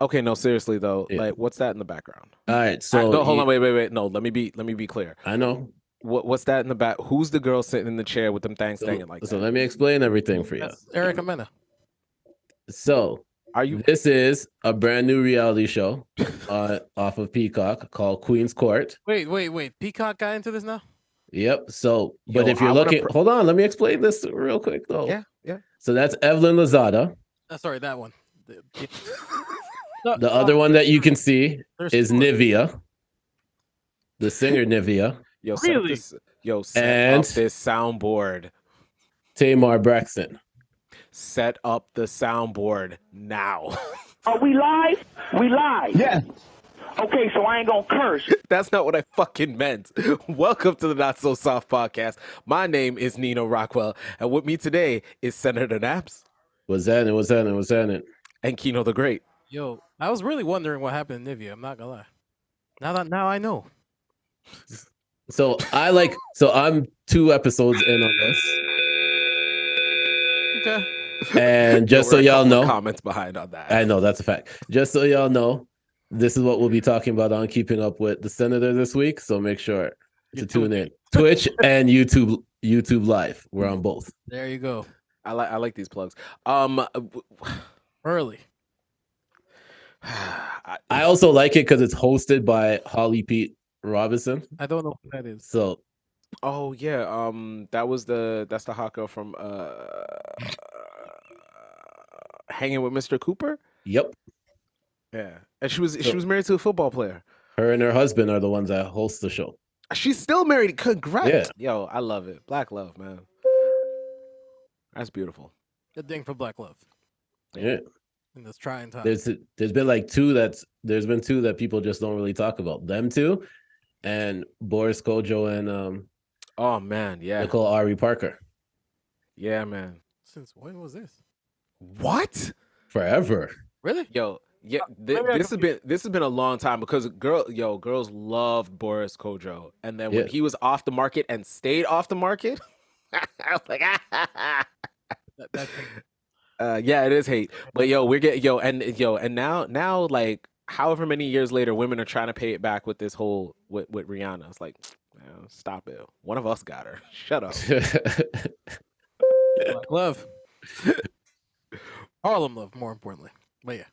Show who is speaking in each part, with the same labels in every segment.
Speaker 1: Okay, no, seriously though,
Speaker 2: Yeah.
Speaker 1: like what's that in the background?
Speaker 2: All right,
Speaker 1: I-
Speaker 2: so
Speaker 1: no, hold
Speaker 2: you-
Speaker 1: on, wait, wait, wait. No, let me be let me be clear.
Speaker 2: I know.
Speaker 1: What what's that in the back? Who's the girl sitting in the chair with them things
Speaker 2: So,
Speaker 1: hanging like
Speaker 2: so
Speaker 1: that?
Speaker 2: let me explain everything for you.
Speaker 3: That's Erica Mena.
Speaker 2: So
Speaker 1: Are you
Speaker 2: this is a brand new reality show uh, off of Peacock called Queen's Court.
Speaker 3: Wait, wait, wait. Peacock got into this now?
Speaker 2: Yep. So, but
Speaker 1: Yo,
Speaker 2: if you're
Speaker 1: I wanna
Speaker 2: looking,
Speaker 1: pr-
Speaker 2: hold on, let me explain this real quick though.
Speaker 1: Yeah, yeah.
Speaker 2: So that's Evelyn Lozada.
Speaker 3: Uh, sorry, that one. The,
Speaker 2: The other one that you can see
Speaker 3: there's
Speaker 2: is
Speaker 3: four.
Speaker 2: Nivea, the singer Nivea,
Speaker 1: yo set up
Speaker 3: Really?
Speaker 1: this yo set
Speaker 2: And-
Speaker 1: up this soundboard.
Speaker 2: Tamar Braxton.
Speaker 1: Set up the soundboard now.
Speaker 4: Are we live? We live.
Speaker 5: Yes.
Speaker 4: Okay, so I ain't gonna curse.
Speaker 1: That's not what I fucking meant. Welcome to the Not So Soft Podcast. My name is Nino Rockwell, and with me today is Senator Naps
Speaker 2: Was that it? Was that it? Was that it?
Speaker 1: and Kino the Great.
Speaker 3: Yo, I was really wondering what happened to Nivea. I'm not gonna lie. Now that now I know.
Speaker 2: So I like. So I'm two episodes in on this,
Speaker 3: Okay.
Speaker 2: and just so
Speaker 1: There were a
Speaker 2: y'all
Speaker 1: couple
Speaker 2: know,
Speaker 1: of comments behind on that.
Speaker 2: I know that's a fact. Just so y'all know, this is what we'll be talking about on Keeping Up with the Senator this week. So make sure to
Speaker 3: You're
Speaker 2: tune in. Twitch and YouTube YouTube Live. We're on both.
Speaker 3: There you go.
Speaker 1: I like I like these plugs. Um,
Speaker 3: Early.
Speaker 1: I,
Speaker 2: I also like it because it's hosted by Holly Pete Robinson.
Speaker 3: I don't know what that is.
Speaker 2: So
Speaker 1: oh yeah, um, that was the that's the hot girl from uh, hanging with Mr. Cooper.
Speaker 2: yep.
Speaker 1: Yeah, and she was she
Speaker 2: So-
Speaker 1: was married to a football player.
Speaker 2: Her and her husband are the ones that host the show.
Speaker 1: She's still married. Congrats, yo! I love it. Black love, man. That's beautiful.
Speaker 3: A ding for black love
Speaker 2: Yeah.
Speaker 3: in this trying time.
Speaker 2: There's there's been like two that's there's been two that people just don't really talk about. Them two and Boris Kojo and um
Speaker 1: Oh man, yeah,
Speaker 2: Nicole Ari Parker.
Speaker 1: yeah, man.
Speaker 3: Since when was this?
Speaker 1: What?
Speaker 2: Forever.
Speaker 3: Really?
Speaker 1: Yo, yeah, thi-
Speaker 4: maybe I
Speaker 1: this has been this has been a long time because girl, yo, girls loved Boris Kojo, and then when
Speaker 2: Yeah.
Speaker 1: he was off the market and stayed off the market, I was like,
Speaker 3: That, that thing-
Speaker 1: uh, yeah, it is hate. But yo, we're getting yo, and yo, and now now like however many years later, women are trying to pay it back with this whole with with Rihanna. It's like, man, stop it. One of us got her. Shut up.
Speaker 3: black love. Harlem love, more importantly. But yeah.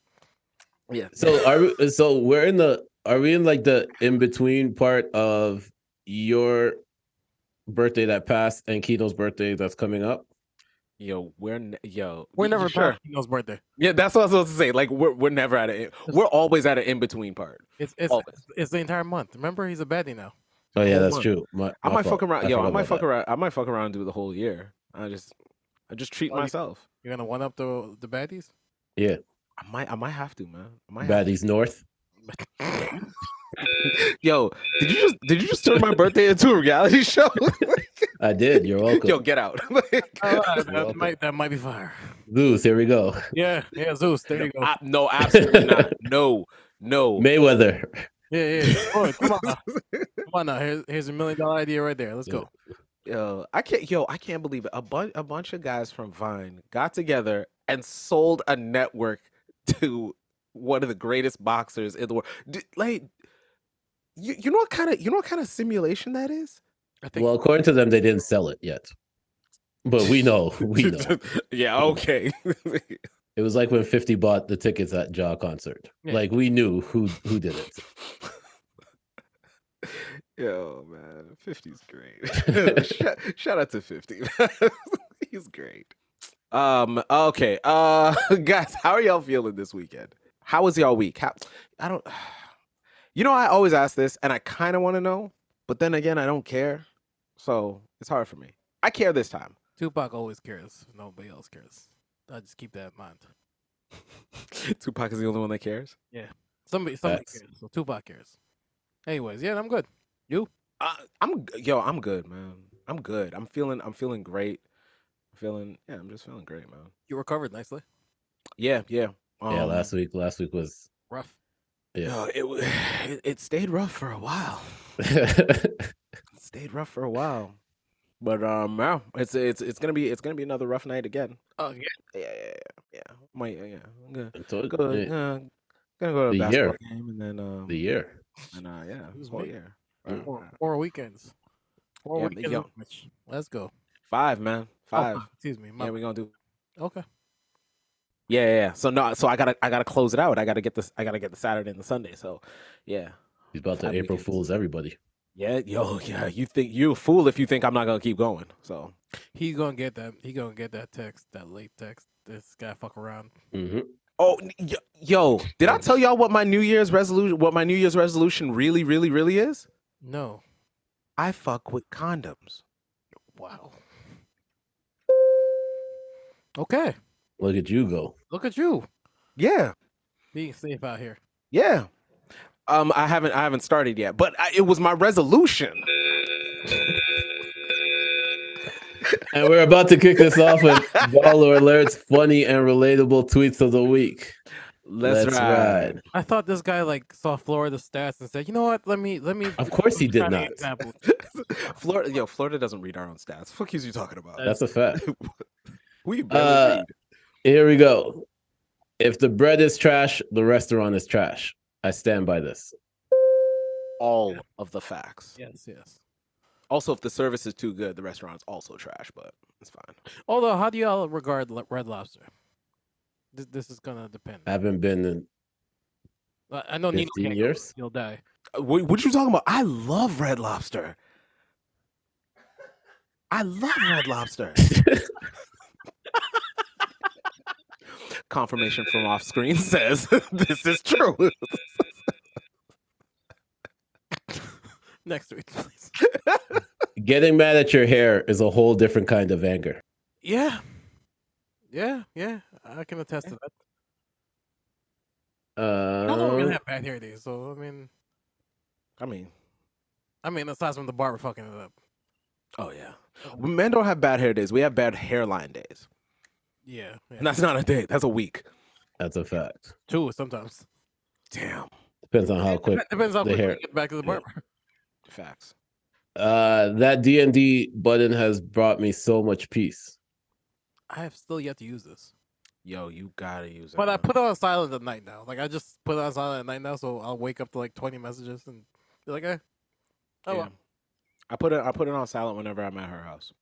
Speaker 1: Yeah.
Speaker 2: so are we, so we're in the are we in like the in between part of your birthday that passed and Kino's birthday that's coming up?
Speaker 1: yo, we're n- yo,
Speaker 3: We're
Speaker 1: y-
Speaker 3: never
Speaker 1: sure.
Speaker 3: sure. Kino's birthday.
Speaker 1: Yeah, that's what I was supposed to say. Like we're we're never at it. We're always at an in between part.
Speaker 3: It's it's,
Speaker 1: Always.
Speaker 3: it's the entire month. Remember he's a baddie now.
Speaker 2: Oh yeah,
Speaker 1: whole
Speaker 2: that's
Speaker 1: month.
Speaker 2: true. My-
Speaker 1: I
Speaker 2: my
Speaker 1: might
Speaker 2: fault.
Speaker 1: fuck around. yo,
Speaker 2: forgot
Speaker 1: I might
Speaker 2: about
Speaker 1: fuck
Speaker 2: that.
Speaker 1: around. I might fuck around and do the whole year. I just, I just treat
Speaker 3: Oh, you-
Speaker 1: myself.
Speaker 3: You're gonna one up the the baddies?
Speaker 1: I might, I might have to, man. I might have
Speaker 2: Baddies North.
Speaker 1: to. Yo, did you just, did you just turn my birthday into a reality show?
Speaker 2: I did. You're welcome.
Speaker 1: yo, get out.
Speaker 3: Oh, uh, that,
Speaker 2: welcome.
Speaker 3: might, that might be fire.
Speaker 2: Zeus, here we go.
Speaker 3: Yeah, yeah, Zeus. There you go.
Speaker 1: Ah, no, absolutely not. No, no.
Speaker 2: Mayweather.
Speaker 3: Yeah, yeah. Boy, come on, now. come on now. Here's, here's a million dollar idea right there. Let's
Speaker 2: Yeah.
Speaker 3: go.
Speaker 1: Yo, I can't. Yo, I can't believe it. A bunch, a bunch of guys from Vine got together and sold a network to one of the greatest boxers in the world. D- like, you, you know what kind of, you know what kind of simulation that is?
Speaker 3: I think
Speaker 2: Well, according to them, they didn't sell it yet. But we know, we know.
Speaker 1: yeah, okay.
Speaker 2: It was like when 50 bought the tickets at Jaw concert.
Speaker 3: Yeah.
Speaker 2: Like we knew who who did it.
Speaker 1: Yo, man, 50's great. shout, shout out to 50. man. He's great. Um, okay. Uh guys, how are y'all feeling this weekend? How was y'all week? How I don't You know, I always ask this and I kind of want to know, but then again, I don't care. So, it's hard for me. I care this time.
Speaker 3: Tupac always cares. if Nobody else cares. I just keep that in mind.
Speaker 1: Tupac is the only one that cares.
Speaker 3: Somebody, somebody
Speaker 2: Facts.
Speaker 3: cares. So Tupac cares. Anyways, yeah, I'm good.
Speaker 1: Uh, I'm g- yo, I'm good, man. I'm good. I'm feeling I'm feeling great. feeling yeah, I'm just feeling great, man.
Speaker 3: You recovered nicely.
Speaker 1: Yeah, yeah.
Speaker 2: yeah,
Speaker 1: um,
Speaker 2: last week. Last week was
Speaker 3: Rough.
Speaker 2: yeah.
Speaker 1: yo, it, wa- it it stayed rough for a while. It stayed rough for a while. But um, yeah, it's it's it's gonna be it's gonna be another rough night again.
Speaker 3: Oh yeah.
Speaker 1: Yeah, yeah, yeah. yeah. My yeah, yeah. I'm gonna
Speaker 2: I told-
Speaker 1: go,
Speaker 2: yeah.
Speaker 1: uh, Gonna go to
Speaker 2: The
Speaker 1: a basketball
Speaker 2: year.
Speaker 1: game and then um
Speaker 2: The year.
Speaker 1: and uh yeah,
Speaker 3: Excuse
Speaker 1: whole
Speaker 3: me.
Speaker 1: year.
Speaker 2: Mm.
Speaker 1: Whole-
Speaker 3: Or, or weekends. Or
Speaker 1: Hmm. Yeah, but
Speaker 3: weekends.
Speaker 1: yo-
Speaker 3: are rich. Let's go.
Speaker 1: Five, man. Five.
Speaker 3: Oh, excuse me. my-
Speaker 1: yeah, we're gonna do
Speaker 3: okay.
Speaker 1: Yeah, yeah, yeah. So no, so I gotta I gotta close it out. I gotta get this I gotta get the Saturday and the Sunday. So yeah.
Speaker 2: He's about to
Speaker 1: Five
Speaker 2: April
Speaker 1: weekends.
Speaker 2: Fools everybody.
Speaker 1: Yeah, yo, yeah. You think you a fool if you think I'm not gonna keep going. So
Speaker 3: He's gonna get that. He gonna get that text. That late text. This guy fuck around.
Speaker 2: hmm
Speaker 1: Oh, n- y- yo, did I tell y'all what my New Year's resolution what my New Year's resolution really really really is?
Speaker 3: No.
Speaker 1: I fuck with condoms.
Speaker 3: Wow. Okay.
Speaker 2: Look at you go.
Speaker 3: Look at you
Speaker 1: Yeah.
Speaker 3: being safe out here.
Speaker 1: Yeah. Um I haven't I haven't started yet, but I, it was my resolution.
Speaker 2: And we're about to kick this off with Baller Alert's funny and relatable tweets of the week.
Speaker 1: Let's, ride.
Speaker 3: I thought this guy like saw Florida stats and said, you know what? Let me let me.
Speaker 2: Of course he did
Speaker 3: try the
Speaker 2: not.
Speaker 3: example."
Speaker 1: Florida yo, Florida doesn't read our own stats. Fuck is you talking about?
Speaker 2: That's a fact.
Speaker 1: we
Speaker 2: uh,
Speaker 1: barely read.
Speaker 2: Here we go. If the bread is trash, the restaurant is trash. I stand by this.
Speaker 1: all of the facts.
Speaker 3: yes. Yes.
Speaker 1: Also, if the service is too good, the restaurant's also trash, but it's fine.
Speaker 3: Although, how do y'all regard lo- Red Lobster? This, this is gonna depend.
Speaker 2: I haven't been in
Speaker 3: I I know Nino
Speaker 2: 15
Speaker 3: can't go.
Speaker 2: years.
Speaker 3: He'll die.
Speaker 1: Uh, What, what you talking about? I love Red Lobster. I love Red Lobster. Confirmation from off screen says this is true.
Speaker 3: Next week, please.
Speaker 2: Getting mad at your hair is a whole different kind of anger.
Speaker 3: Yeah. Yeah, yeah. I can attest to that. I don't really
Speaker 2: Uh,
Speaker 3: have bad hair days, so I mean
Speaker 1: I mean,
Speaker 3: I mean aside from the barber fucking it up.
Speaker 1: oh yeah. Men don't have bad hair days. We have bad hairline days.
Speaker 3: Yeah. yeah.
Speaker 1: And that's not a day, that's a week.
Speaker 2: that's a fact.
Speaker 3: two sometimes.
Speaker 1: Damn.
Speaker 2: Depends on how quick.
Speaker 3: Dep- Depends how
Speaker 2: the
Speaker 3: quick
Speaker 2: hair-
Speaker 3: we get back to the
Speaker 2: yeah.
Speaker 3: barber.
Speaker 1: Facts.
Speaker 2: Uh, that D and D button has brought me so much peace.
Speaker 3: I have still yet to use this.
Speaker 1: Yo, you gotta use it.
Speaker 3: But I
Speaker 1: man.
Speaker 3: put it on silent at night now. Like I just put it on silent at night now, so I'll wake up to like twenty messages and be like, eh. Oh
Speaker 1: Yeah. I put it I put it on silent whenever I'm at her house.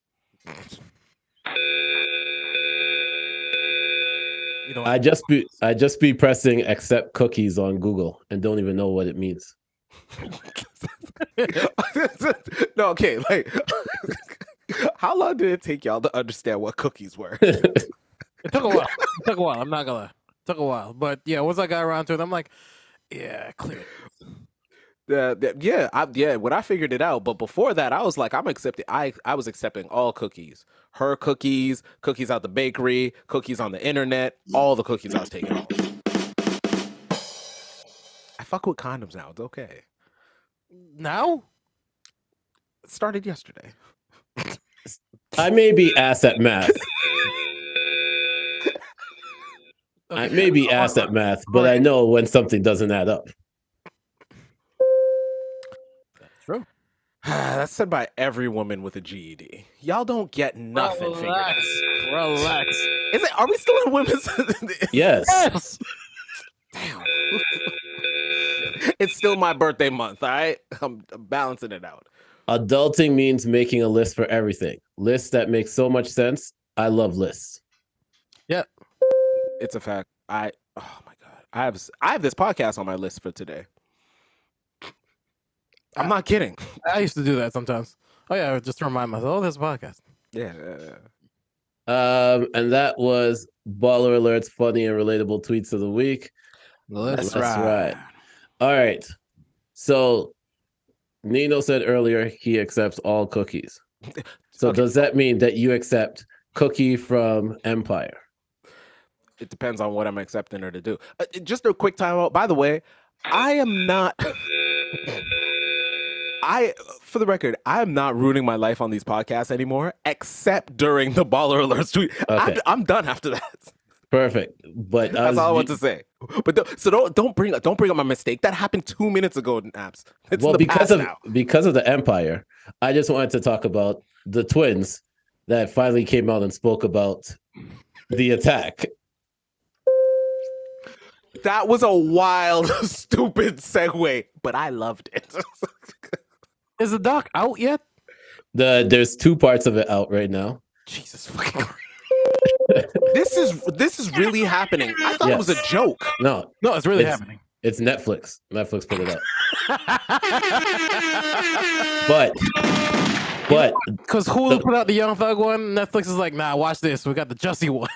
Speaker 3: well. You know,
Speaker 2: I just be I just be pressing accept cookies on Google and don't even know what it means.
Speaker 1: no, okay, like how long did it take y'all to understand what cookies were?
Speaker 3: It took a while. It took a while. I'm not gonna. Lie. It took a while, but yeah, once I got around to it, I'm like, yeah, clear.
Speaker 1: The- the- yeah, I, yeah. When I figured it out, but before that, I was like, I'm accepting. I I was accepting all cookies, her cookies, cookies out the bakery, cookies on the internet, all the cookies I was taking. all. I fuck with condoms now. It's okay.
Speaker 3: Now,
Speaker 1: It started yesterday.
Speaker 2: I may be ass at math. I may be ass at math, but I know when something doesn't add up.
Speaker 3: true.
Speaker 1: That's said by every woman with a GED. Y'all don't get nothing figured out.
Speaker 3: Relax. Relax.
Speaker 1: Is it? Are we still in women's?
Speaker 2: Yes.
Speaker 3: Yes.
Speaker 1: Damn. it's still my birthday month. All right, I'm, I'm balancing it out.
Speaker 2: Adulting means making a list for everything. Lists that make so much sense. I love lists.
Speaker 1: It's a fact. I. Oh my god. I have s- I have this podcast on my list for today. I'm not kidding.
Speaker 3: I used to do that sometimes. Oh yeah, just to remind myself. Oh, there's a podcast.
Speaker 1: Yeah. yeah, yeah.
Speaker 2: Um, and that was Baller Alert's funny and relatable tweets of the week.
Speaker 1: Let's
Speaker 2: Let's ride. All right. So Nino said earlier he accepts all cookies. So
Speaker 1: Okay.
Speaker 2: does that mean that you accept cookie from Empire?
Speaker 1: It depends on what I'm accepting her to do. Uh, uh, just a quick time out. By the way, I am not. I, for the record, I am not ruining my life on these podcasts anymore, except during the baller alerts tweet. I'm,
Speaker 2: Okay.
Speaker 1: I'm done after that.
Speaker 2: Perfect. But I
Speaker 1: That's
Speaker 2: was-
Speaker 1: all I want to say. But don't- so don't don't bring up don't bring up my mistake. That happened two minutes ago. Naps. It's
Speaker 2: well
Speaker 1: in the
Speaker 2: because
Speaker 1: past
Speaker 2: of
Speaker 1: now.
Speaker 2: because of the Empire, I just wanted to talk about the twins that finally came out and spoke about the attack.
Speaker 1: That was a wild, stupid segue, but I loved it.
Speaker 3: Is the doc out yet?
Speaker 2: The there's two parts of it out right now.
Speaker 3: Jesus fucking Christ.
Speaker 1: this is this is really happening. I thought it was a
Speaker 2: Yes.
Speaker 1: joke.
Speaker 2: No,
Speaker 3: No, it's really
Speaker 2: It's-
Speaker 3: happening.
Speaker 2: it's Netflix. Netflix put it out. But but
Speaker 3: Because Hulu put out the Young Thug one. Netflix is like, nah, watch this. We got the Jussie one.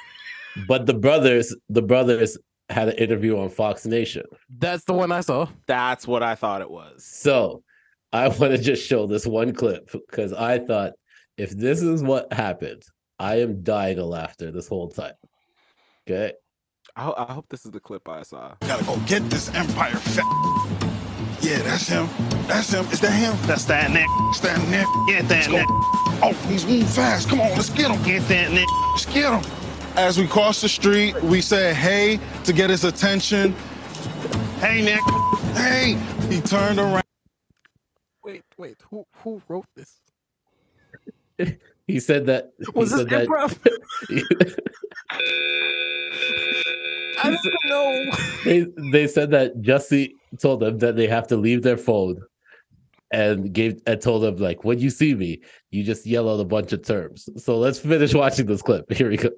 Speaker 2: but the brothers the brothers had an interview on Fox Nation.
Speaker 3: That's the one I saw.
Speaker 1: That's what I thought it was.
Speaker 2: So I want to just show this one clip because I thought if this is what happened, I am dying of laughter this whole time. Okay.
Speaker 1: I, ho- I hope this is the clip I saw.
Speaker 5: Gotta go get this empire. Fat. Yeah, that's him. That's him. Is that him?
Speaker 6: That's that neck.
Speaker 5: That's that Nick.
Speaker 6: Get that
Speaker 5: Let's
Speaker 6: neck.
Speaker 5: go. Oh, he's moving fast. Come on, let's get him.
Speaker 6: Get that neck.
Speaker 5: Let's get him. As we crossed the street, we said hey to get his attention.
Speaker 6: Hey, neck.
Speaker 5: Hey, he turned around.
Speaker 3: Wait, wait. Who who wrote this?
Speaker 2: He said that he
Speaker 3: Was this
Speaker 2: said that-
Speaker 3: improv? I don't know.
Speaker 2: they they said that Jussie told them that they have to leave their phone and gave and told them like when you see me, you just yell out a bunch of terms. So let's finish watching this clip. Here we go.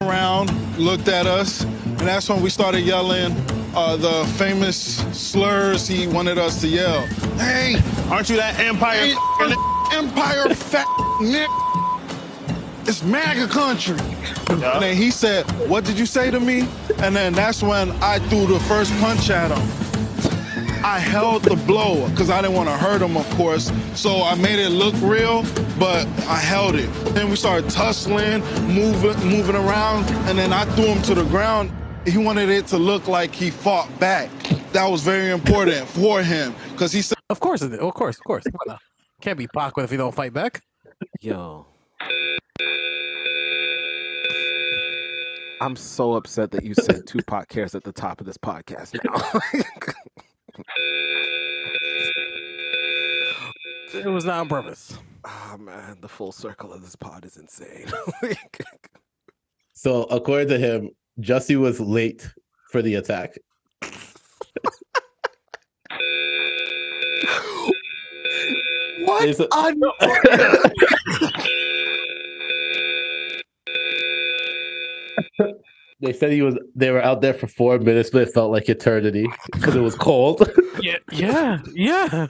Speaker 5: around, looked at us, and that's when we started yelling uh, the famous slurs he wanted us to yell. Hey,
Speaker 6: Aren't you that empire?
Speaker 5: hey,
Speaker 6: neck?
Speaker 5: Empire fat Nick. It's MAGA country. And then he said, What did you say to me? And then that's when I threw the first punch at him. I held the blow because I didn't want to hurt him, of course. So I made it look real, but I held it. Then we started tussling, moving, moving around, and then I threw him to the ground. He wanted it to look like he fought back. That was very important for him because he said.
Speaker 3: Of course it is. Of course, of course. Why not? Can't be Pac if you don't fight back.
Speaker 1: Yo. I'm so upset that you said Tupac cares at the top of this podcast now.
Speaker 3: It was not on purpose.
Speaker 1: oh man, the full circle of this pod is insane.
Speaker 2: So according to him, Jussie was late for the attack.
Speaker 1: what
Speaker 2: It's a-
Speaker 1: on
Speaker 2: They said he was they were out there for four minutes, but it felt like eternity because it was cold.
Speaker 3: Yeah, yeah, yeah.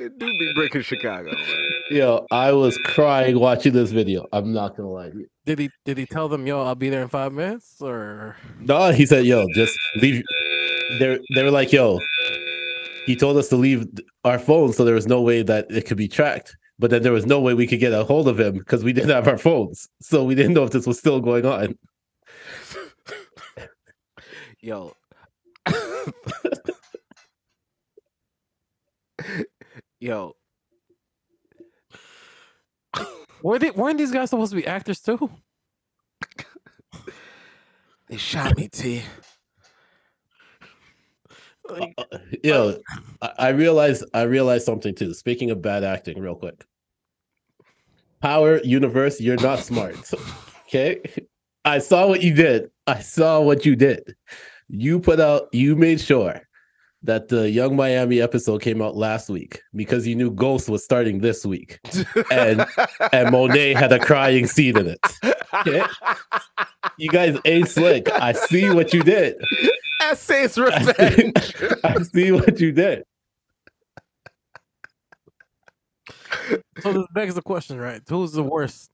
Speaker 1: it do be breaking Chicago. man.
Speaker 2: Yo, I was crying watching this video. I'm not gonna lie to you.
Speaker 3: Did he did he tell them, yo, I'll be there in five minutes? Or
Speaker 2: No, he said, "Yo, just leave." They they were like, "Yo," he told us to leave our phone, so there was no way that it could be tracked. But then there was no way we could get a hold of him because we didn't have our phones, so we didn't know if this was still going on.
Speaker 1: Yo. Yo,
Speaker 3: were they, weren't these guys supposed to be actors too?
Speaker 1: they shot me, T.
Speaker 3: Like,
Speaker 2: Yo, I, I realized I realized something too. Speaking of bad acting, real quick, Power Universe, you're not smart. Okay, I saw what you did. I saw what you did. You put out. You made sure that the Young Miami episode came out last week because you knew Ghost was starting this week, and and Monet had a crying scene in it. Okay? You guys ain't slick. I see what you did.
Speaker 1: Essays
Speaker 2: I
Speaker 1: revenge.
Speaker 2: see, I see what you did.
Speaker 3: so this begs the question, right? Who's the worst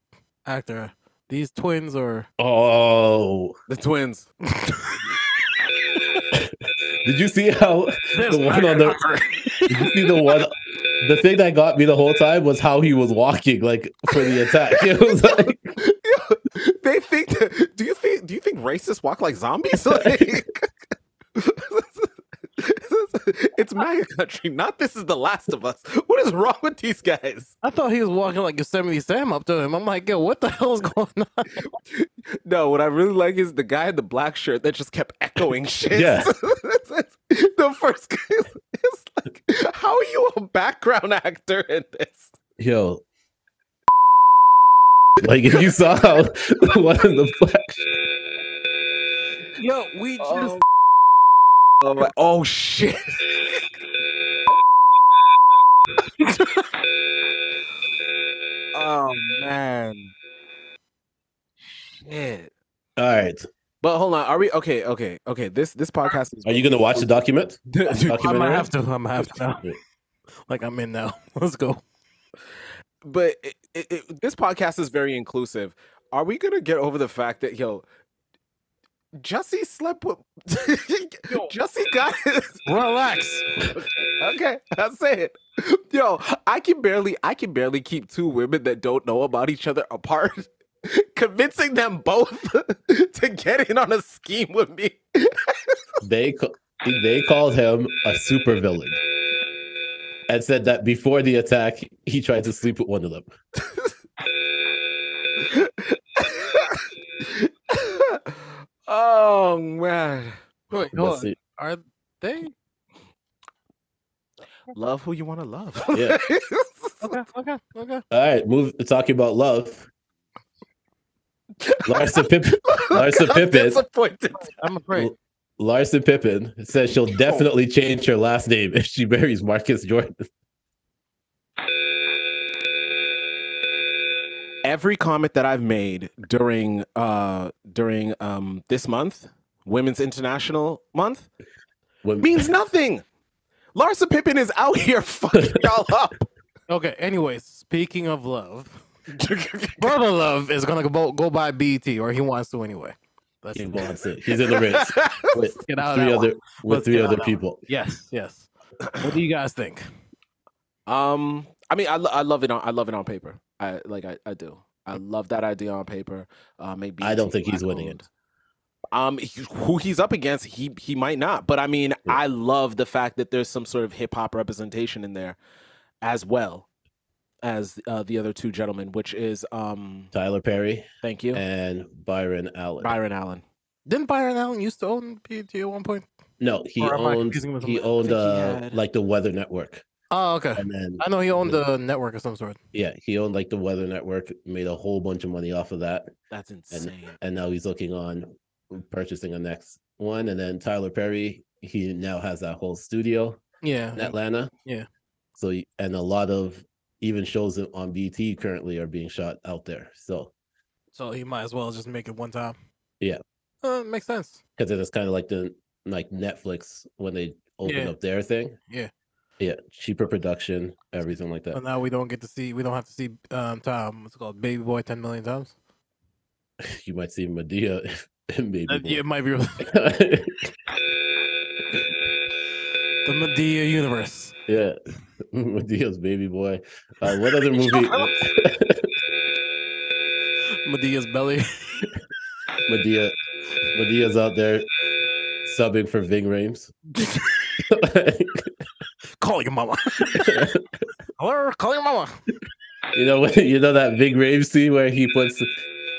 Speaker 3: actor? These twins or
Speaker 2: Oh,
Speaker 1: the twins.
Speaker 2: did you see how the one on the did you see the one the thing that got me the whole time was how he was walking like for the attack. It was like
Speaker 1: they think that, do you think do you think racists walk like zombies like it's MAGA country, not this is the last of us. What is wrong with these guys?
Speaker 3: I thought he was walking like Yosemite Sam up to him. I'm like, yo, what the hell is going on?
Speaker 1: No, what I really like is the guy in the black shirt that just kept echoing shit.
Speaker 2: Yeah.
Speaker 1: the first guy it's like, how are you a background actor in this?
Speaker 2: yo. Like if you saw how one of the black
Speaker 3: Yo, we just
Speaker 1: Oh, my- oh shit. oh man. Shit.
Speaker 2: All right.
Speaker 1: But hold on, are we okay? Okay, okay. This this podcast is.
Speaker 2: Are you going to watch the document?
Speaker 1: Dude,
Speaker 3: I'm
Speaker 2: documentary?
Speaker 3: gonna have to. I'm gonna have to. Now. Like I'm in now. Let's go.
Speaker 1: but it, it, it, this podcast is very inclusive. Are we gonna get over the fact that yo, Jussie slept with Jussie got
Speaker 3: Relax.
Speaker 1: okay, that's it. Yo, I can barely I can barely keep two women that don't know about each other apart. Convincing them both to get in on a scheme with me.
Speaker 2: They ca- they called him a supervillain and said that before the attack, he tried to sleep with one of them.
Speaker 1: oh man.
Speaker 3: Wait, hold
Speaker 2: That's
Speaker 3: on.
Speaker 2: it.
Speaker 3: Are they?
Speaker 1: Love who you want to love.
Speaker 2: Yeah.
Speaker 3: Okay, okay, okay.
Speaker 2: All right, move talking about love. Larsa Pippen,
Speaker 3: Oh
Speaker 2: Larsa
Speaker 1: I'm
Speaker 2: Pippen,
Speaker 1: disappointed.
Speaker 3: I'm afraid.
Speaker 2: Larsa Pippen says she'll definitely change her last name if she marries Marcus Jordan.
Speaker 1: every comment that I've made during uh during um this month, Women's International Month,
Speaker 2: When-
Speaker 1: means nothing. Larsa Pippen is out here fucking y'all up.
Speaker 3: Okay. Anyways, speaking of love, brother love is gonna go go buy BET, or he wants to anyway. Let's
Speaker 2: he wants it. He's in the rinse with
Speaker 3: get out of
Speaker 2: three
Speaker 3: that one.
Speaker 2: other with
Speaker 3: Let's
Speaker 2: three
Speaker 3: get out
Speaker 2: other
Speaker 3: that one.
Speaker 2: people.
Speaker 3: Yes, yes. What do you guys think?
Speaker 1: um, I mean, I, lo- I love it on I love it on paper. I like I, I do. I love that idea on paper. Uh, maybe
Speaker 2: I don't think he's winning it.
Speaker 1: Um, he- who he's up against, he he might not. But I mean,
Speaker 2: Yeah.
Speaker 1: I love the fact that there's some sort of hip hop representation in there, as well as uh, the other two gentlemen, which is um,
Speaker 2: Tyler Perry
Speaker 1: thank you,
Speaker 2: and Byron Allen.
Speaker 1: Byron Allen.
Speaker 3: Didn't Byron Allen used to own BET at one point?
Speaker 2: No, he
Speaker 3: Or am I
Speaker 2: owned
Speaker 3: confusing with
Speaker 2: he
Speaker 3: someone?
Speaker 2: owned
Speaker 1: think he
Speaker 2: uh,
Speaker 1: had-
Speaker 2: like the Weather Network,
Speaker 3: Oh, okay.
Speaker 2: and then
Speaker 3: I know he owned the network of some sort.
Speaker 2: yeah, he owned like the Weather Network, made a whole bunch of money off of that,
Speaker 1: That's insane.
Speaker 2: and now he's looking on purchasing a next one, and then Tyler Perry, he now has that whole studio
Speaker 3: Yeah.
Speaker 2: in Atlanta.
Speaker 3: Uh-huh. Yeah.
Speaker 2: So y- and a lot of even shows on BT currently are being shot out there. So
Speaker 3: So he might as well just make it one time.
Speaker 2: Yeah.
Speaker 3: Uh, makes sense.
Speaker 2: because it's kind of like the like Netflix when they open
Speaker 3: Yeah.
Speaker 2: up their thing.
Speaker 3: Yeah.
Speaker 2: Yeah, cheaper production, everything like that.
Speaker 3: But now we don't get to see, we don't have to see um, Tom, what's it called, Baby Boy 10 million times.
Speaker 2: you might see Medea and maybe
Speaker 3: Uh, yeah, it might be the
Speaker 2: more.
Speaker 3: Medea universe.
Speaker 2: yeah, Medea's baby boy. Uh, what other movie?
Speaker 3: Medea's belly.
Speaker 2: Medea, Medea's out there subbing for Ving Rhames.
Speaker 3: Call your mama. Hello, call your mama.
Speaker 2: you know, you know that Ving Rhames scene where he puts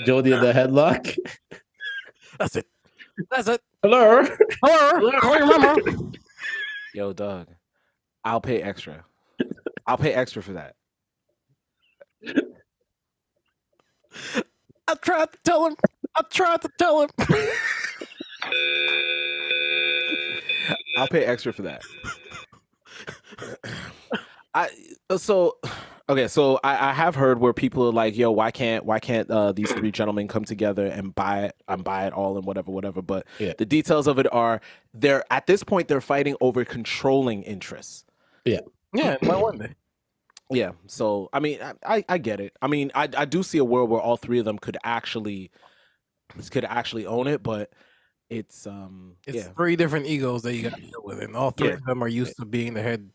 Speaker 2: Jodie in the headlock.
Speaker 3: That's it. That's it.
Speaker 2: Hello.
Speaker 3: Hello, call your mama.
Speaker 1: Yo, Doug, I'll pay extra. I'll pay extra for that.
Speaker 3: I tried to tell him. I tried to tell him.
Speaker 1: I'll pay extra for that. I so okay, so I, I have heard where people are like, "Yo, why can't why can't uh, these three gentlemen come together and buy it and buy it all and whatever, whatever?" But
Speaker 2: Yeah.
Speaker 1: the details of it are they're at this point they're fighting over controlling interests.
Speaker 3: Yeah, why wouldn't they?
Speaker 1: Yeah, so I mean, I- I, I get it. I mean, I I do see a world where all three of them could actually could actually own it, but it's um
Speaker 3: It's
Speaker 1: yeah
Speaker 3: three different egos that you got to deal with, and all three
Speaker 1: Yeah.
Speaker 3: of them are used to being the head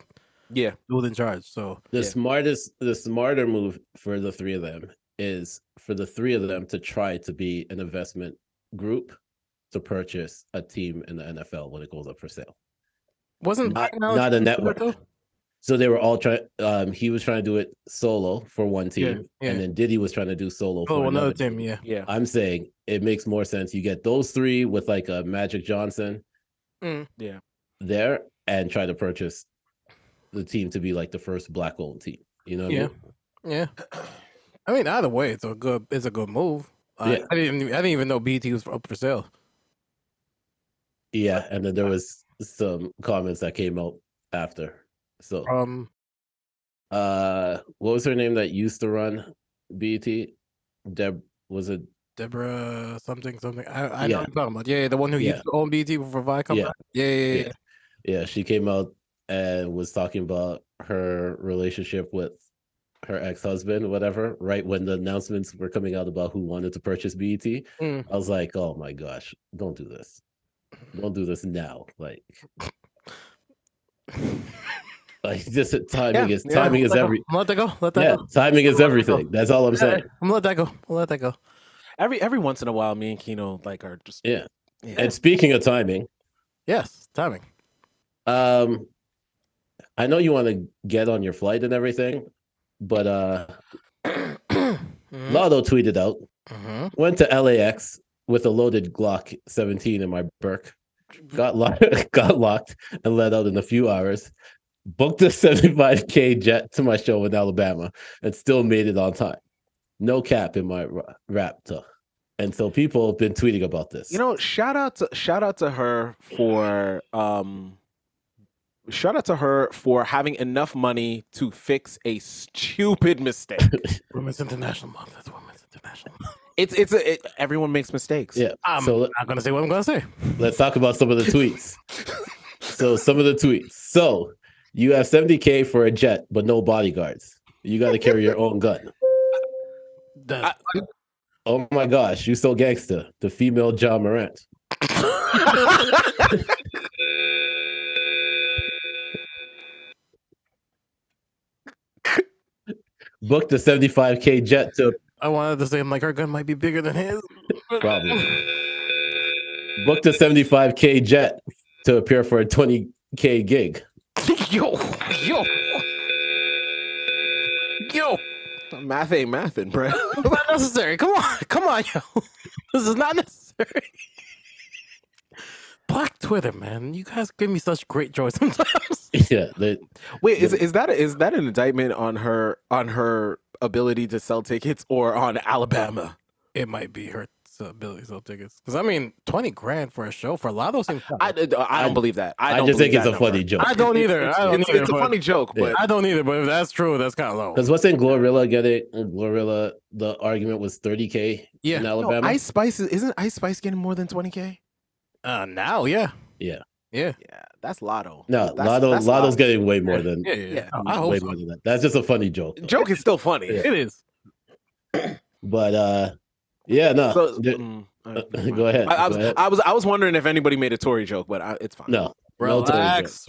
Speaker 1: yeah
Speaker 3: dude in charge. So
Speaker 2: The
Speaker 1: Yeah.
Speaker 2: smartest, the smarter move for the three of them is for the three of them to try to be an investment group to purchase a team in the NFL when it goes up for sale.
Speaker 3: wasn't
Speaker 2: Not,
Speaker 3: Black Knowledge
Speaker 2: not a
Speaker 3: doing that
Speaker 2: network.
Speaker 3: though?
Speaker 2: So they were all trying. Um, he was trying to do it solo for one
Speaker 3: Yeah,
Speaker 2: team,
Speaker 3: yeah.
Speaker 2: and then Diddy was trying to do solo for
Speaker 3: Oh, another
Speaker 2: another
Speaker 3: team. Yeah.
Speaker 1: yeah
Speaker 2: I'm saying it makes more sense. You get those three with like a Magic Johnson,
Speaker 3: Mm.
Speaker 1: Yeah.
Speaker 2: there, and try to purchase the team to be like the first black-owned team. You know, what I
Speaker 3: Yeah.
Speaker 2: mean?
Speaker 3: Yeah. I mean, either way, it's a good it's a good move. I,
Speaker 2: Yeah.
Speaker 3: I didn't I didn't even know BT was up for sale.
Speaker 2: Yeah, and then there was some comments that came out after. So,
Speaker 3: Um,
Speaker 2: uh, what was her name that used to run BT? Deb was it?
Speaker 3: Deborah something something. I, I
Speaker 2: Yeah.
Speaker 3: know what you're talking about. Yeah, the one who
Speaker 2: Yeah.
Speaker 3: used to own BT for Viacom.
Speaker 2: Yeah.
Speaker 3: Yeah, yeah, yeah.
Speaker 2: Yeah.
Speaker 3: yeah.
Speaker 2: Yeah, she came out and was talking about her relationship with her ex-husband, whatever. Right when the announcements were coming out about who wanted to purchase BET,
Speaker 3: Mm.
Speaker 2: I was like, "Oh my gosh, don't do this! Don't do this now!" Like, like this timing is
Speaker 3: Yeah, yeah,
Speaker 2: timing
Speaker 3: let
Speaker 2: is
Speaker 3: that go.
Speaker 2: every
Speaker 3: Let that go. Let that
Speaker 2: yeah
Speaker 3: go.
Speaker 2: timing is everything. That's all I'm
Speaker 3: Yeah,
Speaker 2: saying.
Speaker 3: I'm gonna let that go. I'm gonna let that go.
Speaker 1: Every every once in a while, me and Kino like are just
Speaker 2: Yeah.
Speaker 1: yeah.
Speaker 2: And speaking of timing,
Speaker 3: Yes, timing.
Speaker 2: Um, I know you want to get on your flight and everything, but uh,
Speaker 3: mm-hmm.
Speaker 2: Lotto tweeted out went to LAX with a loaded Glock 17 in my Burke,
Speaker 1: Mm-hmm.
Speaker 2: got locked, got locked, and let out in a few hours. Booked a 75k jet to my show in Alabama and still made it on time. No cap in my ra- rap, though. And so people have been tweeting about this.
Speaker 1: You know, shout out to shout out to her for um shout out to her for having enough money to fix a stupid mistake.
Speaker 3: Women's International Month. That's Women's International. Month.
Speaker 1: it's it's a, it, everyone makes mistakes.
Speaker 2: yeah.
Speaker 3: I'm
Speaker 2: so
Speaker 3: not gonna say what I'm gonna say.
Speaker 2: let's talk about some of the tweets. So some of the tweets. So you have 70k for a jet, but no bodyguards. You got to carry your own gun.
Speaker 3: That's
Speaker 2: Oh my gosh, you so gangster. The female John Morant. Booked a 75k jet to
Speaker 3: I wanted to say I'm like her gun might be bigger than his.
Speaker 2: problem. Booked a 75k jet to appear for a 20k gig.
Speaker 3: yo, yo, yo.
Speaker 1: Math ain't mathing, bro.
Speaker 3: Not necessary. Come on, come on, yo. This is not necessary. Black Twitter, man. You guys give me such great joy sometimes.
Speaker 2: yeah, they,
Speaker 1: Wait, is is that a, is that an indictment on her on her ability to sell tickets or on Alabama?
Speaker 3: It might be her uh, ability to sell tickets. Because I mean, twenty grand for a show for a lot of those things.
Speaker 1: I, I
Speaker 3: I,
Speaker 1: don't believe that. I,
Speaker 2: I,
Speaker 1: don't
Speaker 2: just think
Speaker 1: believe
Speaker 2: it's a
Speaker 1: that
Speaker 2: funny
Speaker 1: number.
Speaker 2: joke.
Speaker 3: don't either.
Speaker 1: It's,
Speaker 3: I don't
Speaker 1: it's,
Speaker 3: either.
Speaker 1: it's a
Speaker 3: but-
Speaker 1: funny joke, but
Speaker 3: I don't either. But if that's true, that's kind of low.
Speaker 2: Because wasn't Glorilla getting Glorilla? The argument was 30k
Speaker 3: Yeah.
Speaker 2: in
Speaker 3: No,
Speaker 1: No,
Speaker 2: Alabama.
Speaker 1: Ice Spice is- isn't Ice Spice getting more than twenty k?
Speaker 3: Uh, now, yeah.
Speaker 1: Yeah, that's Lotto.
Speaker 2: no,
Speaker 1: that's,
Speaker 2: Lotto
Speaker 1: that's
Speaker 2: Lotto's getting way more
Speaker 3: Yeah,
Speaker 2: than
Speaker 3: Yeah, yeah.
Speaker 1: Yeah.
Speaker 3: I
Speaker 2: way
Speaker 3: hope so.
Speaker 2: more than that. That's just a funny joke. though.
Speaker 1: joke is still funny.
Speaker 2: Yeah.
Speaker 3: it is.
Speaker 2: But uh, yeah, no.
Speaker 1: So,
Speaker 2: there-
Speaker 1: mm, all right, never mind.
Speaker 2: go ahead.
Speaker 1: I, I was
Speaker 2: go ahead.
Speaker 1: I was I was wondering if anybody made a Tory joke, but I, it's fine.
Speaker 2: no, no Tory joke.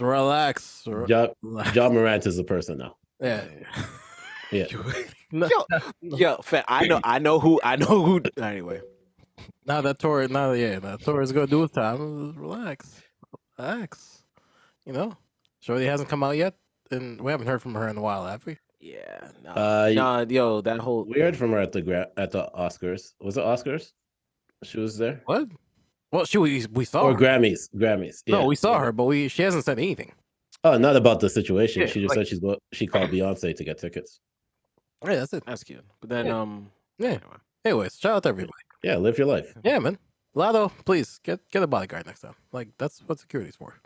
Speaker 3: Relax, relax. re-
Speaker 2: John,
Speaker 3: relax.
Speaker 2: John Morant is a person now.
Speaker 3: Yeah.
Speaker 2: Yeah.
Speaker 3: No-
Speaker 1: Yo, fat, I know I know who I know who. Anyway,
Speaker 3: Now that Tori, now that, yeah, that Tori's gonna do with time. Relax, relax. You know, Shorty hasn't come out yet, and we haven't heard from her in a while, have we?
Speaker 1: yeah, no,
Speaker 2: Uh,
Speaker 1: nah, yo, that whole
Speaker 2: We heard from her at the gra- at the Oscars. Was it Oscars? She was there
Speaker 3: What? Well, she we, we saw
Speaker 2: or
Speaker 3: her.
Speaker 2: Grammys? Grammys.
Speaker 3: Oh. no,
Speaker 2: yeah.
Speaker 3: we saw her, but we she hasn't said anything.
Speaker 2: Oh, not about the situation.
Speaker 3: Yeah,
Speaker 2: she just
Speaker 3: like-
Speaker 2: said she's go- she called Beyonce to get tickets.
Speaker 3: Yeah, that's it.
Speaker 1: That's cute. But then,
Speaker 3: Yeah.
Speaker 1: um,
Speaker 3: Yeah.
Speaker 1: anyway.
Speaker 3: Anyways, shout out to everybody.
Speaker 2: Yeah, live your life.
Speaker 3: Yeah, man. Lado, please get get a bodyguard next time. Like that's what security's for.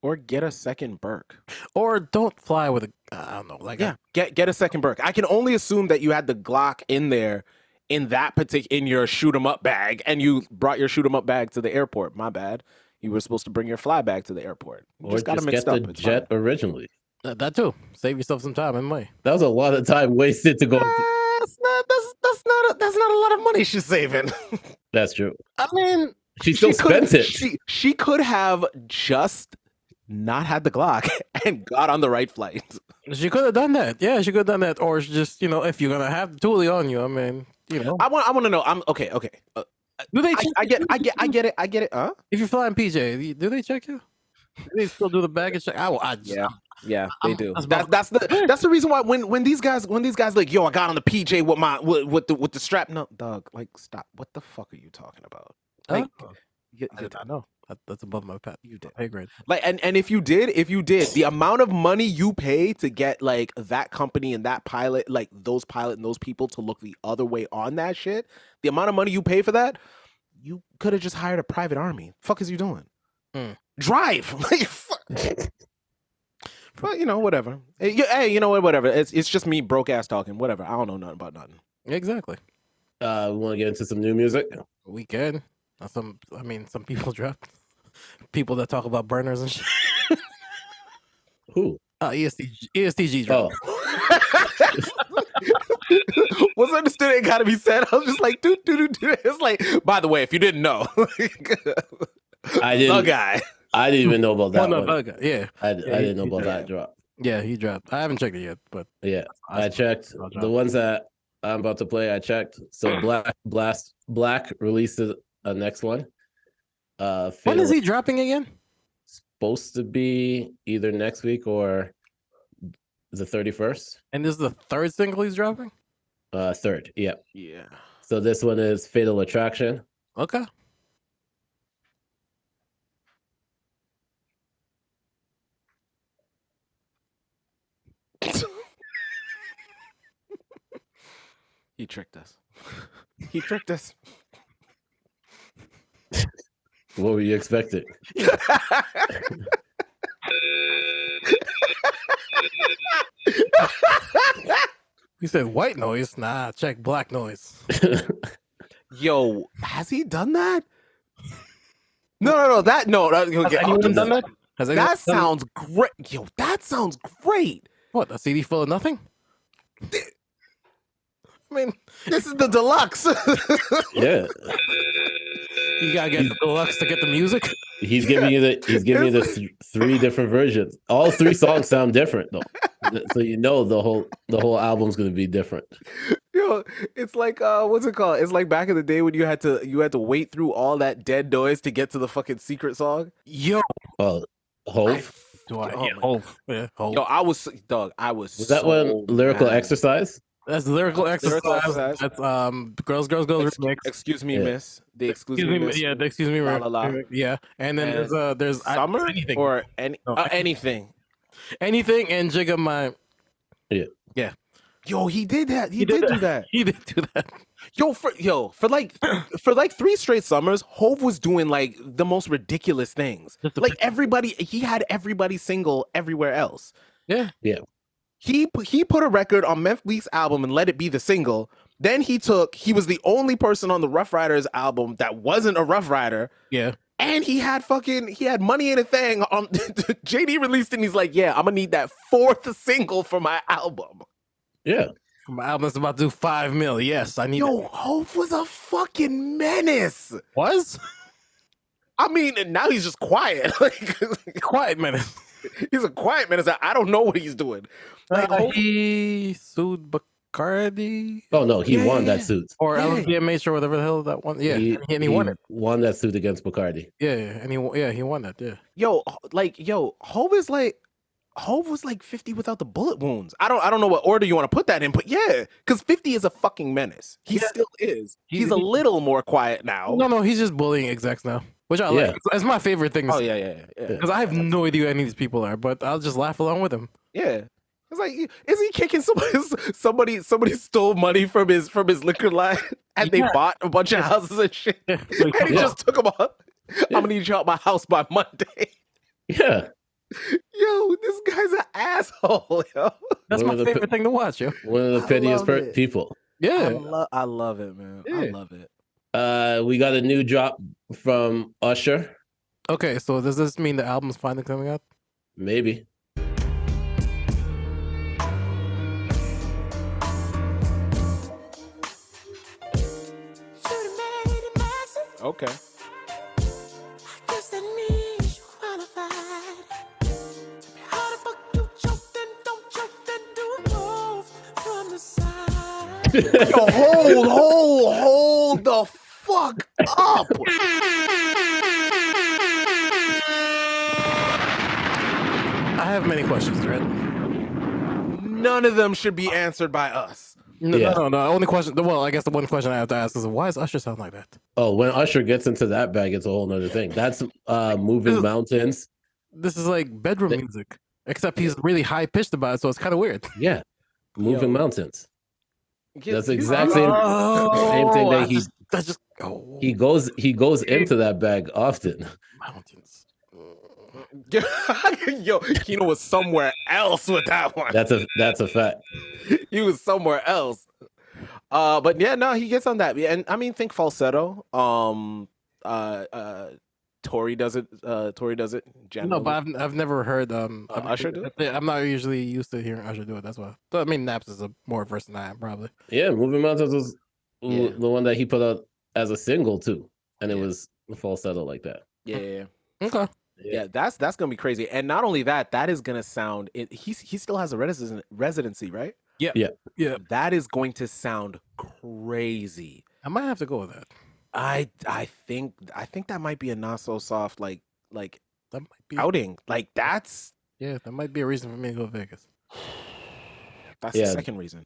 Speaker 1: or get a second Burke.
Speaker 3: Or don't fly with a I don't know. Like
Speaker 1: Yeah, get get a second Burke. I can only assume that you had the Glock in there, in that particular in your shoot 'em up bag, and you brought your shoot 'em up bag to the airport. My bad. You were supposed to bring your fly bag to the airport. You
Speaker 2: Or just,
Speaker 1: got 'em
Speaker 2: get
Speaker 1: mixed
Speaker 2: the
Speaker 1: up. it's fine.
Speaker 2: jet originally.
Speaker 3: I, that, that too. Save yourself some time and money.
Speaker 2: That was a lot of time wasted to go.
Speaker 3: Ah.
Speaker 1: That's not that's that's not a, that's not a lot of money she's saving.
Speaker 2: That's true.
Speaker 3: I mean,
Speaker 2: She still
Speaker 1: could,
Speaker 2: spent it.
Speaker 1: She she could have just not had the Glock and got on the right flight.
Speaker 3: She could have done that. Yeah, she could have done that. Or it's just, you know, if you're gonna have Thule on you, I mean, you know,
Speaker 1: I want I want to know. I'm okay. Okay. Uh,
Speaker 3: do they?
Speaker 1: I,
Speaker 3: Check,
Speaker 1: I get I get I get it. I get it. Huh?
Speaker 3: if you're flying PJ, do they check you? Do they still do the baggage check? I, will- I just,
Speaker 1: Yeah, yeah, they
Speaker 3: I'm-
Speaker 1: do.
Speaker 3: that's
Speaker 1: That's
Speaker 3: about-
Speaker 1: that's the that's the reason why when when these guys when these guys like yo I got on the PJ with my with, with the with the strap no dog like stop what the fuck are you talking about like you,
Speaker 3: I
Speaker 1: you,
Speaker 3: did not know. That, that's above my pet.
Speaker 1: you did
Speaker 3: Pay grade.
Speaker 1: like and and if you did if you did the amount of money you pay to get like that company and that pilot like those pilot and those people to look the other way on that shit the amount of money you pay for that you could have just hired a private army fuck is you doing
Speaker 3: Mm.
Speaker 1: Drive. Like, fuck. but you know, whatever. Hey, you- hey, you know what? Whatever. It's it's just me broke ass talking. Whatever. I don't know nothing about nothing.
Speaker 3: Exactly.
Speaker 2: Uh, we want to get into some new music.
Speaker 3: We can. Now Some, I mean, some people drop people that talk about burners and shit.
Speaker 2: Who?
Speaker 3: Uh, ESTG, ESTG drop.
Speaker 2: Oh,
Speaker 1: What's understood ain't gotta be said. I was just like, dude, dude, dude, dude. It's like, by the way, if you didn't know,
Speaker 2: I
Speaker 1: bug
Speaker 2: didn't.
Speaker 1: guy.
Speaker 2: I didn't even know about that
Speaker 3: Well, Oh, no,
Speaker 2: one.
Speaker 3: Bugger, Yeah,
Speaker 2: I, I
Speaker 3: Yeah,
Speaker 2: didn't know
Speaker 3: he-
Speaker 2: about
Speaker 3: yeah.
Speaker 2: that drop.
Speaker 3: yeah, he dropped. I haven't checked it yet, but
Speaker 2: Yeah, I
Speaker 3: awesome.
Speaker 2: checked
Speaker 3: I'll
Speaker 2: the
Speaker 3: drop.
Speaker 2: ones that I'm about to play. I checked. So Black Blast Black releases a next one. Uh,
Speaker 3: when is
Speaker 2: Fatal-
Speaker 3: he dropping again?
Speaker 2: supposed to be either next week or the 31st?
Speaker 3: And this is the third single he's dropping.
Speaker 2: Uh, third. Yeah.
Speaker 1: Yeah.
Speaker 2: So this one is Fatal Attraction.
Speaker 3: Okay.
Speaker 1: He tricked us. he tricked us.
Speaker 2: What were you expecting?
Speaker 3: He said white noise. Nah, check black noise.
Speaker 1: Yo, has he done that? No, no, no. That no. That, okay,
Speaker 3: anyone
Speaker 1: Elton
Speaker 3: done
Speaker 1: done that?
Speaker 3: Has anyone done
Speaker 1: That sounds great. Yo, that sounds great.
Speaker 3: what a CD full of nothing. I mean,
Speaker 1: This is the deluxe.
Speaker 2: yeah,
Speaker 3: you gotta get the deluxe to get the music.
Speaker 2: he's giving you the he's giving you the th- three different versions. All three songs sound different though, so you know the whole the whole album's gonna be different.
Speaker 1: Yo, it's like uh, what's it called? It's like back in the day when you had to you had to wait through all that dead noise to get to the fucking secret song.
Speaker 3: Yo,
Speaker 2: Oh, Hove
Speaker 3: do I?
Speaker 1: Oh
Speaker 3: yeah,
Speaker 1: my
Speaker 3: hold. Yeah, hold.
Speaker 1: Yo, I was dog. I was.
Speaker 2: was that one lyrical
Speaker 1: mad.
Speaker 2: exercise?
Speaker 3: That's lyrical exercise.
Speaker 1: Lyrical exercise.
Speaker 3: That's um, girls, girls, girls
Speaker 1: Ex-
Speaker 3: remix.
Speaker 1: Excuse me,
Speaker 2: Yeah.
Speaker 1: miss. The excuse,
Speaker 3: Excuse
Speaker 1: me,
Speaker 3: me,
Speaker 1: miss.
Speaker 3: yeah, the excuse me,
Speaker 1: La,
Speaker 3: re-
Speaker 1: la, la.
Speaker 3: remix, yeah, and then there's
Speaker 1: And
Speaker 3: uh, there's I-
Speaker 1: Summer
Speaker 3: anything,
Speaker 1: or any
Speaker 3: No,
Speaker 1: uh, anything.
Speaker 3: anything, and Jigga my
Speaker 1: Yo, he did that. He, did, do that.
Speaker 3: he did do that.
Speaker 1: Yo, for yo, for like for like three straight summers, Hove was doing like the most ridiculous things.
Speaker 3: Just a
Speaker 1: Like everybody, he had everybody single everywhere else.
Speaker 3: Yeah.
Speaker 2: Yeah.
Speaker 1: He pu- he put a record on Meth Leak's album and let it be the single. Then he took he was the only person on the Rough Riders album that wasn't a Rough Rider.
Speaker 3: Yeah,
Speaker 1: And he had fucking he had money in a thing on JD released and he's like, yeah, I'm gonna need that fourth single for my album.
Speaker 2: Yeah,
Speaker 3: my album's about to do five mil. Yes, I need.
Speaker 1: Yo, Hope was a fucking menace.
Speaker 3: was
Speaker 1: I mean, and now he's just quiet. Like
Speaker 3: quiet minute.
Speaker 1: he's a quiet menace. I- I don't know what he's doing. Like,
Speaker 3: Uh,
Speaker 1: Hov-
Speaker 3: he sued Bacardi
Speaker 2: Oh no, he
Speaker 1: Yeah,
Speaker 2: won
Speaker 1: yeah,
Speaker 2: that
Speaker 1: yeah.
Speaker 2: suit.
Speaker 3: or
Speaker 1: Yeah.
Speaker 3: LVMH or whatever the hell that one. Yeah, and he, and he won it.
Speaker 2: Won that suit against Bacardi.
Speaker 3: Yeah, yeah, and he won- yeah he won that. Yeah,
Speaker 1: yo, h- like yo, Hove is like Hove was like 50 without the bullet wounds. I don't I don't know what order you want to put that in, but yeah, because 50 is a fucking menace. He
Speaker 3: Yeah.
Speaker 1: still is.
Speaker 3: He-
Speaker 1: He's a
Speaker 3: he-
Speaker 1: little more quiet now.
Speaker 3: no, no, he's just bullying execs now, which I
Speaker 2: Oh. Yeah.
Speaker 3: like. It's, it's my favorite thing.
Speaker 1: Oh yeah, yeah, yeah, yeah.
Speaker 3: because I have no idea who any of these people are, but I'll just laugh along with him.
Speaker 1: Yeah. It's like, is he kicking somebody? Somebody, somebody stole money from his from his liquor line, and they
Speaker 3: Yeah.
Speaker 1: bought a bunch of houses and shit.
Speaker 3: Yeah,
Speaker 1: And he
Speaker 2: Yeah.
Speaker 1: just took them all. I'm gonna need you out my house by Monday.
Speaker 2: Yeah,
Speaker 1: Yo, this guy's an asshole. Yo,
Speaker 3: that's
Speaker 2: One
Speaker 3: my
Speaker 2: of the pi-
Speaker 3: favorite thing to watch. Yo.
Speaker 2: one of the
Speaker 1: I
Speaker 2: pettiest
Speaker 1: love
Speaker 2: per-
Speaker 1: it.
Speaker 2: people.
Speaker 1: I,
Speaker 3: Yeah,
Speaker 1: lo- I love it, man. I
Speaker 3: Yeah.
Speaker 1: love it.
Speaker 2: Uh, we got a new drop from Usher.
Speaker 3: Okay, so does this mean the album's finally coming out?
Speaker 2: Maybe.
Speaker 1: Okay. Yo, hold, hold, hold the fuck up.
Speaker 3: I have many questions, right?
Speaker 1: None of them should be answered by us.
Speaker 3: No,
Speaker 2: Yeah.
Speaker 3: no, no, no. Only question. Well, I guess the one question I have to ask is why does Usher sound like that?
Speaker 2: Oh, when Usher gets into that bag, it's a whole nother thing. That's uh moving
Speaker 3: Ugh.
Speaker 2: mountains.
Speaker 3: This is like bedroom
Speaker 2: Th-
Speaker 3: music, except he's really high pitched about it, so it's kind of weird.
Speaker 2: Yeah. Moving
Speaker 1: Yo.
Speaker 2: mountains. That's
Speaker 1: Get-
Speaker 2: exact same same thing
Speaker 3: I
Speaker 2: that he
Speaker 3: just, that's just oh,
Speaker 2: he goes he goes into that bag often.
Speaker 3: mountains.
Speaker 1: Yo, Kino was somewhere else with that one.
Speaker 2: That's a that's a fact.
Speaker 1: he was somewhere else. Uh, but yeah, no, he gets on that. Yeah, and I mean, think falsetto. Um, uh, uh, Tori does it. Uh, Tori does it.
Speaker 3: No,
Speaker 1: Generally.
Speaker 3: but I've, I've never heard um
Speaker 1: Uh,
Speaker 3: I mean,
Speaker 1: Usher do
Speaker 3: I- I'm not usually used to hearing Usher do it. That's why. So, I mean, Naps is a more verse than I am probably.
Speaker 2: Yeah, Moving Mountains was l-
Speaker 1: Yeah.
Speaker 2: the one that he put out as a single too, and it
Speaker 1: Yeah.
Speaker 2: was falsetto like that.
Speaker 1: yeah, yeah, yeah.
Speaker 3: Okay.
Speaker 2: Yeah.
Speaker 1: yeah, that's that's gonna be crazy. And not only that, that is gonna sound. It, he he still has a residence, residency, right?
Speaker 3: Yeah.
Speaker 2: Yeah.
Speaker 3: Yeah.
Speaker 1: That is going to sound crazy.
Speaker 3: I might have to go with that.
Speaker 1: I I think I think that might be a not so soft like like
Speaker 3: That might be.
Speaker 1: outing. Like that's
Speaker 3: Yeah, that might be a reason for me to go to Vegas.
Speaker 1: that's
Speaker 2: Yeah.
Speaker 1: the second reason.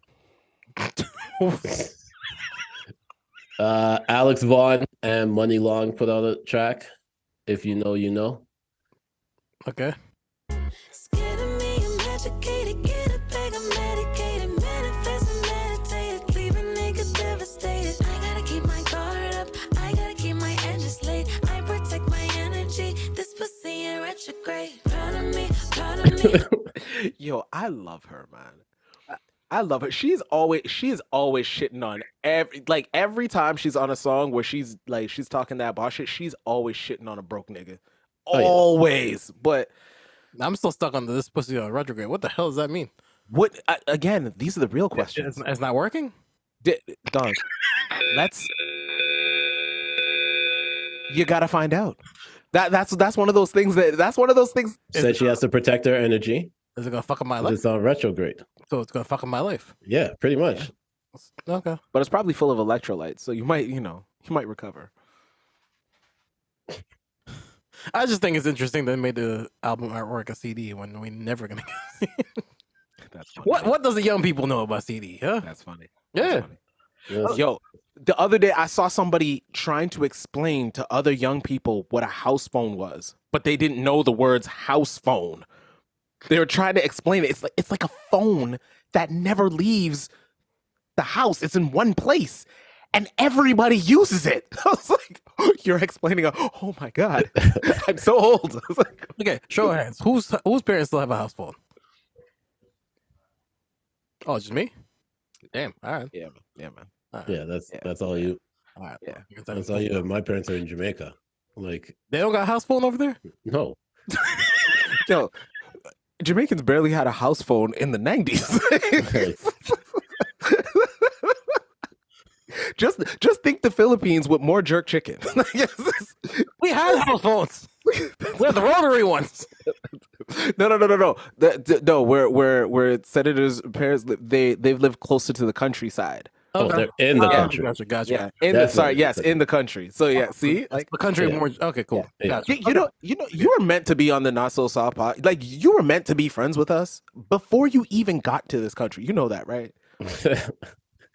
Speaker 2: Uh, Alex Vaughn and Money Long put out a track. If you know, you know.
Speaker 3: Okay.
Speaker 7: Scared of me, I'm educated, get it back, I'm medicated, manifest and meditated, leave a nigga devastated. I gotta keep my guard up, I gotta keep my edges laid, I protect my energy, this pussy in retrograde. Proud of me, proud of me,
Speaker 1: Yo, I love her, man. I love her. She's always she's always shitting on every like every time she's on a song where she's like she's talking that boss shit, she's always shitting on a broke nigga.
Speaker 3: Oh,
Speaker 2: yeah.
Speaker 1: Always. But
Speaker 3: I'm still stuck on this pussy on retrograde. What the hell does that mean?
Speaker 1: what I, again, these are the real questions.
Speaker 3: It's, it's not working.
Speaker 1: Di- dog, let's. You gotta find out. That that's that's one of those things that that's one of those things.
Speaker 2: Said she has to protect her energy.
Speaker 3: Is it gonna fuck up my life?
Speaker 2: It's on retrograde.
Speaker 3: So it's gonna fuck up my life.
Speaker 2: Yeah, pretty much.
Speaker 3: Okay.
Speaker 1: But it's probably full of electrolytes, so you might you know you might recover.
Speaker 3: I just think it's interesting that they made the album artwork a CD when we never gonna. Get
Speaker 1: That's funny.
Speaker 3: what What does the young people know about CD? Huh?
Speaker 1: That's funny. That's
Speaker 3: Yeah.
Speaker 1: funny.
Speaker 2: Yes.
Speaker 1: Yo, the other day I saw somebody trying to explain to other young people what a house phone was, but they didn't know the words house phone. They were trying to explain it. It's like it's like a phone that never leaves the house. It's in one place. And everybody uses it. I was like, you're explaining a, oh my God. I'm so old. I was like,
Speaker 3: Okay. Show of hands. Who's Whose parents still have a house phone? Oh, it's just me. Damn. All right.
Speaker 1: yeah, man. Yeah, man.
Speaker 2: Yeah, that's
Speaker 1: Yeah.
Speaker 2: that's all you.
Speaker 3: All right.
Speaker 1: Yeah.
Speaker 3: You can tell me.
Speaker 2: That's all you. My parents are in Jamaica. Like,
Speaker 3: They don't got a house phone over there.
Speaker 2: no,
Speaker 1: Yo, Jamaicans barely had a house phone in the 90s. just just think the Philippines with more jerk chicken. Yes, it's-
Speaker 3: We had house phones. we had the rotary ones.
Speaker 1: no, no, no, no, no. The, the- no, where where where senators' parents li- they they've lived closer to the countryside.
Speaker 2: oh, they're in the
Speaker 3: Oh,
Speaker 2: country.
Speaker 3: Gotcha. Gotcha.
Speaker 1: Yeah, in the, sorry,
Speaker 2: Definitely.
Speaker 1: yes, in the country. So yeah, see, like
Speaker 3: The country
Speaker 2: Yeah.
Speaker 3: more. Okay. Cool.
Speaker 2: Yeah.
Speaker 3: Gotcha.
Speaker 1: you, you know, you know, you were meant to be on the Not So Soft pod. Like you were meant to be friends with us before you even got to this country. You know that, right?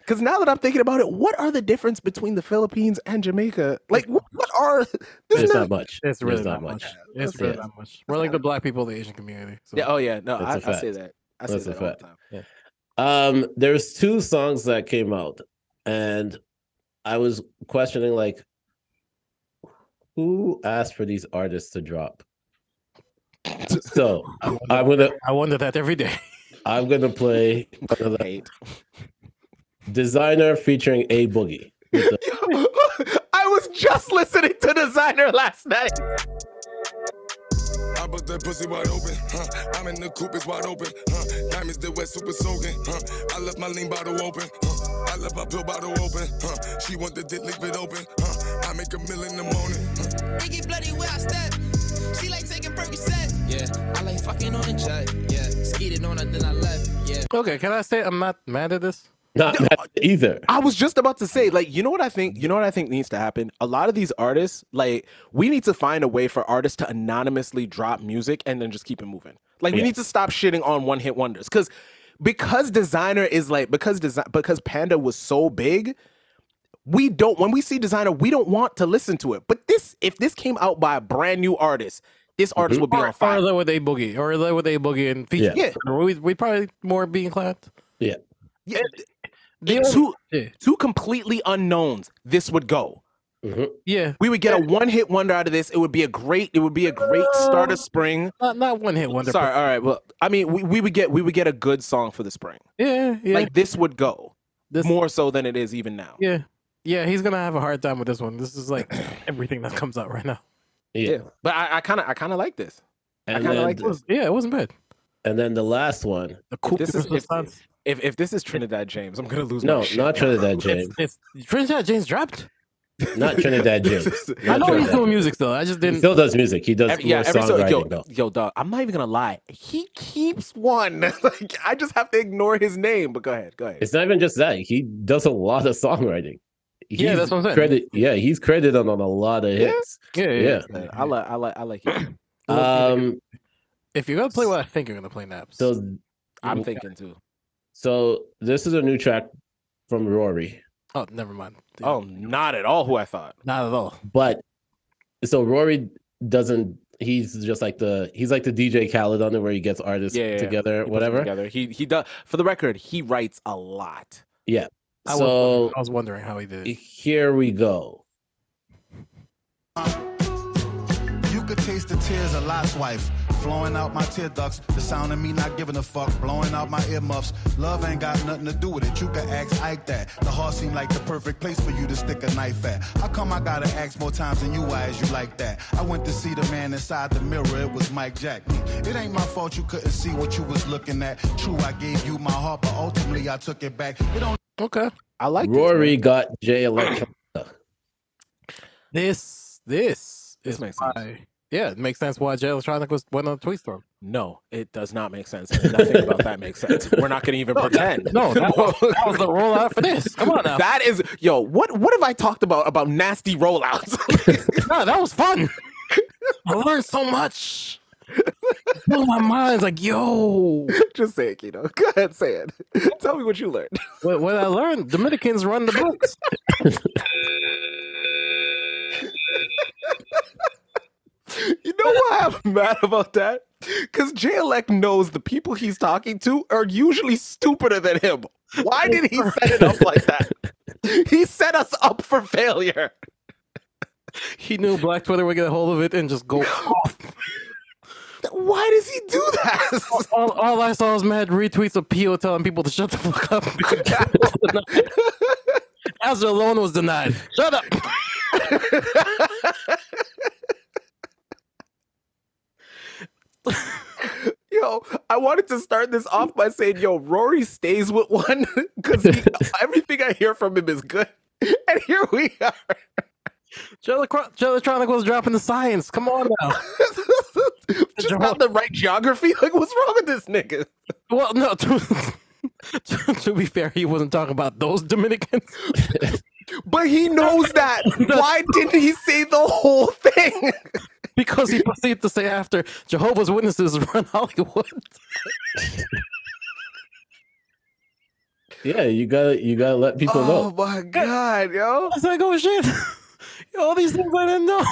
Speaker 1: Because now that I'm thinking about it, what are the difference between the Philippines and Jamaica? Like, what, what are? There's
Speaker 2: There's
Speaker 1: no,
Speaker 2: not much.
Speaker 3: It's really
Speaker 2: There's
Speaker 3: not much. It's really
Speaker 2: Yeah.
Speaker 3: not much. We're like the black people of the Asian community. So.
Speaker 1: yeah, oh yeah, no, I,
Speaker 2: That's a
Speaker 1: I say
Speaker 2: fact.
Speaker 1: that. I say
Speaker 2: That's a
Speaker 1: that all the
Speaker 2: fact.
Speaker 1: time.
Speaker 2: Um, there's two songs that came out, and I was questioning like, who asked for these artists to drop? So
Speaker 3: I wonder,
Speaker 2: I'm gonna
Speaker 3: I wonder that every day.
Speaker 2: I'm gonna play one of the
Speaker 1: Hate.
Speaker 2: designer featuring a boogie. with the-
Speaker 1: I was just listening to Designer last night.
Speaker 8: I bust that pussy wide open, huh? I'm in the coupe, it's wide open, huh? Diamonds the wet, super soaking, huh? I left my lean bottle open, huh? I left my pill bottle open, huh? She want the dick liquid open, huh? I make a mill in the morning, huh?
Speaker 9: They get bloody where I step. She like taking Percocet. Yeah, I like fucking on a jet. Yeah, skeeted on her, then I left. Yeah.
Speaker 3: Okay, can I say I'm not mad at this?
Speaker 2: Not mad either.
Speaker 1: I was just about to say, like, you know what I think? You know what I think needs to happen? A lot of these artists, like, we need to find a way for artists to anonymously drop music and then just keep it moving. Like, we
Speaker 2: Yeah.
Speaker 1: need to stop shitting on one hit wonders because because designer is like because design because Panda was so big. We don't when we see designer, we don't want to listen to it. But this, if this came out by a brand new artist, this artist would be on
Speaker 3: Or
Speaker 1: fire.
Speaker 3: that with a boogie, or that with a boogie and feature.
Speaker 1: Yeah.
Speaker 3: we we probably more be inclined.
Speaker 1: Yeah,
Speaker 3: The only-
Speaker 1: two
Speaker 3: yeah.
Speaker 1: two completely unknowns. This would go.
Speaker 3: Yeah,
Speaker 1: We would get a one-hit wonder out of this. It would be a great. It would be a great start
Speaker 2: Oh.
Speaker 1: of spring.
Speaker 3: not not one hit wonder.
Speaker 1: Sorry. All right. Well, I mean, we, we would get we would get a good song for the spring.
Speaker 3: but- yeah, yeah,
Speaker 1: Like this would go
Speaker 3: this,
Speaker 1: more so than it is even now.
Speaker 3: Yeah, yeah, he's gonna have a hard time with this one. This is like everything that comes out right now.
Speaker 2: Yeah.
Speaker 1: But I kind of I kind of like this. I
Speaker 2: And
Speaker 1: kinda
Speaker 2: then,
Speaker 1: like
Speaker 3: It was- yeah, it wasn't bad.
Speaker 2: and then the last one.
Speaker 3: The coup
Speaker 1: this
Speaker 3: de
Speaker 1: is- if-
Speaker 3: resistance.
Speaker 1: If if this is Trinidad James, I'm gonna lose.
Speaker 2: No,
Speaker 1: my shit.
Speaker 2: not Trinidad James.
Speaker 3: If, if Trinidad James dropped,
Speaker 2: Not Trinidad James.
Speaker 3: I know he's
Speaker 2: Trinidad
Speaker 3: doing music though. I just
Speaker 2: He
Speaker 3: didn't.
Speaker 2: still does music. He does
Speaker 1: Every-
Speaker 2: more
Speaker 1: yeah, every so,
Speaker 2: songwriting
Speaker 1: yo,
Speaker 2: though.
Speaker 1: yo, dog. I'm not even gonna lie. He keeps one. like, I just have to ignore his name. But go ahead, go ahead.
Speaker 2: It's not even just that. He does a lot of songwriting.
Speaker 3: Yeah,
Speaker 2: He's
Speaker 3: that's what I'm saying.
Speaker 2: Credit, yeah, he's credited on, on a lot of
Speaker 1: Yeah.
Speaker 2: hits.
Speaker 3: yeah, yeah.
Speaker 2: Yeah.
Speaker 1: Uh, I like, I like, I like it.
Speaker 2: Um,
Speaker 3: If you're gonna play what I think you're gonna play, Naps.
Speaker 2: so,
Speaker 1: I'm
Speaker 2: Mhm.
Speaker 1: thinking too.
Speaker 2: so this is a new track from Rory,
Speaker 3: oh, never mind. Dude,
Speaker 1: Oh, not at all who I thought.
Speaker 3: not at all.
Speaker 2: but so Rory doesn't. He's just like the he's like the DJ Khaled on it, where he gets artists
Speaker 1: Yeah, yeah, yeah.
Speaker 2: together,
Speaker 1: He puts them
Speaker 2: whatever.
Speaker 1: Together. He he does. For the record, he writes a lot.
Speaker 3: I,
Speaker 2: So
Speaker 3: was, I was wondering how he did it.
Speaker 2: here we go.
Speaker 10: You could taste the tears of Lot's wife. Flowing out my tear ducts. The sound of me not giving a fuck. Blowing out my earmuffs. Love ain't got nothing to do with it. You could ask Ike that. The heart seemed like the perfect place for you to stick a knife at. How come I gotta ask more times than you why is you like that? I went to see the man inside the mirror. It was Mike Jack. Hmm. It ain't my fault you couldn't see what you was looking at. True, I gave you my heart, but ultimately I took it back. It don't
Speaker 3: Okay.
Speaker 1: I like this,
Speaker 2: Rory
Speaker 1: man.
Speaker 2: got Jay Electronica.
Speaker 3: This this
Speaker 1: This
Speaker 3: is
Speaker 1: makes sense.
Speaker 3: why- Yeah, it makes sense why Jay Electronic was went on Toy Storm.
Speaker 1: No, it does not make sense. and Nothing about that makes sense. We're not gonna even pretend.
Speaker 3: No, that was, that was the rollout for this. Come on now.
Speaker 1: That is yo. What what have I talked about about nasty rollouts?
Speaker 3: No, that was fun. I learned so much. Blew my mind's like, yo,
Speaker 1: Just say it, Kino. Go ahead, say it. Tell me what you learned.
Speaker 3: what, what I learned. Dominicans run the books.
Speaker 1: You know why I'm mad about that? Because J-Elect knows the people he's talking to are usually stupider than him. Why did he set it up like that? He set us up for failure.
Speaker 3: He knew Black Twitter would get a hold of it and just go off.
Speaker 1: Why does he do that?
Speaker 3: All, all I saw was mad retweets of Pio telling people to shut the fuck up. As their loan was denied. Shut up.
Speaker 1: yo, I wanted to start this off by saying, yo, Rory stays with one because everything I hear from him is good. And here we are.
Speaker 3: Jay Electro- Jay Electronic was dropping the science. Come on now.
Speaker 1: Just not the right geography. Like, what's wrong with this nigga?
Speaker 3: Well, no. To, to be fair, he wasn't talking about those Dominicans.
Speaker 1: But he knows that. Why didn't he say the whole thing?
Speaker 3: because he proceeded to say after Jehovah's Witnesses run Hollywood.
Speaker 2: Yeah, you gotta you gotta let people
Speaker 1: oh
Speaker 2: know.
Speaker 1: my god, yo,
Speaker 3: I was like, oh shit. All these things I didn't know.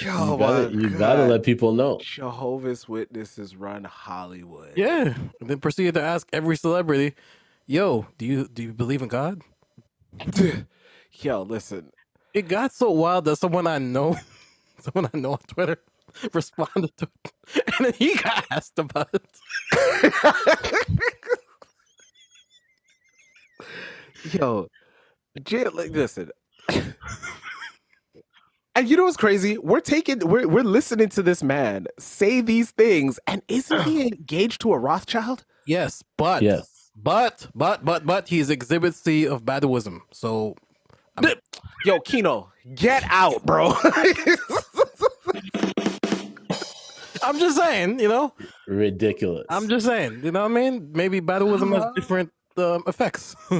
Speaker 1: yo,
Speaker 2: You gotta,
Speaker 1: my
Speaker 2: you gotta
Speaker 1: God.
Speaker 2: let people know.
Speaker 1: Jehovah's Witnesses run Hollywood.
Speaker 3: Yeah. And then proceeded to ask every celebrity, yo, do you do you believe in God?
Speaker 1: yo, listen,
Speaker 3: It got so wild that someone I know, someone I know on Twitter, responded to it. And then he got asked about it.
Speaker 1: yo, Jay, like, listen. And you know what's crazy? We're taking, we're, we're listening to this man say these things, and isn't he engaged to a Rothschild?
Speaker 3: Yes, but
Speaker 2: Yes.
Speaker 3: but but but but he's exhibit C of Badawism. So
Speaker 1: Yo, Kino, get out, bro.
Speaker 3: I'm just saying, you know,
Speaker 2: Ridiculous.
Speaker 3: I'm just saying, you know what I mean? Maybe Battleism has different um, effects.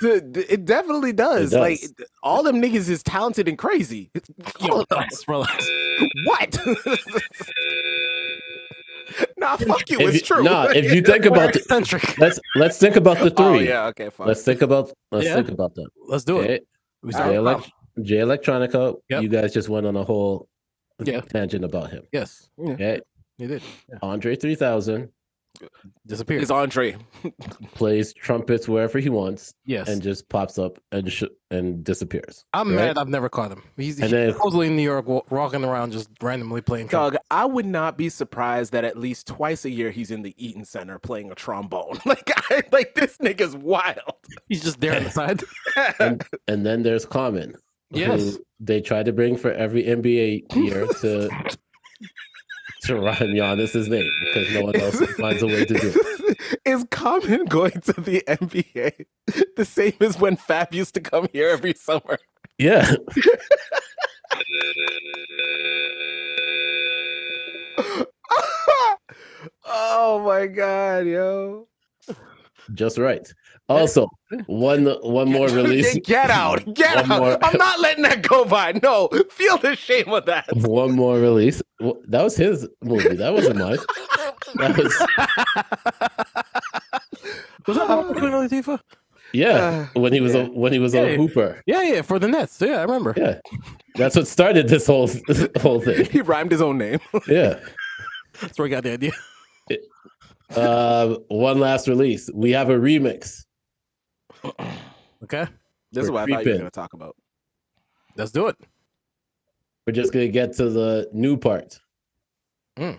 Speaker 1: D- d- It definitely does.
Speaker 2: does.
Speaker 1: Like d- all them niggas is talented and crazy. It's- all of them.
Speaker 3: relax.
Speaker 1: What? nah, fuck you.
Speaker 2: if
Speaker 1: It's
Speaker 2: you,
Speaker 1: true.
Speaker 2: Nah, if you think
Speaker 3: We're
Speaker 2: about the,
Speaker 3: eccentric.
Speaker 2: let's let's think about the three.
Speaker 1: oh yeah, okay, fine.
Speaker 2: Let's think about let's
Speaker 3: Yeah.
Speaker 2: think about that.
Speaker 3: Let's do it.
Speaker 2: Okay?
Speaker 3: We
Speaker 2: Jay,
Speaker 3: start-
Speaker 2: Elect- Jay Electronica,
Speaker 3: Yep.
Speaker 2: you guys just went on a whole
Speaker 3: Yeah.
Speaker 2: tangent about him.
Speaker 3: Yes,
Speaker 2: Okay?
Speaker 3: you did.
Speaker 2: Andre 3000,
Speaker 3: Disappear.
Speaker 1: It's Andre.
Speaker 2: plays trumpets wherever he wants.
Speaker 3: Yes.
Speaker 2: and just pops up and sh- and disappears.
Speaker 3: I'm
Speaker 2: right?
Speaker 3: mad I've never caught him. He's,
Speaker 2: And
Speaker 3: he's
Speaker 2: then-
Speaker 3: supposedly in New York wa- walking around just randomly playing
Speaker 1: Doug, I would not be surprised that at least twice a year he's in the Eaton Center playing a trombone. Like, I, like this nigga's wild.
Speaker 3: He's just there on the side.
Speaker 2: and, and then there's Common. who
Speaker 3: Yes.
Speaker 2: they try to bring for every NBA year to to rhyme Giannis's name because no one else finds a way to do it.
Speaker 1: Is Common going to the NBA the same as when Fab used to come here every summer?
Speaker 2: Yeah.
Speaker 1: oh my god, yo!
Speaker 2: Just right. Also, one one more release.
Speaker 1: Get out! Get
Speaker 2: One
Speaker 1: out!
Speaker 2: more-
Speaker 1: I'm not letting that go by. No, feel the shame of that.
Speaker 2: One more release. Well, That was his movie. That wasn't mine. That was
Speaker 3: Was that Papa Queen Latifah?
Speaker 2: yeah.
Speaker 1: Uh,
Speaker 2: When he was a when he was
Speaker 3: Yeah,
Speaker 2: a
Speaker 3: yeah.
Speaker 2: hooper.
Speaker 3: Yeah, yeah, for the Nets. Yeah, I remember.
Speaker 2: Yeah. That's what started this whole this whole thing.
Speaker 1: He rhymed his own name.
Speaker 2: Yeah.
Speaker 3: That's where I got the idea.
Speaker 2: Uh, one last release. We have a remix.
Speaker 3: Okay,
Speaker 1: This is
Speaker 2: We're
Speaker 1: what I thought you were
Speaker 2: creeping.
Speaker 1: going to talk about.
Speaker 3: let's do it.
Speaker 2: We're just gonna get to the new part.
Speaker 11: Hey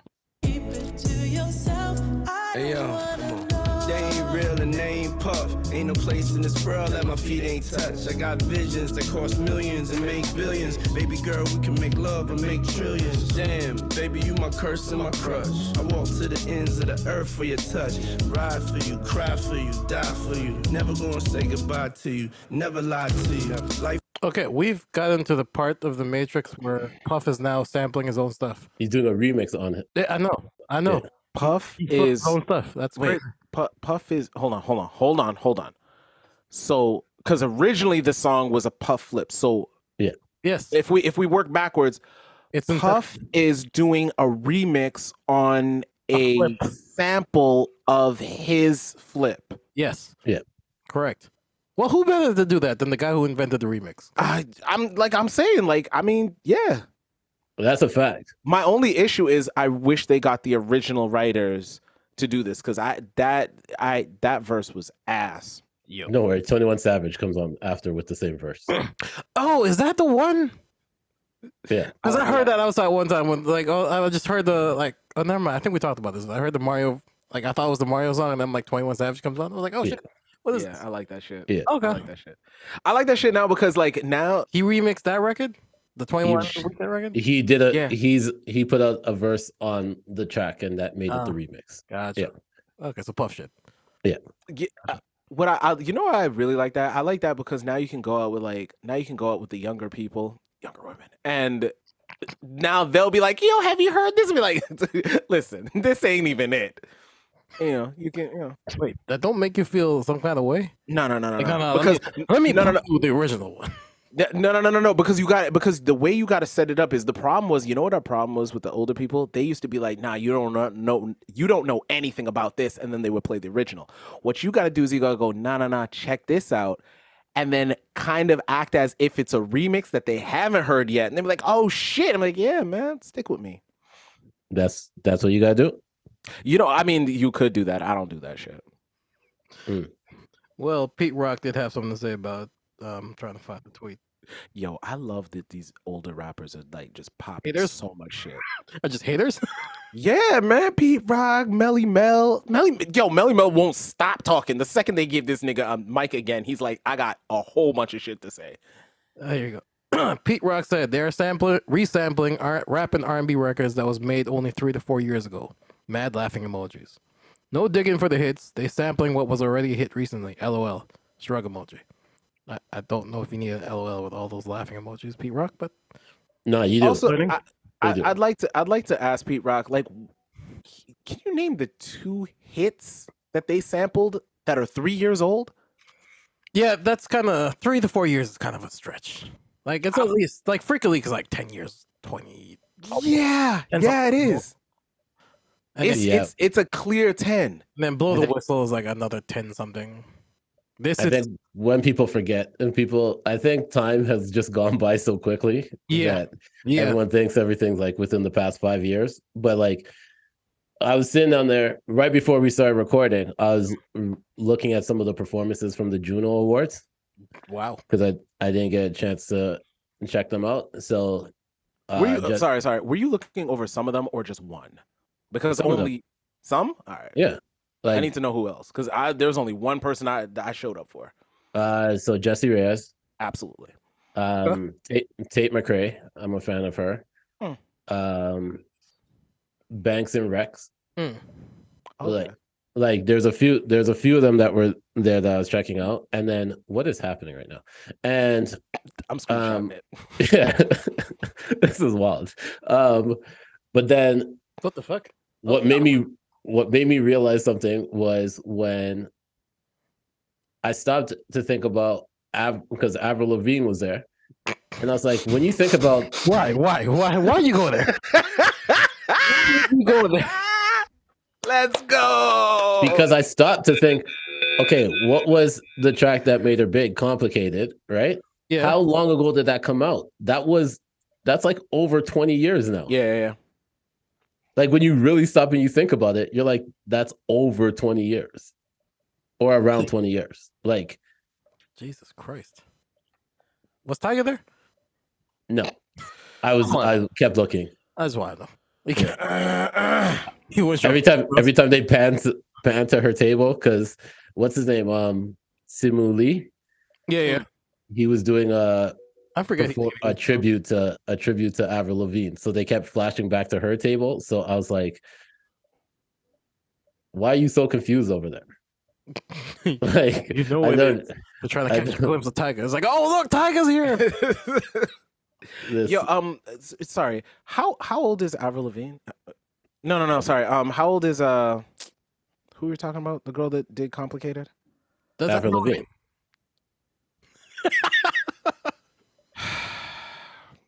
Speaker 11: yo, they ain't real and they ain't puff. Ain't no place in this world that my feet ain't touched. I got visions that cost millions and make billions. Baby girl, we can make love and make trillions. Damn, baby, you my curse and my crush. I walk to the ends of the earth for your touch. Ride for you, cry for you, die for you. Never gonna say goodbye to you. Never lie to you. Life
Speaker 3: Okay, we've gotten to the part of the Matrix where Puff is now sampling his own stuff.
Speaker 2: He's doing a remix on it.
Speaker 3: Yeah, I know. I know.
Speaker 1: Puff
Speaker 3: He does
Speaker 1: is
Speaker 3: his own stuff. That's
Speaker 1: wait.
Speaker 3: great.
Speaker 1: Puff, Puff is hold on, hold on, hold on, hold on. So, because originally the song was a Puff flip. So
Speaker 3: Yes.
Speaker 1: if we if we work backwards,
Speaker 3: It's in
Speaker 1: Puff is doing a remix on a, sample of his flip.
Speaker 3: Yes.
Speaker 2: Yeah.
Speaker 3: Correct. Well, who better to do that than the guy who invented the remix?
Speaker 1: I, I'm like I'm saying, like I mean, yeah.
Speaker 2: That's a fact.
Speaker 1: My only issue is I wish they got the original writers to do this because I that I that verse was ass.
Speaker 3: Yo.
Speaker 2: Don't worry, 21 Savage comes on after with the same verse.
Speaker 3: Oh, is that the one?
Speaker 2: Yeah.
Speaker 3: Because I heard that outside one time when like oh I just heard the like oh never mind I think we talked about this I heard the Mario like I thought it was the Mario song and then like Twenty One Savage comes on I was like oh
Speaker 2: Yeah.
Speaker 3: shit what is
Speaker 1: yeah, I like that shit.
Speaker 2: Yeah.
Speaker 3: Okay.
Speaker 1: I like that shit. I like that shit now because like now
Speaker 3: he remixed that record the Twenty One
Speaker 2: He-
Speaker 3: Weekend record
Speaker 2: He did a
Speaker 1: Yeah.
Speaker 2: he's he put out a verse on the track and that made it
Speaker 3: Ah.
Speaker 2: the remix.
Speaker 3: gotcha okay so puff shit
Speaker 1: yeah, uh, what I, I you know why I really like that? I like that because now you can go out with like now you can go out with the younger people, younger women, and now they'll be like, yo, have you heard this? Be like, listen, this ain't even it. You know, you can you know.
Speaker 3: wait that don't make you feel some kind of way
Speaker 1: No, no, no, no,
Speaker 3: like,
Speaker 1: no.
Speaker 3: no, no,
Speaker 1: because
Speaker 3: let me, let me
Speaker 1: no, no, no.
Speaker 3: do the original one
Speaker 1: Th- No, no, no, no, no. Because you got it. Because the way you got to set it up is the problem was. You know what our problem was with the older people? They used to be like, "Nah, you don't know, know you don't know anything about this," and then they would play the original. What you got to do is you got to go, "Nah, nah, nah, check this out," and then kind of act as if it's a remix that they haven't heard yet, and they're like, "Oh shit!" I'm like, "Yeah, man, stick with me."
Speaker 2: That's that's what you gotta do.
Speaker 1: You know, I mean, you could do that. I don't do that shit.
Speaker 3: well Pete Rock did have something to say about it. um I'm trying to find the tweet
Speaker 1: Yo, I love that these older rappers are like just popping
Speaker 3: Haters?
Speaker 1: so much shit.
Speaker 3: I just haters
Speaker 1: Yeah, man, Pete Rock, Melly Mel, Melly, yo, Melly Mel won't stop talking. The second they give this nigga a mic again, he's like, I got a whole bunch of shit to say.
Speaker 3: Uh, here you go. Pete Rock said they're sampling, resampling R- rap and R&B records that was made only three to four years ago. Mad laughing emojis. No digging for the hits. They sampling what was already a hit recently. LOL. Shrug emoji. I, I don't know if you need an LOL with all those laughing emojis, Pete Rock, but
Speaker 2: No, you do.
Speaker 1: also,
Speaker 3: Learning?
Speaker 1: I,
Speaker 2: They
Speaker 1: I,
Speaker 2: do.
Speaker 1: I'd like to, I'd like to ask Pete Rock, like, he- can you name the two hits that they sampled that are three years old?
Speaker 3: yeah, that's kind of three to four years is kind of a stretch. Like it's at least like Freaky Leak is like ten years, twenty.
Speaker 1: Yeah,
Speaker 3: And
Speaker 1: yeah, it is.
Speaker 3: And
Speaker 1: It's
Speaker 3: then,
Speaker 2: Yeah.
Speaker 1: it's it's a clear ten.
Speaker 3: and then blow
Speaker 2: and
Speaker 3: the
Speaker 2: then-
Speaker 3: whistle is like another ten something. This
Speaker 2: and
Speaker 3: is
Speaker 2: then when people forget and people I think time has just gone by so quickly
Speaker 3: Yeah.
Speaker 2: that
Speaker 3: yeah.
Speaker 2: everyone thinks everything's like within the past five years. But like I was sitting down there right before we started recording. I was r- looking at some of the performances from the Juno Awards
Speaker 3: Wow.
Speaker 2: because I I didn't get a chance to check them out. So, uh,
Speaker 1: were you,
Speaker 2: just-
Speaker 1: sorry, sorry. Were you looking over some of them or just one? Because
Speaker 2: Some of them.
Speaker 1: only some. All right.
Speaker 2: yeah,
Speaker 1: I
Speaker 2: like
Speaker 1: need to know who else because I there's only one person I that I showed up for.
Speaker 2: uh, so Jesse Reyes,
Speaker 1: Absolutely.
Speaker 2: um, Tate, Tate McRae. I'm a fan of her.
Speaker 1: Hmm.
Speaker 2: Um, Banks and Rex.
Speaker 3: Mm.
Speaker 1: Oh,
Speaker 2: like like there's a few there's a few of them that were there that I was checking out and then what is happening right now and
Speaker 1: I'm screenshotting
Speaker 2: um
Speaker 1: it.
Speaker 2: yeah this is wild um but then
Speaker 3: What the fuck?
Speaker 2: what made me what made me realize something was when I stopped to think about Av because Avril Lavigne was there and I was like when you think about
Speaker 3: Why? Why? Why? Why you go there? Why you go there?
Speaker 1: Let's go.
Speaker 2: because I stopped to think, okay, what was the track that made her big? Complicated, right?
Speaker 3: Yeah.
Speaker 2: How long ago did that come out? That was that's like over 20 years now.
Speaker 1: yeah, yeah, yeah.
Speaker 2: Like when you really stop and you think about it, you're like, that's over 20 years or around 20 years. Like,
Speaker 3: Jesus Christ. Was Tiger there?
Speaker 2: no. I was I kept looking.
Speaker 3: I just want to know. He, can't- he was
Speaker 2: Every time every time they pan to, pan to her table, because what's his name? Um Simu Lee.
Speaker 3: Yeah, yeah.
Speaker 2: He was doing uh, a
Speaker 3: I forget. he-
Speaker 2: before- a tribute to a tribute to Avril Lavigne. So they kept flashing back to her table. So I was like, "Why are you so confused over there?" Like
Speaker 3: you know
Speaker 2: I
Speaker 3: what?
Speaker 2: don't-
Speaker 3: They're trying
Speaker 2: I
Speaker 3: to catch a
Speaker 2: don't-
Speaker 3: glimpse of Tiger. It's like, oh look, Tiger's here.
Speaker 2: this-
Speaker 1: Yo, um, s- sorry. How how old is Avril Lavigne? Uh, No, no, no. Sorry. Um, how old is uh, who we are talking about? The girl that did Complicated.
Speaker 3: Does that
Speaker 2: Avril
Speaker 3: know
Speaker 2: Lavigne.
Speaker 3: him?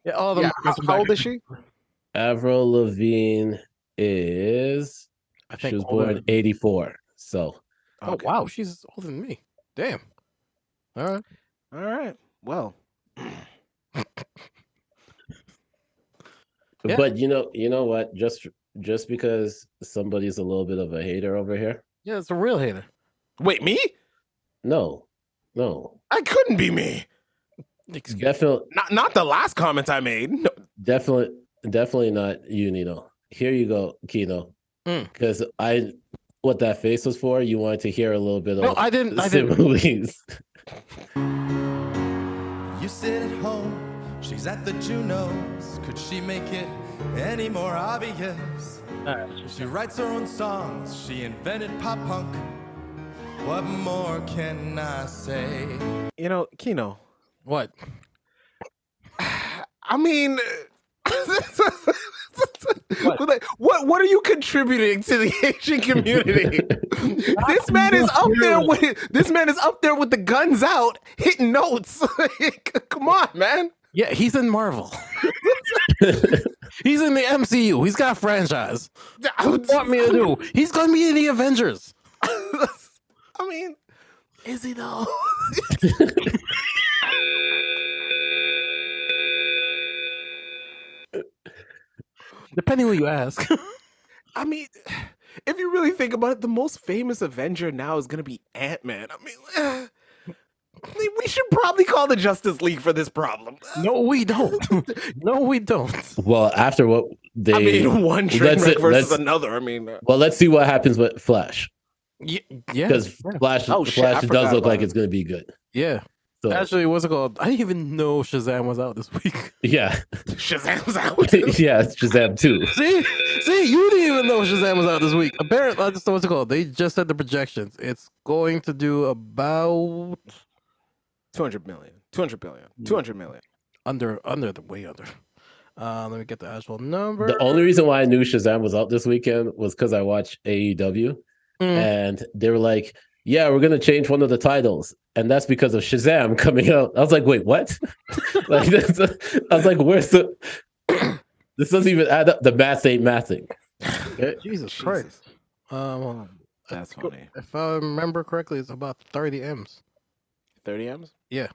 Speaker 3: Yeah, all of them.
Speaker 1: Yeah. How, how old is she?
Speaker 2: Avril Lavigne is
Speaker 3: I
Speaker 2: she
Speaker 3: think
Speaker 2: was
Speaker 3: older
Speaker 2: born
Speaker 3: than-
Speaker 2: '84. So
Speaker 3: Oh
Speaker 1: Okay.
Speaker 3: wow, she's older than me. Damn. All right.
Speaker 1: All right. Well,
Speaker 3: Yeah.
Speaker 2: but you know you know what just just because somebody's a little bit of a hater over here
Speaker 3: Yeah, it's a real hater.
Speaker 1: wait, me?
Speaker 2: no no
Speaker 1: I couldn't be me.
Speaker 3: Excuse me.
Speaker 2: definitely
Speaker 1: Not not the last comment I made. No.
Speaker 2: Definitely, definitely not you, Nino. Here you go, Kino.
Speaker 1: Hmm.
Speaker 3: Mm.
Speaker 2: Because I, what that face was for, you wanted to hear a little bit
Speaker 3: No,
Speaker 2: of
Speaker 3: I didn't. I didn't.
Speaker 2: similes.
Speaker 12: You sit at home, she's at the Junos. Could she make it any more obvious? She writes her own songs, she invented pop punk. What more can I say?
Speaker 1: You know, Kino.
Speaker 3: What?
Speaker 1: I mean, what? what what are you contributing to the Asian community? this man is up there with this man is up there with the guns out, hitting notes. Like, Come on, man.
Speaker 3: Yeah, he's in Marvel. he's in the MCU. He's got a franchise. What do you want me to do? He's gonna be in the Avengers.
Speaker 1: I mean, is he though?
Speaker 3: Depending who you ask.
Speaker 1: I mean, if you really think about it, the most famous Avenger now is gonna be Ant Man. I mean, I mean, we should probably call the Justice League for this problem.
Speaker 3: no, we don't. No, we don't.
Speaker 2: well, after what they,
Speaker 1: I mean, one train
Speaker 2: let's-
Speaker 1: wreck versus
Speaker 2: let's-
Speaker 1: another. I mean, uh,
Speaker 2: well, let's see what happens with Flash
Speaker 3: Yeah. Yeah.
Speaker 2: because Flash,
Speaker 1: Oh, shit, I
Speaker 2: Flash
Speaker 1: forgot
Speaker 2: does look
Speaker 1: about
Speaker 2: like
Speaker 1: him.
Speaker 2: it's going to be good.
Speaker 3: yeah.
Speaker 2: So
Speaker 3: Actually, what's it called? I didn't even know Shazam was out this week.
Speaker 2: yeah,
Speaker 1: Shazam's out.
Speaker 2: yeah, it's Shazam too.
Speaker 3: See, see, you didn't even know Shazam was out this week. Apparently, I just know what's it called. They just said the projections. It's going to do about
Speaker 1: 200 million 200 billion 200 million
Speaker 3: under, under the way under. Uh, let me get the actual number.
Speaker 2: The only reason why I knew Shazam was out this weekend was because I watched E AEW.
Speaker 3: Mm.
Speaker 2: and they were like, "Yeah, we're gonna change one of the titles," and that's because of Shazam coming out. I was like, "Wait, what?" like, that's I was like, "Where's the?" this doesn't even add up. The math ain't mathing.
Speaker 3: Jesus,
Speaker 1: Jesus.
Speaker 3: Christ. Um, hold on.
Speaker 1: that's
Speaker 3: Cool.
Speaker 1: funny
Speaker 3: If I remember correctly, it's about 30 M's.
Speaker 1: 30 m's
Speaker 3: They're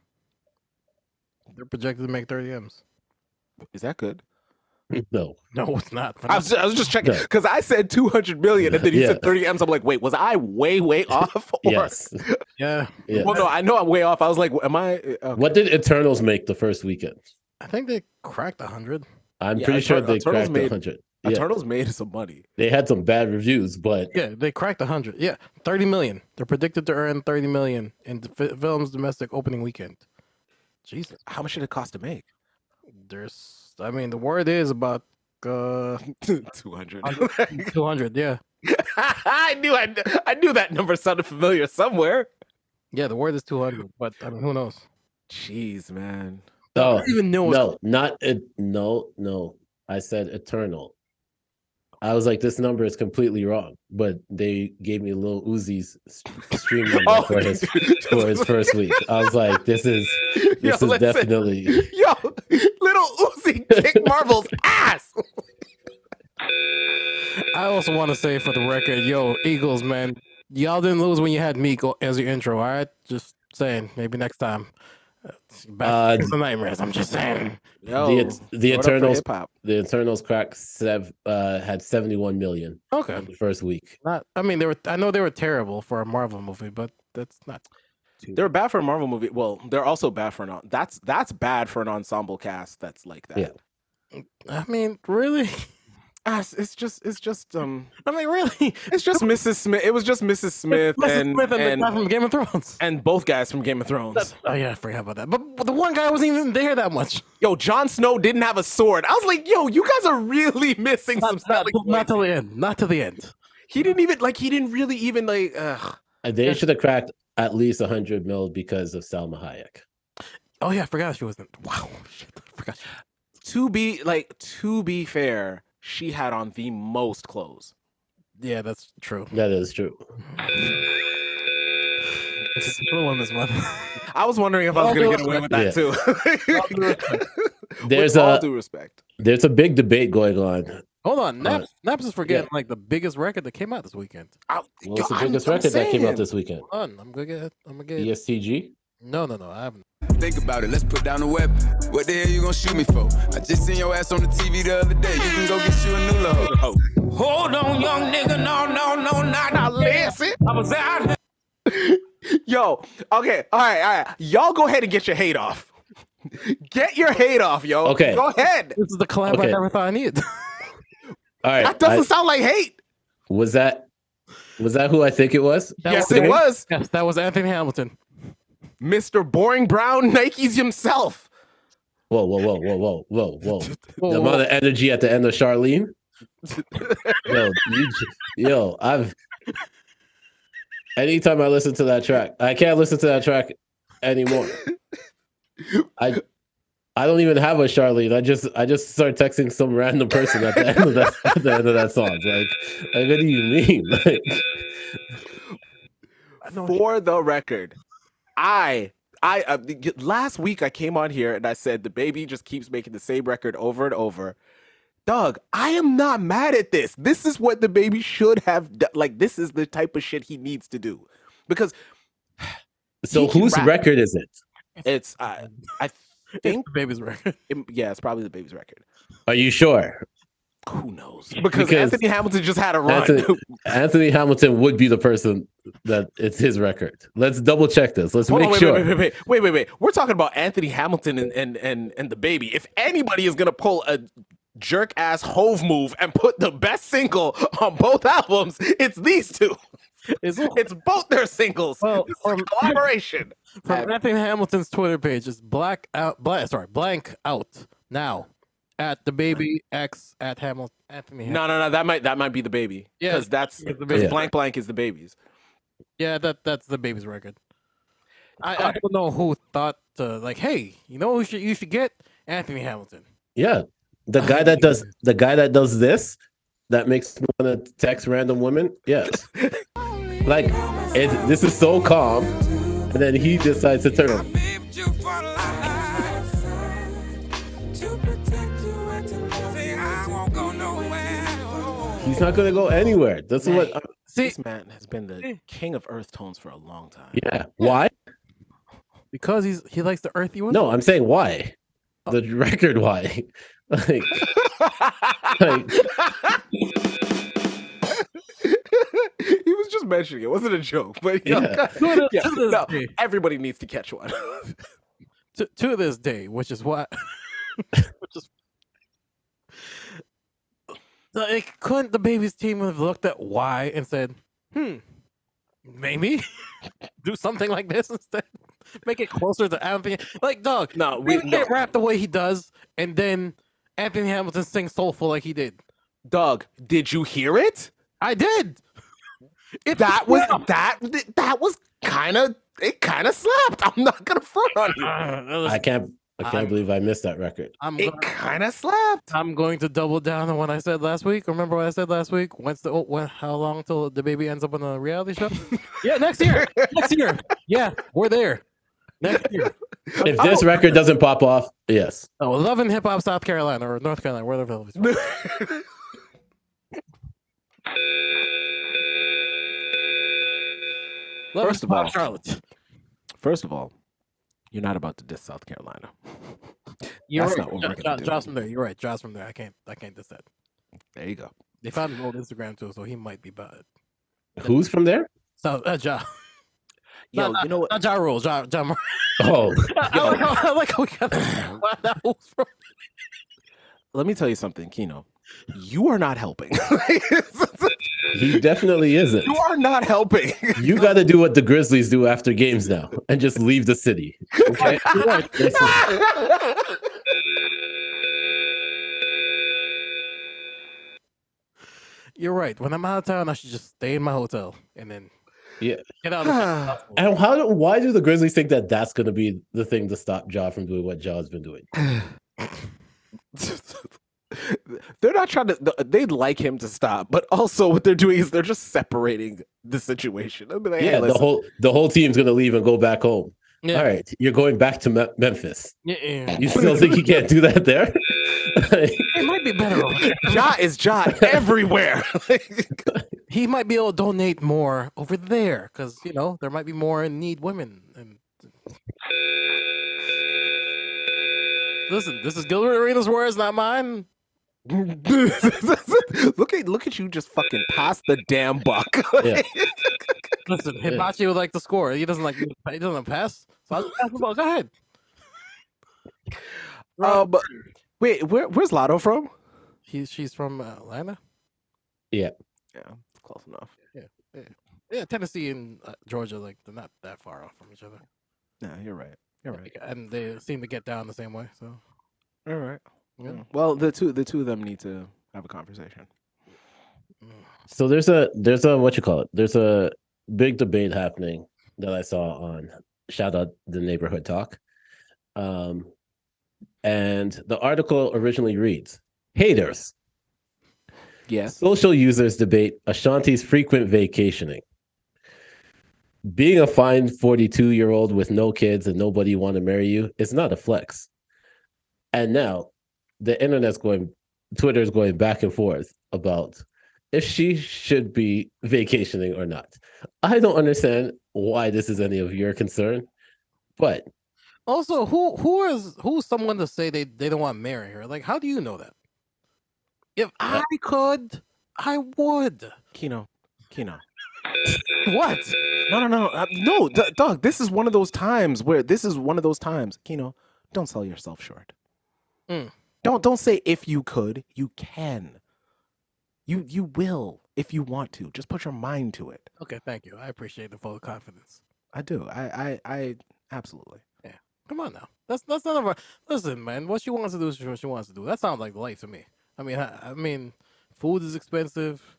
Speaker 3: projected to make 30 M's.
Speaker 1: is that good
Speaker 2: No.
Speaker 3: No, it's not.
Speaker 1: I was, I was just checking because I said 200 million and then you
Speaker 2: Yeah.
Speaker 1: said 30 M's. I'm like, wait, was I way, way off? Or...
Speaker 2: Yes.
Speaker 3: Yeah.
Speaker 2: Yeah.
Speaker 1: Well, no, I know I'm way off. I was like, am I? uh,
Speaker 2: What did Eternals make the first weekend?
Speaker 3: I think they cracked 100.
Speaker 2: I'm
Speaker 1: Yeah,
Speaker 2: pretty sure
Speaker 1: Eter-
Speaker 2: they
Speaker 1: Eternals
Speaker 2: cracked
Speaker 1: made-
Speaker 2: 100. Yeah.
Speaker 1: Eternals made some money.
Speaker 2: They had some bad reviews, but
Speaker 3: Yeah, they cracked 100. Yeah, 30 million. They're predicted to earn 30 million in the fi- film's domestic opening weekend. Jesus.
Speaker 1: How much did it cost to make?
Speaker 3: There's, I mean, the word is about uh,
Speaker 1: 200.
Speaker 3: 200. Yeah.
Speaker 1: I knew I, I knew that number sounded familiar somewhere.
Speaker 3: Yeah, the word is 200, but I mean, who knows?
Speaker 1: Jeez, man.
Speaker 2: no,
Speaker 3: even know it's-
Speaker 2: no, not it. No, no. I said Eternal. I was like, this number is completely wrong, but they gave me a little Uzi's s- stream number
Speaker 1: Oh.
Speaker 2: for his for his first week. I was like, this is
Speaker 1: Yo,
Speaker 2: this
Speaker 1: listen.
Speaker 2: is definitely
Speaker 1: Yo, little Uzi kicked Marvel's ass.
Speaker 3: I also want to say for the record, yo, Eagles, man, y'all didn't lose when you had Meek o- as your intro, all right? Just saying, maybe next time. Uh, Back
Speaker 2: Uh,
Speaker 3: to the nightmares. I'm just saying.
Speaker 1: Yo,
Speaker 2: the the
Speaker 1: what up for
Speaker 2: Eternals.
Speaker 1: hip-hop?
Speaker 2: The Eternals crack sev, uh, had seventy one million.
Speaker 3: Okay.
Speaker 2: the first week.
Speaker 3: Not. I mean, they were. I know they were terrible for a Marvel movie, but that's not.
Speaker 1: They're bad for a Marvel movie. Well, they're also bad for an en- that's that's bad for an ensemble cast that's like that.
Speaker 2: Yeah.
Speaker 3: I mean, really?
Speaker 1: Ah, it's- it's just it's just um
Speaker 3: I mean, really?
Speaker 1: it's just Mrs. Smith. It was just Mrs. Smith
Speaker 3: Mrs.
Speaker 1: and
Speaker 3: Smith and the
Speaker 1: and,
Speaker 3: guy from Game of Thrones.
Speaker 1: and both guys from Game of Thrones.
Speaker 3: Oh yeah, I forgot about that. But, but the one guy wasn't even there that much.
Speaker 1: Yo, Jon Snow didn't have a sword. I was like, yo, you guys are really missing some
Speaker 3: Not,
Speaker 1: selling
Speaker 3: not
Speaker 1: points.
Speaker 3: till the end. Not till the end.
Speaker 1: He didn't even like he didn't really even like ugh.
Speaker 2: Uh, They should have cracked at least hundred mil because of Salma Hayek.
Speaker 3: Oh yeah, I forgot she wasn't. Wow. Shit, I forgot. she-
Speaker 1: to be like to be fair, she had on the most clothes.
Speaker 3: Yeah, that's true.
Speaker 2: That is true.
Speaker 3: It's a true one this month.
Speaker 1: I was wondering if I was
Speaker 3: All
Speaker 1: gonna
Speaker 3: due
Speaker 1: get away with that
Speaker 2: respect.
Speaker 1: too.
Speaker 2: There's
Speaker 1: With all
Speaker 2: a-
Speaker 1: due respect.
Speaker 2: There's a big debate going on.
Speaker 3: Hold on,
Speaker 2: Uh,
Speaker 3: Naps, Naps is forgetting like the biggest record that came out this weekend.
Speaker 1: I,
Speaker 2: Well, it's the
Speaker 1: I'm-
Speaker 2: biggest
Speaker 1: I'm
Speaker 2: record that came out
Speaker 1: saying.
Speaker 2: this weekend. E
Speaker 3: Hold on, I'm gonna get. I'm gonna get.
Speaker 2: ESTG.
Speaker 3: No, no, no. I haven't.
Speaker 13: Think about it, let's put down the weapon. What the hell you gonna shoot me for? I just seen your ass on the TV the other day. You can go get you a new little hoe.
Speaker 9: Hold on, young nigga. No, no, no, not
Speaker 1: Now listen.
Speaker 9: I was out here.
Speaker 1: Yo, okay, all right, all right. Y'all go ahead and get your hate off. Get your hate off, yo.
Speaker 2: Okay.
Speaker 1: Go ahead.
Speaker 3: This is the collab I
Speaker 2: Okay.
Speaker 3: never thought I needed.
Speaker 2: All right.
Speaker 1: That doesn't
Speaker 2: I-
Speaker 1: sound like hate.
Speaker 2: was that was that who I think it was?
Speaker 3: That
Speaker 1: yes, it was
Speaker 3: Yes, that was Anthony Hamilton.
Speaker 1: Mr. Boring Brown Nikes himself.
Speaker 2: Whoa, whoa, whoa, whoa, whoa, whoa, whoa.
Speaker 3: Whoa,
Speaker 2: the
Speaker 3: whoa,
Speaker 2: amount of energy at the end of Charlene. yo, you, j- yo, I've. Anytime I listen to that track, I can't listen to that track anymore. I, I don't even have a Charlene. I just, I just start texting some random person at the end of that, at the end of that song. Like, like what do you mean? Like,
Speaker 1: For the record, I I uh, the- y- last week I came on here and I said the baby just keeps making the same record over and over. Doug, I am not mad at this. This is what the baby should have done. Like this is the type of shit he needs to do because
Speaker 2: so
Speaker 1: He can
Speaker 2: whose
Speaker 1: rap.
Speaker 2: record is it?
Speaker 1: it's uh, I
Speaker 3: It's
Speaker 1: think
Speaker 3: the baby's record.
Speaker 1: it- yeah, it's probably the baby's record.
Speaker 2: Are you sure?
Speaker 1: Who knows? Because,
Speaker 2: Because
Speaker 1: Anthony Hamilton just had a run.
Speaker 2: Anthony, Anthony Hamilton would be the person that it's his record. Let's double check this. Let's
Speaker 1: Hold
Speaker 2: make
Speaker 1: on, wait,
Speaker 2: sure.
Speaker 1: wait, wait, wait, wait, wait, wait, wait. We're talking about Anthony Hamilton and and and, and the baby. If anybody is gonna pull a jerk ass hove move and put the best single on both albums, it's these two.
Speaker 3: It's,
Speaker 1: It's both their singles.
Speaker 3: Well,
Speaker 1: This is a
Speaker 3: um,
Speaker 1: collaboration.
Speaker 3: from Anthony Hamilton's Twitter page. It's black out. Black, sorry, blank out now. At the baby X at Hamilton Anthony. Ham-
Speaker 1: No, no, no. That might that might be the baby.
Speaker 3: Yeah,
Speaker 1: because that's
Speaker 3: it's the
Speaker 1: because
Speaker 2: baby.
Speaker 1: blank blank is the baby's.
Speaker 3: Yeah, that that's the baby's record. I, I
Speaker 1: Alright.
Speaker 3: don't know who thought to like, hey, you know who should you should get Anthony Hamilton.
Speaker 2: Yeah, the guy that does the guy that does this that makes me want to text random women. Yes, like it, this is so calm, and then he decides to turn. on. He's not gonna go anywhere. That's what.
Speaker 3: See,
Speaker 1: This man has been the king of earth tones for a long time.
Speaker 2: Yeah. Why?
Speaker 3: because he's he likes the earthy one.
Speaker 2: Oh. No, I'm saying why. The record. Why? Like, like
Speaker 1: he was just mentioning it. it wasn't a joke, but yo,
Speaker 3: Yeah. To the-
Speaker 1: yeah,
Speaker 3: to this
Speaker 1: no,
Speaker 3: day.
Speaker 1: everybody needs to catch one.
Speaker 3: to, to this day, which is what, which is like, couldn't the baby's team have looked at why and said, "Hmm, maybe do something like this instead, make it closer to Anthony." Like, dog,
Speaker 1: no,
Speaker 3: we can't rap the way he does, and then Anthony Hamilton sings soulful like he did.
Speaker 1: Dog, did you hear it?
Speaker 3: I did. It
Speaker 1: that was that that was kind of it kind of slapped. I'm not gonna front on you.
Speaker 2: I can't I can't
Speaker 3: I'm-
Speaker 2: believe I missed that record.
Speaker 3: I'm
Speaker 1: it kind of slapped.
Speaker 3: I'm going to double down on what I said last week. Remember what I said last week? When's the oh, when, how long till the baby ends up on a reality show? yeah, next year. Next year. Yeah, we're there. Next year.
Speaker 2: If this record doesn't pop off, yes.
Speaker 3: Oh, love and hip hop, South Carolina or North Carolina, wherever the hell it's from. Love
Speaker 1: First
Speaker 3: and
Speaker 1: of
Speaker 3: Hip Hop,
Speaker 1: all-
Speaker 3: Charlotte.
Speaker 1: First of all, you're not about to diss South Carolina.
Speaker 3: You're
Speaker 1: That's
Speaker 3: right.
Speaker 1: not what we're
Speaker 3: Jo-
Speaker 1: gonna
Speaker 3: Jo-
Speaker 1: do.
Speaker 3: Josh from there. You're right. Josh from there. I can't. I can't diss that.
Speaker 1: There you go.
Speaker 3: They found his old Instagram too, so he might be bad.
Speaker 2: Who's from there?
Speaker 3: So uh, Ja.
Speaker 1: Yo,
Speaker 3: you know what? Not Ja Rule. Ja, ja Morant.
Speaker 2: Oh,
Speaker 3: I like how- I like how we got that was from.
Speaker 1: Let me tell you something, Kino. You are not helping.
Speaker 2: he definitely isn't.
Speaker 1: you are not helping.
Speaker 2: You got to do what the Grizzlies do after games now and just leave the city. Okay? Listen,
Speaker 3: You're right. When I'm out of town, I should just stay in my hotel and then
Speaker 2: yeah.
Speaker 3: get out. Of the
Speaker 2: And how do, why do the Grizzlies think that that's going to be the thing to stop Jaw from doing what Jaw's been doing?
Speaker 1: they're not trying to. They'd like him to stop, but also what they're doing is they're just separating the situation. They'll be like, hey,
Speaker 2: yeah, the
Speaker 1: listen,
Speaker 2: whole the whole team's going to leave and go back home.
Speaker 3: Yeah.
Speaker 2: All right, you're going back to Me- Memphis.
Speaker 3: yeah, yeah.
Speaker 2: You still think you can't do that there?
Speaker 3: It might be better. off.
Speaker 1: Ja is Ja everywhere.
Speaker 3: he might be able to donate more over there because you know there might be more in need women. And listen, this is Gilbert Arenas' words, not mine.
Speaker 1: look at look at you just fucking pass the damn buck.
Speaker 2: Yeah.
Speaker 3: Listen,
Speaker 1: Yeah.
Speaker 3: Hibachi would like to score. He doesn't like he doesn't like pass. So I'll just pass the ball. Go ahead.
Speaker 1: um, wait, where, where's Lotto from?
Speaker 3: He, she's from Atlanta.
Speaker 2: yeah.
Speaker 1: Yeah, it's close enough.
Speaker 3: Yeah, yeah, yeah. Tennessee and uh, Georgia, like they're not that far off from each other,
Speaker 1: No, you're right. You're right.
Speaker 3: and they seem to get down the same way. So
Speaker 1: All right.
Speaker 3: Yeah.
Speaker 1: Well, the two the two of them need to have a conversation.
Speaker 2: So there's a there's a what you call it? There's a big debate happening that I saw on shout out the neighborhood talk. Um and the article originally reads haters.
Speaker 1: Yes.
Speaker 2: Social users debate Ashanti's frequent vacationing. Being a fine 42 year old with no kids and nobody want to marry you is not a flex. And now the internet's going, Twitter's going back and forth about if she should be vacationing or not. I don't understand why this is any of your concern, but
Speaker 3: also, who who is who's someone to say they they don't want to marry her? Like, how do you know that? If I could, I would.
Speaker 1: Kino, Kino.
Speaker 3: What?
Speaker 1: No, no, no, uh, no, d- dog. This is one of those times where this is one of those times. Kino, don't sell yourself short.
Speaker 3: Mm.
Speaker 1: Don't don't say if you could, you can. You you will if you want to. Just put your mind to it.
Speaker 3: Okay, thank you. I appreciate the full confidence.
Speaker 1: I do. I I, I absolutely.
Speaker 3: Yeah. Come on now. That's that's none of our. Listen, man. What she wants to do is what she wants to do. That sounds like life to me. I mean, I, I mean, food is expensive,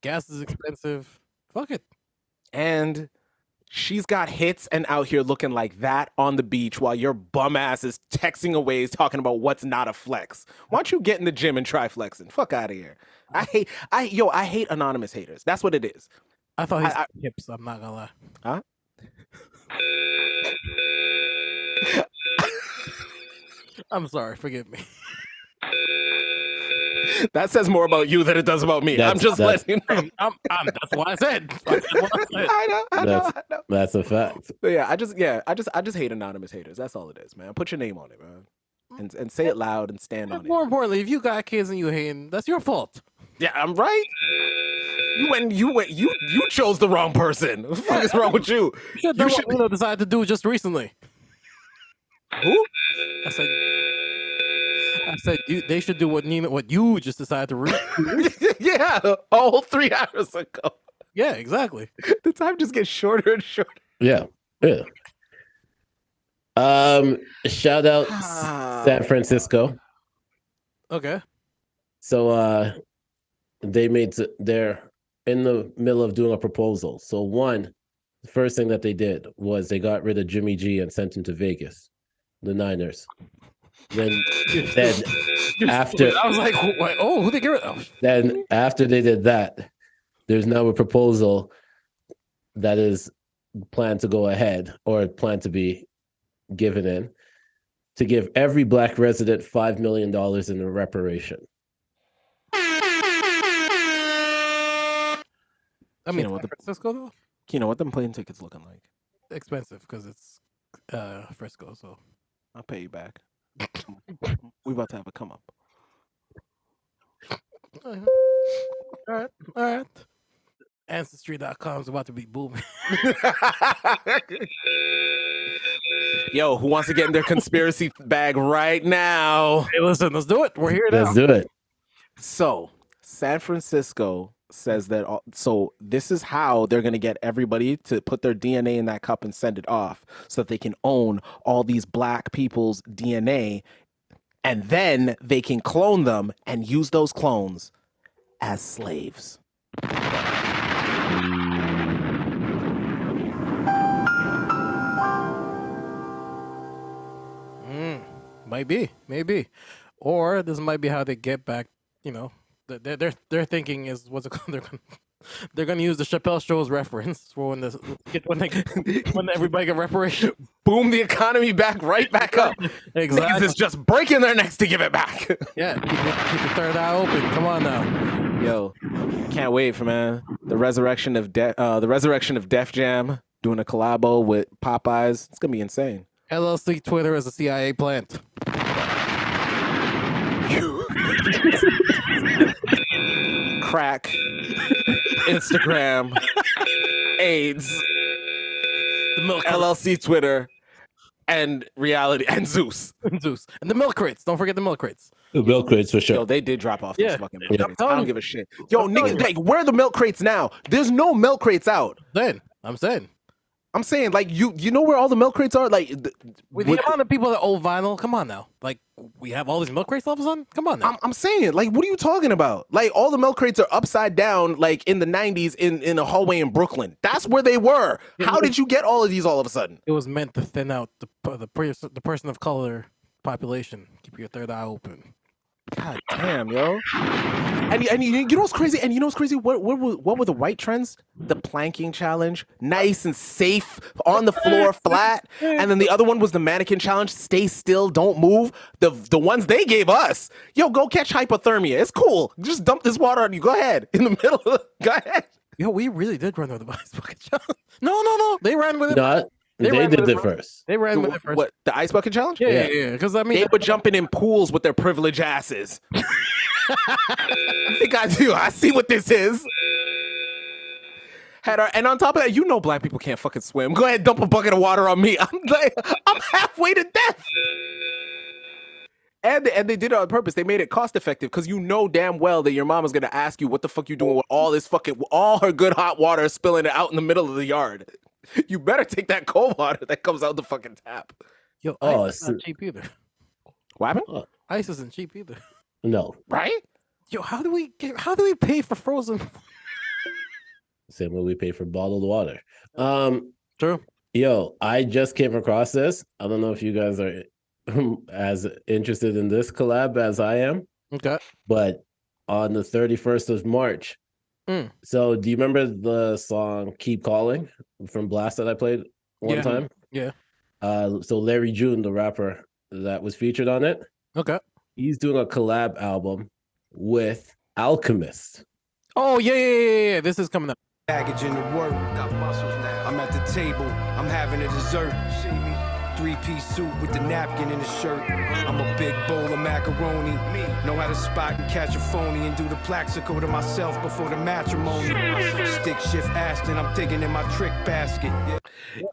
Speaker 3: gas is expensive. Fuck it.
Speaker 1: And she's got hits and out here looking like that on the beach while your bum ass is texting away, talking about what's not a flex. Why don't you get in the gym and try flexing? Fuck out of here. I hate. I yo. I hate anonymous haters. That's what it is.
Speaker 3: I thought he
Speaker 1: I-
Speaker 3: said hips. I'm not gonna lie.
Speaker 1: Huh?
Speaker 3: I'm sorry. Forgive me.
Speaker 1: That says more about you than it does about me. I'm
Speaker 2: That's-
Speaker 1: just
Speaker 2: that's-
Speaker 1: letting you know.
Speaker 3: I'm, I'm, that's what I said. That's what I said.
Speaker 1: I know. I know.
Speaker 2: that's that's a fact.
Speaker 1: But yeah, I just yeah, I just I just hate anonymous haters. That's all it is, man. Put your name on it, man. and and say it loud and stand on it.
Speaker 3: More importantly, if you got kids and you hating, that's your fault.
Speaker 1: Yeah, I'm right. You went, you went, you you chose the wrong person. What the fuck is wrong with you?
Speaker 3: Shit,
Speaker 1: You
Speaker 3: that's
Speaker 1: should
Speaker 3: what Uno decided to do just recently.
Speaker 1: Who?
Speaker 3: I said. I said you, they should do what Nina, what you just decided to read.
Speaker 1: yeah, a whole three hours ago.
Speaker 3: Yeah, exactly.
Speaker 1: The time just gets shorter and shorter.
Speaker 2: Yeah. Yeah. Um, shout out S- San Francisco.
Speaker 3: Okay.
Speaker 2: So uh they made s- they're in the middle of doing a proposal. So one, the first thing that they did was they got rid of Jimmy G and sent him to Vegas, the Niners. Then then after
Speaker 3: I was like, wh- wh- oh, who they give it? Oh,
Speaker 2: then after they did that, there's now a proposal that is planned to go ahead or planned to be given in to give every black resident five million dollars in reparation.
Speaker 3: I
Speaker 1: You
Speaker 3: mean,
Speaker 1: know what
Speaker 3: San
Speaker 1: the-
Speaker 3: Francisco though,
Speaker 1: You know what them plane tickets looking like?
Speaker 3: expensive because it's uh, Frisco. So
Speaker 1: I'll pay you back. we about to have a come up.
Speaker 3: all right, all right. Ancestry.com is about to be booming.
Speaker 1: Yo, who wants to get in their conspiracy bag right now?
Speaker 3: Hey, listen, let's do it. We're here
Speaker 2: Let's do it.
Speaker 1: So, San Francisco says that. All, so, this is how they're going to get everybody to put their DNA in that cup and send it off so that they can own all these black people's DNA and then they can clone them and use those clones as slaves.
Speaker 3: Mm, might be, maybe, or this might be how they get back. You know, th- their their their thinking is what's it called? They're gonna, they're gonna use the Chappelle Show's reference for when this get when they when everybody get reparations.
Speaker 1: Boom the economy back right back up. Niggas
Speaker 3: Exactly.
Speaker 1: is just breaking their necks to give it back.
Speaker 3: Yeah, keep, it- keep the third eye open. Come on now.
Speaker 1: Yo, can't wait for man the resurrection of De- uh, the resurrection of Def Jam doing a collabo with Popeyes. It's gonna be insane.
Speaker 3: LLC Twitter is a CIA plant.
Speaker 1: Crack, Instagram, AIDS,
Speaker 3: the milk
Speaker 1: LLC Twitter, and reality and Zeus.
Speaker 3: Zeus and the milk crates. Don't forget the milk crates.
Speaker 2: The milk crates for sure.
Speaker 1: Yo, they did drop off those
Speaker 3: Yeah.
Speaker 1: fucking milk
Speaker 3: Yeah.
Speaker 1: crates.
Speaker 3: I'm
Speaker 1: I
Speaker 3: telling
Speaker 1: don't
Speaker 3: you.
Speaker 1: give a shit. Yo,
Speaker 3: I'm telling
Speaker 1: niggas,
Speaker 3: you.
Speaker 1: like, where are the milk crates now? There's no milk crates out.
Speaker 3: Then I'm saying,
Speaker 1: I'm saying, like, you you know where all the milk crates are? Like, th-
Speaker 3: with the amount of people that own vinyl, come on now. Like we have all these milk crates all of a sudden. Come on now.
Speaker 1: I'm, I'm saying, like, what are you talking about? Like, all the milk crates are upside down, like in the '90s, in in a hallway in Brooklyn. That's where they were. How did you get all of these all of a sudden?
Speaker 3: it was meant to thin out the per- the, pers- the person of color population. Keep your third eye open.
Speaker 1: God damn, yo. And, and you, you know what's crazy? And you know what's crazy? What, what were what were the white trends? The planking challenge, nice and safe on the floor, flat. And then the other one was the mannequin challenge: stay still, don't move. The the ones they gave us, yo, go catch hypothermia. It's cool. Just dump this water on you. Go ahead in the middle. Of the, go ahead.
Speaker 3: Yo, we really did run with the ice bucket challenge. No, no, no. They ran with it.
Speaker 2: Not they,
Speaker 3: ran
Speaker 2: did
Speaker 3: with
Speaker 2: it
Speaker 3: it
Speaker 2: first.
Speaker 3: They ran with it first.
Speaker 1: What the ice bucket challenge?
Speaker 3: Yeah, yeah, yeah. Because I mean,
Speaker 1: they were jumping in pools with their privileged asses. I think I do. I see what this is. Had our, and on top of that, you know black people can't fucking swim. Go ahead, dump a bucket of water on me. I'm like, I'm halfway to death. And they, and they did it on purpose. They made it cost effective because you know damn well that your mama's gonna ask you what the fuck you doing with all this fucking all her good hot water spilling out in the middle of the yard. You better take that cold water that comes out the fucking tap.
Speaker 3: yo,
Speaker 2: Oh,
Speaker 3: ice is not
Speaker 2: it's-
Speaker 3: cheap either.
Speaker 1: What happened?
Speaker 3: Ice isn't cheap either.
Speaker 2: No,
Speaker 1: Right?
Speaker 3: Yo, how do we get? How do we pay for frozen?
Speaker 2: same way we pay for bottled water. Um,
Speaker 3: True.
Speaker 2: Yo, I just came across this. I don't know if you guys are as interested in this collab as I am,
Speaker 3: Okay.
Speaker 2: but on the 31st of March.
Speaker 3: Mm.
Speaker 2: So, do you remember the song Keep Calling from Blast that I played one
Speaker 3: Yeah.
Speaker 2: time?
Speaker 3: Yeah.
Speaker 2: Uh, so, Larry June, the rapper that was featured on it,
Speaker 3: Okay.
Speaker 2: he's doing a collab album with Alchemist.
Speaker 3: Oh yeah, yeah, yeah, yeah, yeah. This is coming up.
Speaker 14: Packaging the work. Got muscles now. I'm at the table. I'm having a dessert. Three-piece suit with the napkin in his shirt. I'm a big bowl of macaroni. Know how to spot and catch a phony and do the plaxico to myself before the matrimony. Stick shift Aston, I'm digging in my trick basket.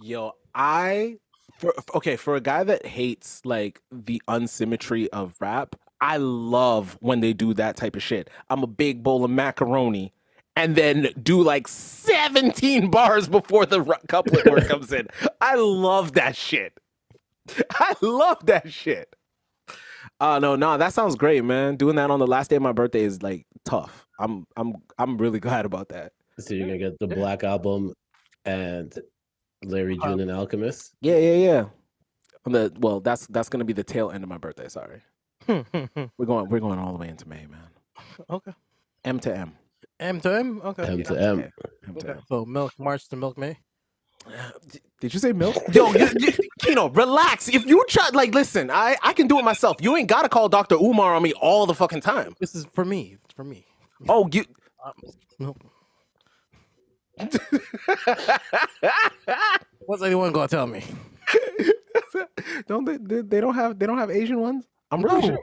Speaker 1: Yo, I for, f- okay for a guy that hates like the unsymmetry of rap, I love when they do that type of shit. I'm a big bowl of macaroni, and then do like 17 bars before the ru- couplet word comes in. I love that shit. I love that shit. Oh no, no, that sounds great, man. Doing that on the last day of my birthday is like tough. I'm, I'm, I'm really glad about that.
Speaker 2: So you're gonna get the Black Album and Larry June and Alchemist.
Speaker 1: Yeah, yeah, yeah. On the well, that's that's gonna be the tail end of my birthday. Sorry, we're going we're going all the way into May, man.
Speaker 3: Hmm, Okay.
Speaker 1: M to M.
Speaker 3: M to M? Okay.
Speaker 2: M to M.
Speaker 1: M to M.
Speaker 3: So milk March to milk May.
Speaker 1: Did you say milk? Yo, you, you, Kino, relax. If you try, like, listen, I I can do it myself. You ain't gotta call Doctor Umar on me all the fucking time.
Speaker 3: This is for me. It's for me.
Speaker 1: Oh, you.
Speaker 3: No. What's anyone gonna tell me?
Speaker 1: don't they, they? They don't have. They don't have Asian ones. I'm really sure.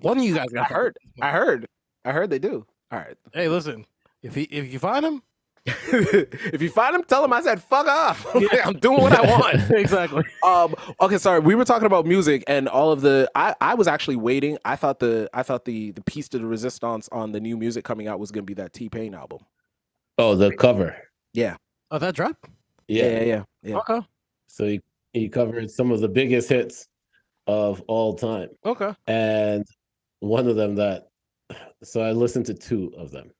Speaker 3: One of you guys got
Speaker 1: I heard. I heard. I heard they do. All right.
Speaker 3: Hey, listen. If he if you find him,
Speaker 1: if you find him, tell him I said fuck off. I'm doing what I want.
Speaker 3: exactly.
Speaker 1: Um. Okay. Sorry. We were talking about music and all of the. I I was actually waiting. I thought the I thought the the piece to the resistance on the new music coming out was gonna be that T Pain album.
Speaker 2: Oh, the cover.
Speaker 1: Yeah.
Speaker 3: Oh, that drop.
Speaker 1: Yeah. Yeah. Yeah. yeah.
Speaker 3: Okay.
Speaker 2: So he, he covered some of the biggest hits of all time.
Speaker 3: Okay.
Speaker 2: And one of them that so I listened to two of them.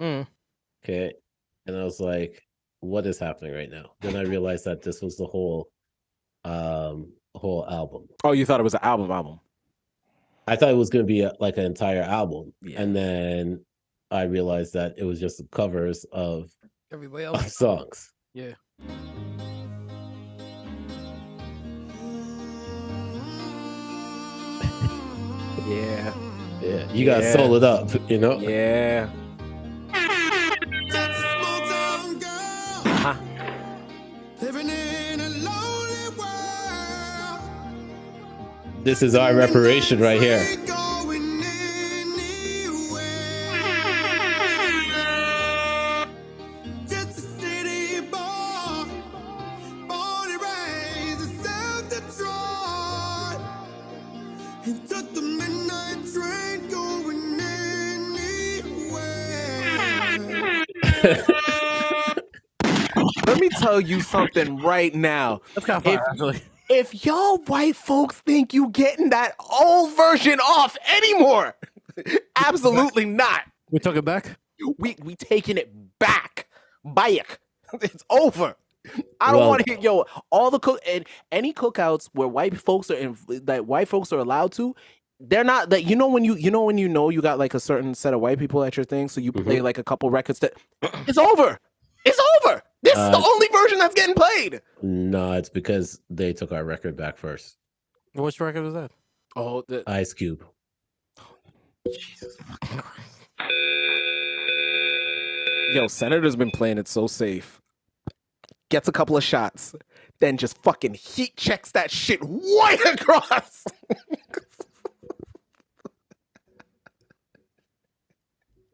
Speaker 1: Hmm.
Speaker 3: Mm.
Speaker 2: Okay. And I was like, what is happening right now? Then I realized that this was the whole um whole album.
Speaker 1: Oh, you thought it was an album album.
Speaker 2: I thought it was going to be a, like an entire album, and then I realized that it was just covers of,
Speaker 3: Everybody
Speaker 2: of
Speaker 3: else.
Speaker 2: songs.
Speaker 3: Yeah.
Speaker 1: Yeah.
Speaker 2: Yeah, you got to
Speaker 1: Yeah.
Speaker 2: soul it up, you know.
Speaker 1: Yeah.
Speaker 7: Uh-huh. Living in a lonely
Speaker 2: This is our reparation right here.
Speaker 7: Just a city boy, born and raised in South Detroit. He took the midnight train going anywhere.
Speaker 1: Let me tell you something right now.
Speaker 3: That's kind of
Speaker 1: If-
Speaker 3: fire, actually.
Speaker 1: If y'all white folks think you getting that old version off anymore, absolutely not.
Speaker 3: We took it back.
Speaker 1: We we taking it back. Bayek. It's over. I don't
Speaker 2: Well-
Speaker 1: want to hear yo all the cook and any cookouts where white folks are in, that white folks are allowed to. They're not that you know when you you know when you know you got like a certain set of white people at your thing, so you play like a couple records that it's over. It's over. This is
Speaker 2: Uh,
Speaker 1: the only version that's getting played.
Speaker 2: No, it's because they took our record back first.
Speaker 3: Which record was that?
Speaker 1: Oh, the,
Speaker 2: Ice Cube.
Speaker 1: Yo, Senator's been playing it so safe. Gets a couple of shots, then just fucking heat checks that shit way across.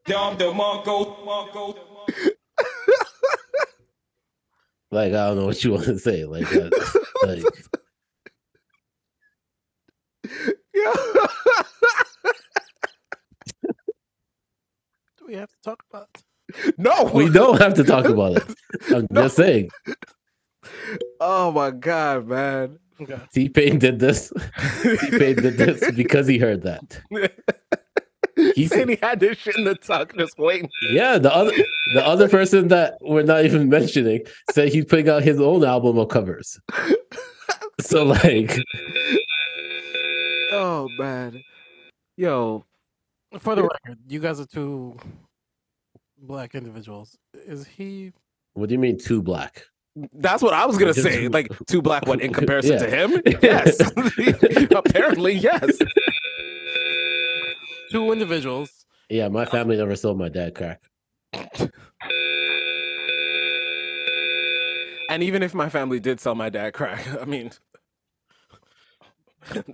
Speaker 15: Dom the Monko, Monko.
Speaker 2: Like I don't know what you want to say. Like, that, like
Speaker 3: Do we have to talk about?
Speaker 1: no,
Speaker 2: we don't have to talk about it. I'm just saying.
Speaker 1: Oh my god, man.
Speaker 3: Okay.
Speaker 2: T Pain did this. T Pain did this because he heard that.
Speaker 1: He said he had this shit in the tuck, just waiting.
Speaker 2: Yeah, the other the other person that we're not even mentioning said he's putting out his own album of covers. So like
Speaker 1: Oh man. Yo,
Speaker 3: For the record, you guys are two black individuals. Is he?
Speaker 2: what do you mean too black?
Speaker 1: that's what I was gonna say. Like two black one in comparison to
Speaker 2: Yeah.
Speaker 1: him. Yes. Apparently, yes.
Speaker 3: Two individuals.
Speaker 2: Yeah, my family never sold my dad crack.
Speaker 1: And even if my family did sell my dad crack, I mean,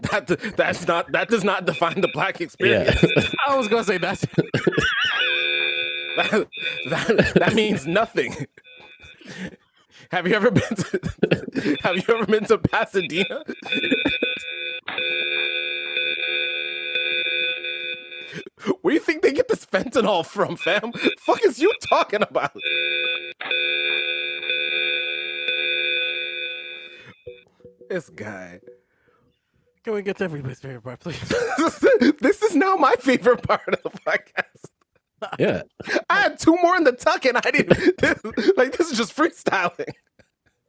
Speaker 1: that that's not that does not define the black experience.
Speaker 3: I was gonna say that's
Speaker 1: that, that that means nothing. Have you ever been to Have you ever been to Pasadena? Where you think they get this fentanyl from, fam? Fuck is you talking about? This guy.
Speaker 3: Can we get to everybody's favorite part, please?
Speaker 1: this is now my favorite part of the podcast.
Speaker 2: Yeah.
Speaker 1: I had two more in the tuck, and I didn't. This, like this is just freestyling.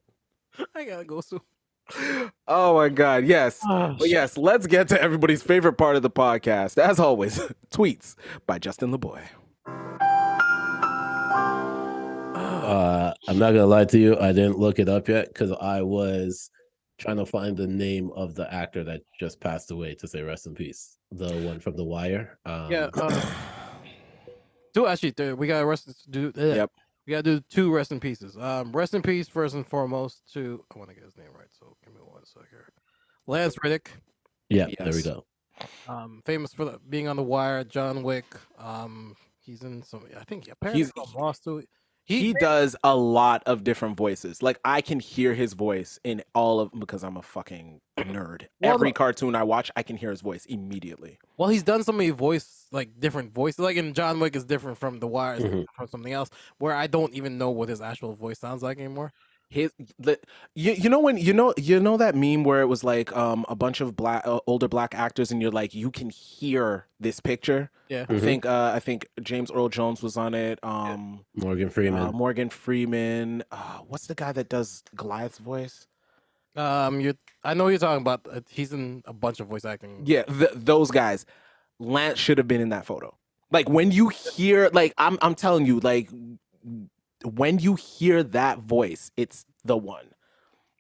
Speaker 3: I gotta go soon.
Speaker 1: Oh my god, yes.
Speaker 3: Oh,
Speaker 1: but yes, let's get to everybody's favorite part of the podcast. As always, tweets by Justin LeBoy.
Speaker 2: Uh, I'm not gonna lie to you. I didn't look it up yet because I was trying to find the name of the actor that just passed away to say rest in peace. The one from The Wire. Um,
Speaker 3: yeah. Uh, two actually, th- we gotta rest. Do uh,
Speaker 1: Yep.
Speaker 3: We gotta do two rest in pieces. Um, rest in peace first and foremost to I want to get his name right, so give me one second. Lance Riddick,
Speaker 2: Yeah. There we
Speaker 1: Yes.
Speaker 2: go.
Speaker 3: um, famous for the, being on the Wire, John Wick. Um, he's in some. I think apparently
Speaker 1: He's-
Speaker 3: he's on Lost too.
Speaker 1: He, does a lot of different voices. Like I can hear his voice in all of because I'm a fucking nerd.
Speaker 3: Well,
Speaker 1: Every
Speaker 3: the-
Speaker 1: cartoon I watch, I can hear his voice immediately.
Speaker 3: Well, he's done so many voice like different voices. Like in John Wick is different from The Wire,
Speaker 1: Mm-hmm.
Speaker 3: is different from something else, where I don't even know what his actual voice sounds like anymore.
Speaker 1: His the you, you know when you know you know that meme where it was like um a bunch of black uh, older black actors and you're like you can hear this picture.
Speaker 3: Yeah.
Speaker 1: I
Speaker 2: Mhm.
Speaker 1: think uh I think James Earl Jones was on it. Um
Speaker 2: Morgan
Speaker 1: uh,
Speaker 2: Freeman.
Speaker 1: Morgan Freeman. Uh, what's the guy that does Goliath's voice?
Speaker 3: Um, you, I know who you're talking about. uh, He's in a bunch of voice acting.
Speaker 1: Yeah, th- those guys. Lance should have been in that photo. Like when you hear, like I'm, I'm telling you, like when you hear that voice, it's the one.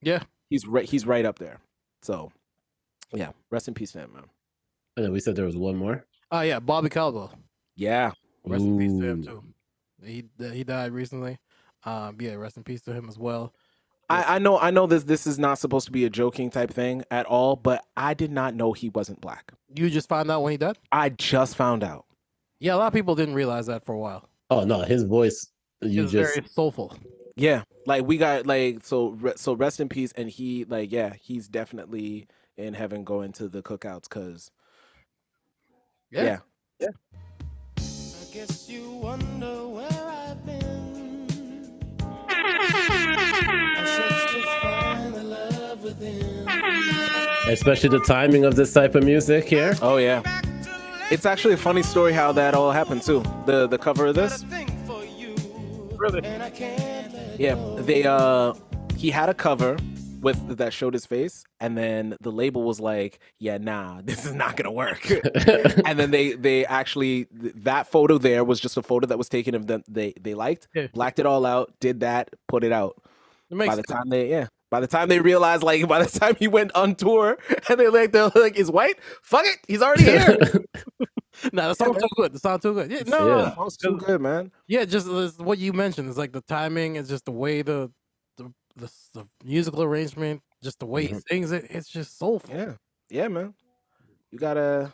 Speaker 3: Yeah.
Speaker 1: He's right. He's right up there. So, yeah. Rest in peace, fam, man.
Speaker 2: And then we said there was one more.
Speaker 3: Oh yeah, Bobby Caldwell.
Speaker 1: Yeah.
Speaker 3: Rest in peace to him
Speaker 2: Ooh.
Speaker 3: too. He uh, he died recently. Um, yeah, rest in peace to him as well.
Speaker 1: I, I know. I know this. This is not supposed to be a joking type thing at all. But I did not know he wasn't black.
Speaker 3: You just found out when he died.
Speaker 1: I just found out.
Speaker 3: Yeah, a lot of people didn't realize that for a while.
Speaker 2: Oh no, his voice. You
Speaker 3: It's
Speaker 2: just
Speaker 3: very soulful.
Speaker 1: Yeah, like we got like so re- so rest in peace, and he like yeah, he's definitely in heaven going to the cookouts because yeah.
Speaker 7: Yeah.
Speaker 16: I guess you wonder where I've been. I searched to find the love within.
Speaker 2: especially the timing of this type of music here.
Speaker 1: Oh yeah. It's actually a funny story how that all happened too. The the cover of this.
Speaker 16: Really? And I can't let
Speaker 1: Yeah, they uh he had a cover with that showed his face and then the label was like, "Yeah, nah, this is not going to work." and then they they actually th- that photo there was just a photo that was taken of them they they liked, blacked it all out, did that, put it out.
Speaker 3: It makes
Speaker 1: by the time they yeah, by the time they realized like by the time he went on tour and they like they're like he's white, fuck it, he's already here.
Speaker 3: Nah, the song's too good. The song's too good. Yeah, no, no, no.
Speaker 1: yeah. too good, man.
Speaker 3: Yeah, just uh, it's what you mentioned. It's like the timing, it's just the way the the, the, s- the musical arrangement, just the way he
Speaker 1: Mhm.
Speaker 3: sings it. It's just soulful.
Speaker 1: Yeah, yeah, man. You gotta.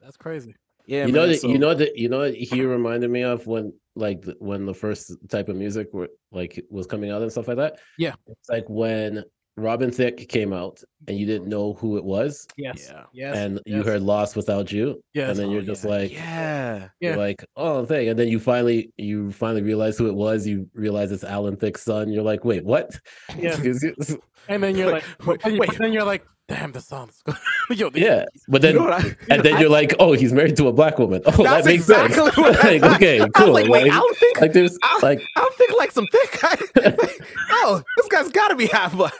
Speaker 3: That's crazy.
Speaker 1: Yeah,
Speaker 2: you know
Speaker 1: man,
Speaker 2: that you
Speaker 1: so-
Speaker 2: know that you know what he reminded me of when like th- when the first type of music were like was coming out and stuff like that.
Speaker 3: Yeah.
Speaker 2: It's like when Robin Thicke came out and you didn't know who it was.
Speaker 3: Yes. Yeah. Yes.
Speaker 2: And you heard "Lost Without You,"
Speaker 3: Yes.
Speaker 2: and then
Speaker 3: Oh,
Speaker 2: you're just like,
Speaker 1: yeah,
Speaker 2: you're like, oh, thing. And then you finally, you finally realize who it was. You realize it's Alan Thicke's son. You're like, wait, what?
Speaker 3: Yeah.
Speaker 2: Excuse you?
Speaker 3: And then you're like,
Speaker 1: wait,
Speaker 3: wait. then you're like, damn, the song's good. Yo, this-
Speaker 2: Yeah, but
Speaker 3: You
Speaker 2: then
Speaker 3: know what I-
Speaker 2: and then you're like, oh, he's married to a black woman. Oh,
Speaker 1: That's
Speaker 2: that makes sense.
Speaker 1: exactly what I
Speaker 2: Like,
Speaker 1: thought.
Speaker 2: okay,
Speaker 1: I was
Speaker 2: cool.
Speaker 1: like, wait, I don't think-
Speaker 2: like there's like
Speaker 1: I don't think like some thick. oh, this guy's got to be half black.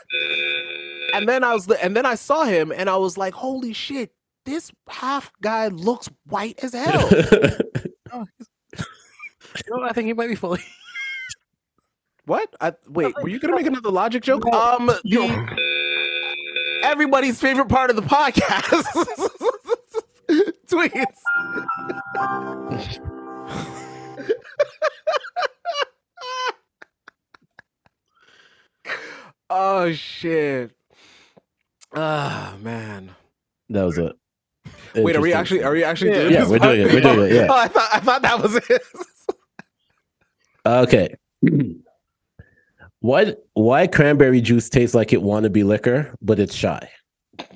Speaker 1: And then I was, and then I saw him, and I was like, holy shit, this half guy looks white as hell.
Speaker 3: you know, I think he might be fully.
Speaker 1: what? I, wait, were you gonna make another logic joke? Um, the- everybody's favorite part of the podcast. Tweets. Oh shit. Ah man.
Speaker 2: That was it.
Speaker 1: Wait, are we actually are we actually doing
Speaker 2: Yeah,
Speaker 1: this
Speaker 2: we're doing it, we're doing it, yeah.
Speaker 1: Oh, I thought I thought that was it.
Speaker 2: Okay. Why why cranberry juice tastes like it wanna be liquor, but it's shy?
Speaker 3: It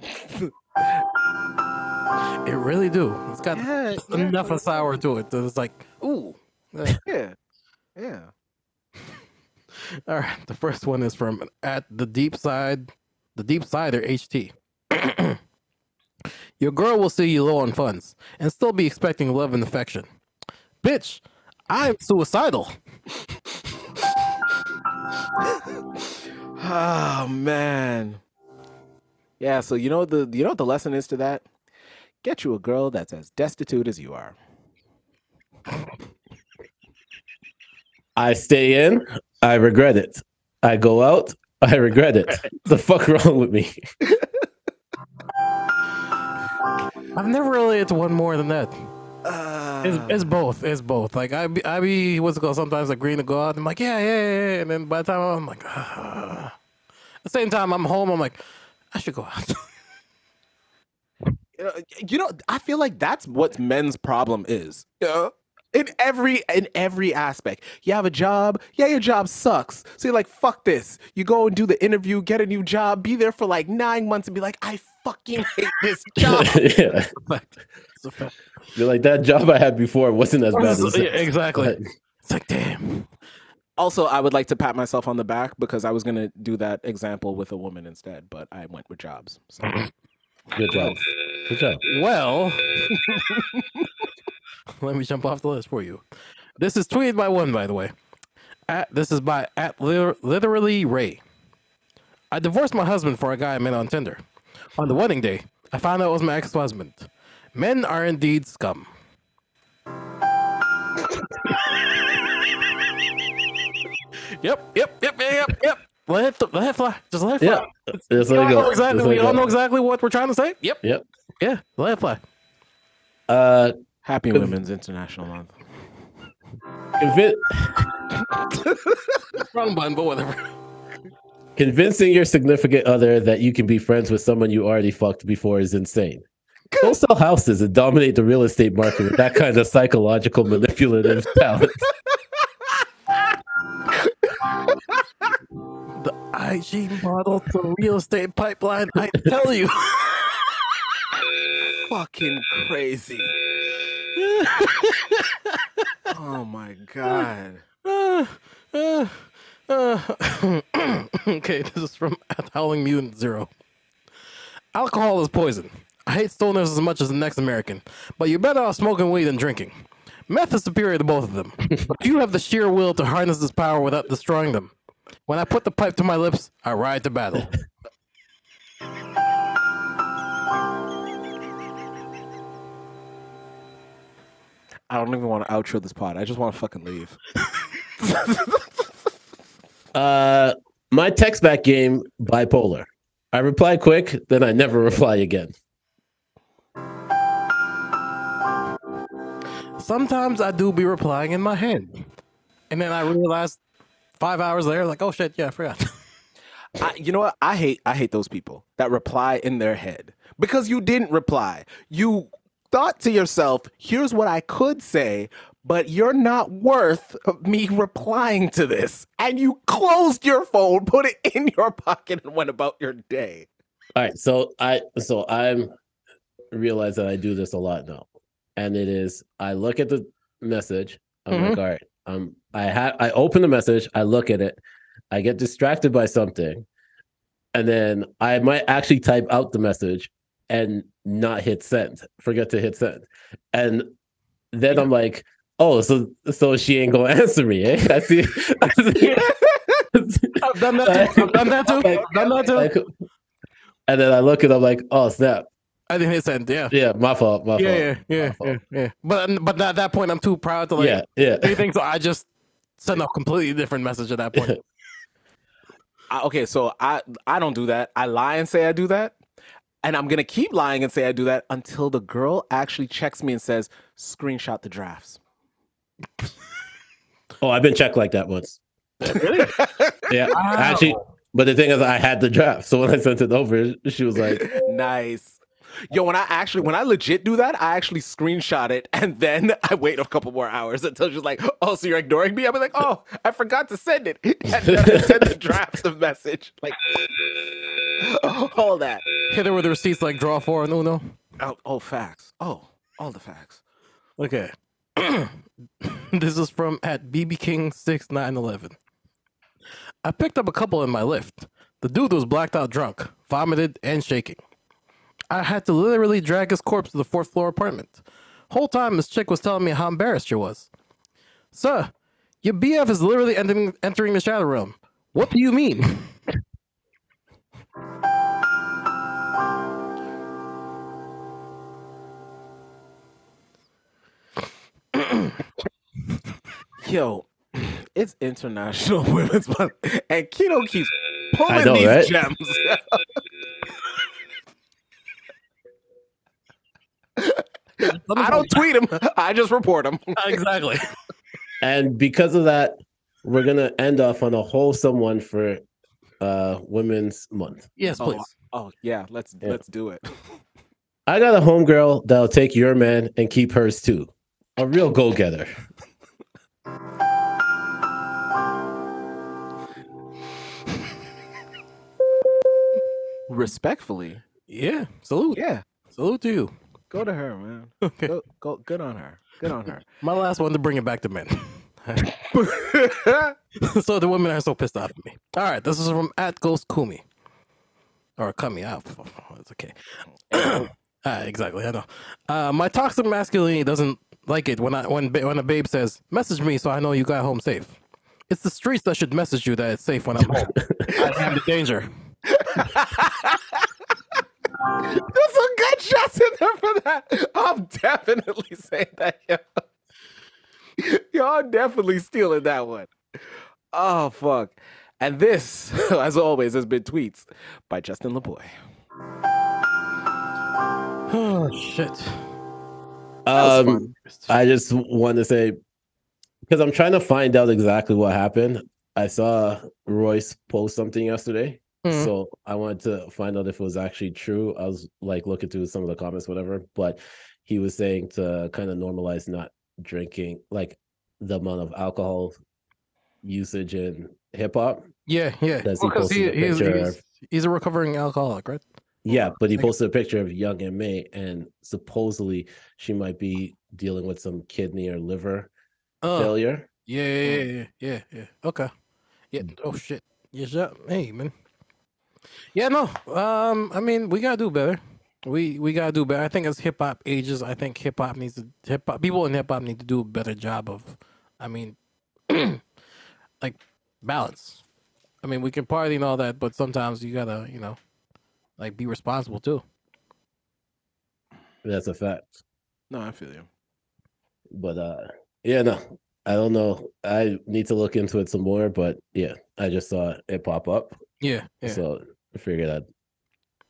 Speaker 3: really do. It's got enough of sour to it that it's like, ooh.
Speaker 1: Yeah. Yeah.
Speaker 3: All right. The first one is from at the deep side, the deep sider HT. Your girl will see you low on funds and still be expecting love and affection. Bitch, I'm suicidal.
Speaker 1: Oh man. Yeah, so you know the you know what the lesson is to that? Get you a girl that's as destitute as you are.
Speaker 2: I stay in, I regret it. I go out, I regret it. The fuck wrong with me?
Speaker 3: I've never really hit one more than that. it's, it's both. It's both. Like I be, I be what's it called? Sometimes agreeing to go out. I'm like, yeah, yeah, yeah, yeah. And then by the time I'm like, ah. At the same time I'm home. I'm like, I should go out.
Speaker 1: You know, Uh, you know, I feel like that's what men's problem is. Yeah. In every in every aspect. You have a job, yeah, your job sucks. So you're like, fuck this. You go and do the interview, get a new job, be there for like nine months and be like, I fucking hate this job.
Speaker 2: yeah. You're like that job I had before wasn't as bad as
Speaker 3: Yeah, exactly.
Speaker 1: also, I would like to pat myself on the back because I was gonna do that example with a woman instead, but I went with jobs. So
Speaker 2: Good job. Good job.
Speaker 3: Well, let me jump off the list for you. This is tweeted by one, by the way. At, this is by at liter- literally Ray. I divorced my husband for a guy I met on Tinder. On the wedding day, I found out it was my ex-husband. Men are indeed scum. yep, yep, yep, yep, yep, yep. Let it, let it fly. Just let it fly.
Speaker 2: Yeah, just let
Speaker 3: Y'all
Speaker 2: it go.
Speaker 3: know Exactly.
Speaker 2: Just let
Speaker 3: We
Speaker 2: it
Speaker 3: all
Speaker 2: go.
Speaker 3: know exactly what we're trying to say. Yep.
Speaker 2: Yep.
Speaker 3: Yeah. Let it fly.
Speaker 2: Uh,
Speaker 1: Happy
Speaker 2: Good.
Speaker 1: Women's International Month.
Speaker 2: Convin-
Speaker 3: Wrong button, but whatever.
Speaker 2: convincing your significant other that you can be friends with someone you already fucked before is insane. Don't sell houses and dominate the real estate market with that kind of psychological manipulative talent.
Speaker 3: The IG model to real estate pipeline. I tell you.
Speaker 1: Fucking crazy. oh my god.
Speaker 3: Uh, uh, uh, okay, this is from at Howling Mutant Zero. Alcohol is poison. I hate stoners as much as the next American, but you're better off smoking weed than drinking. Meth is superior to both of them, but you have the sheer will to harness this power without destroying them. When I put the pipe to my lips, I ride to battle.
Speaker 1: I don't even want to outro this pod. I just want to fucking leave.
Speaker 2: Uh, my text back game bipolar. I reply quick, then I never reply again.
Speaker 3: Sometimes I do be replying in my head, and then I realize five hours later, like, oh shit, yeah, I forgot.
Speaker 1: I, you know what? I hate I hate those people that reply in their head because you didn't reply. You thought to yourself, "Here's what I could say," but you're not worth me replying to this, and you closed your phone, put it in your pocket, and went about your day.
Speaker 2: All right, so I so I'm realize that I do this a lot now, and it is I look at the message. I'm like,
Speaker 12: Mhm.
Speaker 2: all right, um, I have I open the message, I look at it, I get distracted by something, and then I might actually type out the message and not hit send, forget to hit send, and then I'm like, oh, so so she ain't gonna answer me, eh? I see. I see.
Speaker 3: I've done that too. I've done that too. I've done that too.
Speaker 2: And then I look and I'm like, oh snap.
Speaker 3: I didn't hit send. Yeah.
Speaker 2: Yeah, my fault. My
Speaker 3: yeah,
Speaker 2: fault.
Speaker 3: yeah, yeah, yeah, yeah. But but at that point, I'm too proud to like
Speaker 2: Yeah, yeah.
Speaker 3: anything. So I just send a completely different message at that point.
Speaker 1: I, okay, so I I don't do that. I lie and say I do that, and I'm gonna keep lying and say I do that until the girl actually checks me and says, "Screenshot the drafts."
Speaker 2: Oh, I've been checked like that once.
Speaker 1: Really?
Speaker 2: Yeah. Actually, But the thing is, I had the draft, so when I sent it over, she was like,
Speaker 1: nice. Yo, when I actually, when I legit do that, I actually screenshot it and then I wait a couple more hours until she's like, oh, so you're ignoring me? I'll be like, oh, I forgot to send it. And then I send the draft of message. Like, oh, all that.
Speaker 3: Hit her with the receipts like draw four and Uno.
Speaker 1: Oh, oh, facts. Oh, all the facts.
Speaker 3: Okay. this is from at BB King 6911. I picked up a couple in my lift. The dude was blacked out drunk, vomited, and shaking. I had to literally drag his corpse to the fourth floor apartment. Whole time this chick was telling me how embarrassed she was. Sir, your BF is literally entering, entering the shadow realm. What do you mean?
Speaker 1: Yo, it's International Women's Month, and Keto keeps pulling
Speaker 2: know,
Speaker 1: these
Speaker 2: right?
Speaker 1: gems. I don't tweet him. I just report him.
Speaker 3: exactly.
Speaker 2: and because of that, we're gonna end off on a wholesome one for uh Women's Month.
Speaker 3: Yes,
Speaker 1: oh,
Speaker 3: please.
Speaker 1: Oh yeah, let's
Speaker 2: Yeah.
Speaker 1: let's do it.
Speaker 2: I got a homegirl that'll take your man and keep hers too. A real go getter.
Speaker 1: Respectfully,
Speaker 3: Yeah. Salute.
Speaker 1: Yeah.
Speaker 3: Salute to you.
Speaker 1: go to her, man. Go, go, good on her. Good on her.
Speaker 3: My last one to bring it back to men. so the women are so pissed off at me. All right, this is from at Ghost Kumi. Or Kumi, ah, f- f- it's okay. ah, exactly, I know. Uh, my toxic masculinity doesn't like it when I when ba- when a babe says, "Message me so I know you got home safe." It's the streets that should message you that it's safe when I'm home. I'm in danger.
Speaker 1: There's some good shots in there for that. I'm definitely saying that, yo. Y'all definitely stealing that one. Oh fuck. And this, as always, has been tweets by Justin LeBoy.
Speaker 3: Oh shit.
Speaker 2: Um, I just want to say because I'm trying to find out exactly what happened. I saw Royce post something yesterday,
Speaker 3: Mhm.
Speaker 2: so I wanted to find out if it was actually true. I was like looking through some of the comments, whatever, but he was saying to kind of normalize not drinking, like the amount of alcohol usage in hip hop.
Speaker 3: Yeah, yeah.
Speaker 2: Does he
Speaker 3: Because
Speaker 2: post
Speaker 3: he,
Speaker 2: a
Speaker 3: he's,
Speaker 2: picture
Speaker 3: he's,
Speaker 2: of-
Speaker 3: he's a recovering alcoholic, right?
Speaker 2: Yeah, but he
Speaker 3: Like-
Speaker 2: posted a picture of Young and May, and supposedly she might be dealing with some kidney or liver
Speaker 3: Uh,
Speaker 2: failure.
Speaker 3: Yeah, yeah, yeah, yeah, yeah, yeah. Okay. Yeah. Oh shit. Yes, yeah. Hey, man. Yeah, no. Um, I mean, we gotta do better. We we gotta do better. I think as hip hop ages, I think hip hop needs to hip hop people in hip hop need to do a better job of, I mean, like balance. I mean, we can party and all that, but sometimes you gotta, you know, like be responsible too.
Speaker 2: That's a fact.
Speaker 1: No, I feel you.
Speaker 2: But uh yeah, no. I don't know. I need to look into it some more, but yeah, I just saw it pop up.
Speaker 3: Yeah, yeah.
Speaker 2: So I figured I'd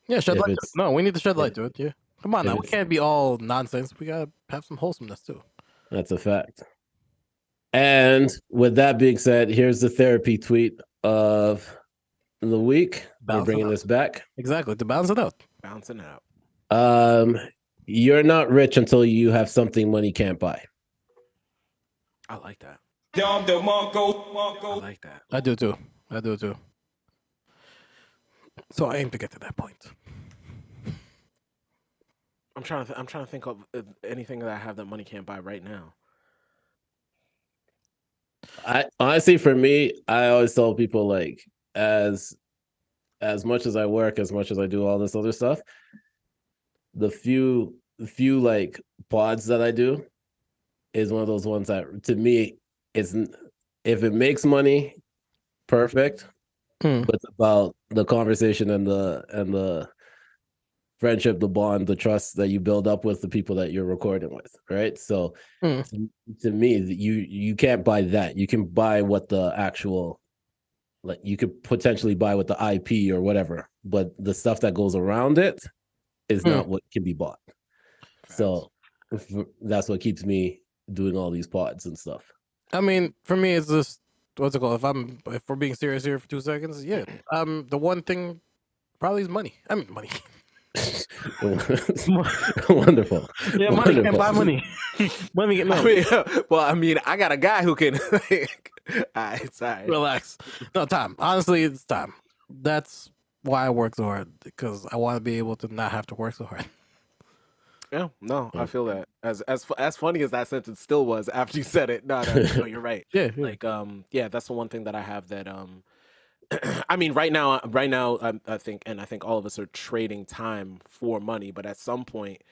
Speaker 3: Yeah, shed
Speaker 2: If
Speaker 3: light. to
Speaker 2: it's-
Speaker 3: it. No, we need to shed light to it. Yeah, come on
Speaker 2: if
Speaker 3: now. We
Speaker 2: it's-
Speaker 3: can't be all nonsense. We gotta have some wholesomeness too.
Speaker 2: That's a fact. And with that being said, here's the therapy tweet of the week. We're
Speaker 1: Bouncing
Speaker 2: bringing
Speaker 1: up.
Speaker 2: this back.
Speaker 3: Exactly to balance it out.
Speaker 1: Bouncing out.
Speaker 2: Um, you're not rich until you have something money can't buy.
Speaker 1: I like that.
Speaker 15: Dom the Mongo, Mongo.
Speaker 1: I like that.
Speaker 3: I do too. I do too. So I aim to get to that point.
Speaker 1: I'm trying to. Th- I'm trying to think of uh, anything that I have that money can't buy right now.
Speaker 2: I honestly, for me, I always tell people like as as much as I work, as much as I do all this other stuff, the few the few like pods that I do is one of those ones that to me is n- if it makes money, perfect.
Speaker 3: Hmm.
Speaker 2: But it's about the conversation and the and the friendship, the bond, the trust that you build up with the people that you're recording with, right? So
Speaker 3: Hmm.
Speaker 2: to, to me, th- you you can't buy that. You can buy what the actual like you could potentially buy with the IP or whatever, but the stuff that goes around it is
Speaker 3: Hmm.
Speaker 2: not what can be bought. So if- that's what keeps me doing all these pods and stuff.
Speaker 3: I mean, for me, it's just what's it called? If I'm if we're being serious here for two seconds, yeah. Um, the one thing probably is money. I mean, money.
Speaker 2: Wonderful.
Speaker 3: Yeah, money can buy money. Money can
Speaker 1: I mean, well, I mean, I got a guy who can. like, all right, it's all right.
Speaker 3: Relax. No time. Honestly, it's time. That's why I work so hard because I want to be able to not have to work so hard.
Speaker 1: Yeah, no, I feel that. As as fu- as funny as that sentence still was after you said it, no, no, no you're right.
Speaker 3: Yeah, yeah.
Speaker 1: like um, yeah, that's the one thing that I have that um, I mean, right now, right now, I, I think, and I think all of us are trading time for money, but at some point,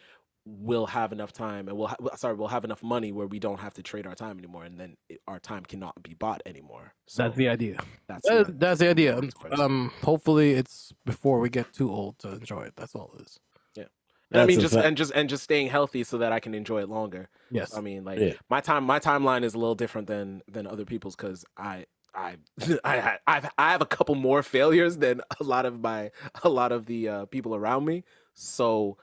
Speaker 1: we'll have enough time, and we'll ha- sorry, we'll have enough money where we don't have to trade our time anymore, and then it, our time cannot be bought anymore.
Speaker 3: that's the idea.
Speaker 1: That's
Speaker 3: That's,
Speaker 1: another-
Speaker 3: that's the idea. Um, hopefully it's before we get too old to enjoy it. That's all it is.
Speaker 1: Yeah. And I mean,
Speaker 3: That's a
Speaker 1: just
Speaker 3: fact.
Speaker 1: and just and just staying healthy so that I can enjoy it longer.
Speaker 3: Yes.
Speaker 1: I mean, like
Speaker 3: Yeah.
Speaker 1: my time, my timeline is a little different than than other people's because I. I I ha- I've, I have a couple more failures than a lot of my a lot of the uh, people around me, so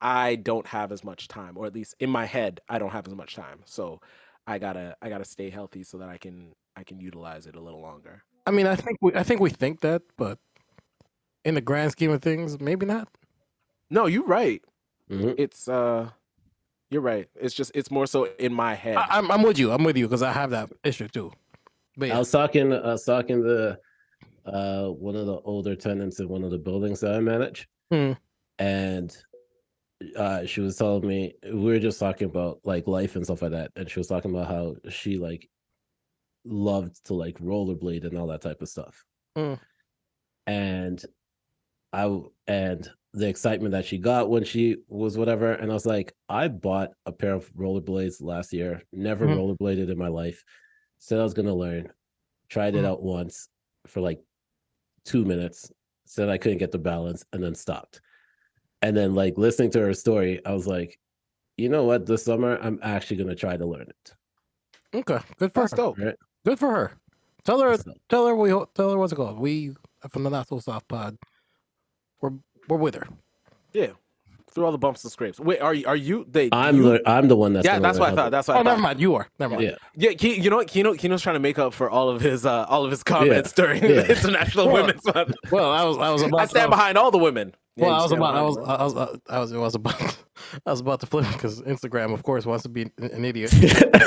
Speaker 1: I don't have as much time, or at least in my head, I don't have as much time. So I gotta I gotta stay healthy so that I can I can utilize it a little longer.
Speaker 3: I mean, I think we I think we think that, but in the grand scheme of things, maybe not.
Speaker 1: No, you're right.
Speaker 2: Mm-hmm.
Speaker 1: It's uh, you're right. It's just it's more so in my head.
Speaker 3: I, I'm I'm with you. I'm with you because I have that issue too. But yeah.
Speaker 2: I was talking. I was talking to uh, one of the older tenants in one of the buildings that I manage,
Speaker 3: Hmm.
Speaker 2: and uh, she was telling me we were just talking about like life and stuff like that, and she was talking about how she like loved to like rollerblade and all that type of stuff,
Speaker 3: Mm.
Speaker 2: and I w- and the excitement that she got when she was whatever, and I was like, I bought a pair of rollerblades last year. Never
Speaker 3: Mm-hmm.
Speaker 17: Mhm.
Speaker 2: rollerbladed in my life. Said I was gonna learn. Tried
Speaker 1: Mm.
Speaker 2: it out once for like two minutes. Said I couldn't get the balance, and then stopped. And then like listening to her story, I was like, you know what? This summer I'm actually gonna try to learn it.
Speaker 3: Okay, good for her.
Speaker 2: Right?
Speaker 3: Good for her. Tell her, tell her we ho- tell her what's it called. We from the Not So Soft Pod. We're we're with her.
Speaker 1: Yeah, through all the bumps and scrapes. Wait, are you? Are you? They? do
Speaker 2: I'm
Speaker 1: you-
Speaker 2: lear- I'm the one that's
Speaker 1: yeah,
Speaker 2: gonna
Speaker 1: that's
Speaker 2: learn
Speaker 1: what I
Speaker 2: how
Speaker 1: thought.
Speaker 2: to-
Speaker 1: That's what.
Speaker 3: Oh,
Speaker 1: I thought.
Speaker 3: never mind. You are. Never mind.
Speaker 2: Yeah.
Speaker 1: Yeah, Ke- you know what? Keno, Keno's trying to make up for all of his uh, all of his comments during
Speaker 3: Yeah.
Speaker 1: International
Speaker 3: Well,
Speaker 1: Women's Month.
Speaker 3: Well, I was I was about
Speaker 1: I stand behind all the women. Yeah,
Speaker 3: Well,
Speaker 1: you
Speaker 3: I was
Speaker 1: stand
Speaker 3: about I
Speaker 1: behind
Speaker 3: was
Speaker 1: them.
Speaker 3: I was uh, I was I was about I was about to flip because Instagram, of course, wants to be an, an idiot.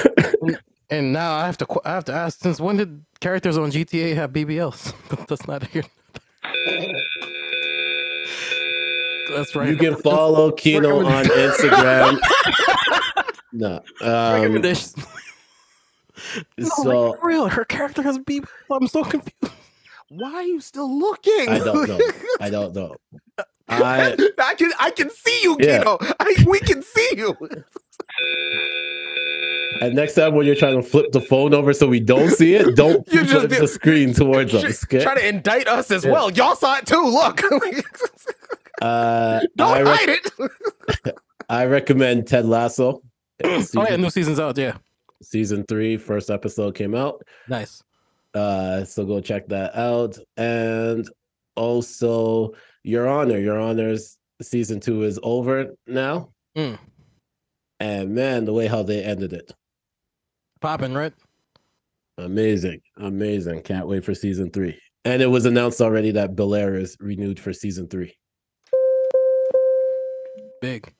Speaker 3: And- and now I have to qu- I have to ask since when did characters on GTA have BBLs? That's not here. That's right.
Speaker 2: You can follow Kino on
Speaker 3: recommend-
Speaker 2: Instagram. no. Um, uh,
Speaker 3: Recommendation.
Speaker 2: so
Speaker 3: for real, her character has BBLs. I'm so confused.
Speaker 1: Why are you still looking?
Speaker 2: I don't know. I don't know. I
Speaker 1: I can I can see you,
Speaker 2: Yeah.
Speaker 1: Keno. I, we can see you.
Speaker 2: and next time when you're trying to flip the phone over so we don't see it, don't
Speaker 1: You just
Speaker 2: flip
Speaker 1: did-
Speaker 2: the screen towards us. okay?
Speaker 1: Trying to indict us as
Speaker 2: Yeah.
Speaker 1: well. Y'all saw it too. Look,
Speaker 2: Uh,
Speaker 1: don't
Speaker 2: I, rec-
Speaker 1: hide it.
Speaker 2: I recommend Ted Lasso.
Speaker 3: Oh yeah,
Speaker 2: Season-
Speaker 3: new season's out. Yeah,
Speaker 2: season three, first episode came out.
Speaker 3: nice.
Speaker 2: Uh, so go check that out. And also, Your Honor, Your Honor's season two is over now.
Speaker 3: Mm.
Speaker 2: And man, the way how they ended it,
Speaker 3: Popping right.
Speaker 2: amazing, amazing. Can't wait for season three. And it was announced already that Belair is renewed for season three.
Speaker 3: Big.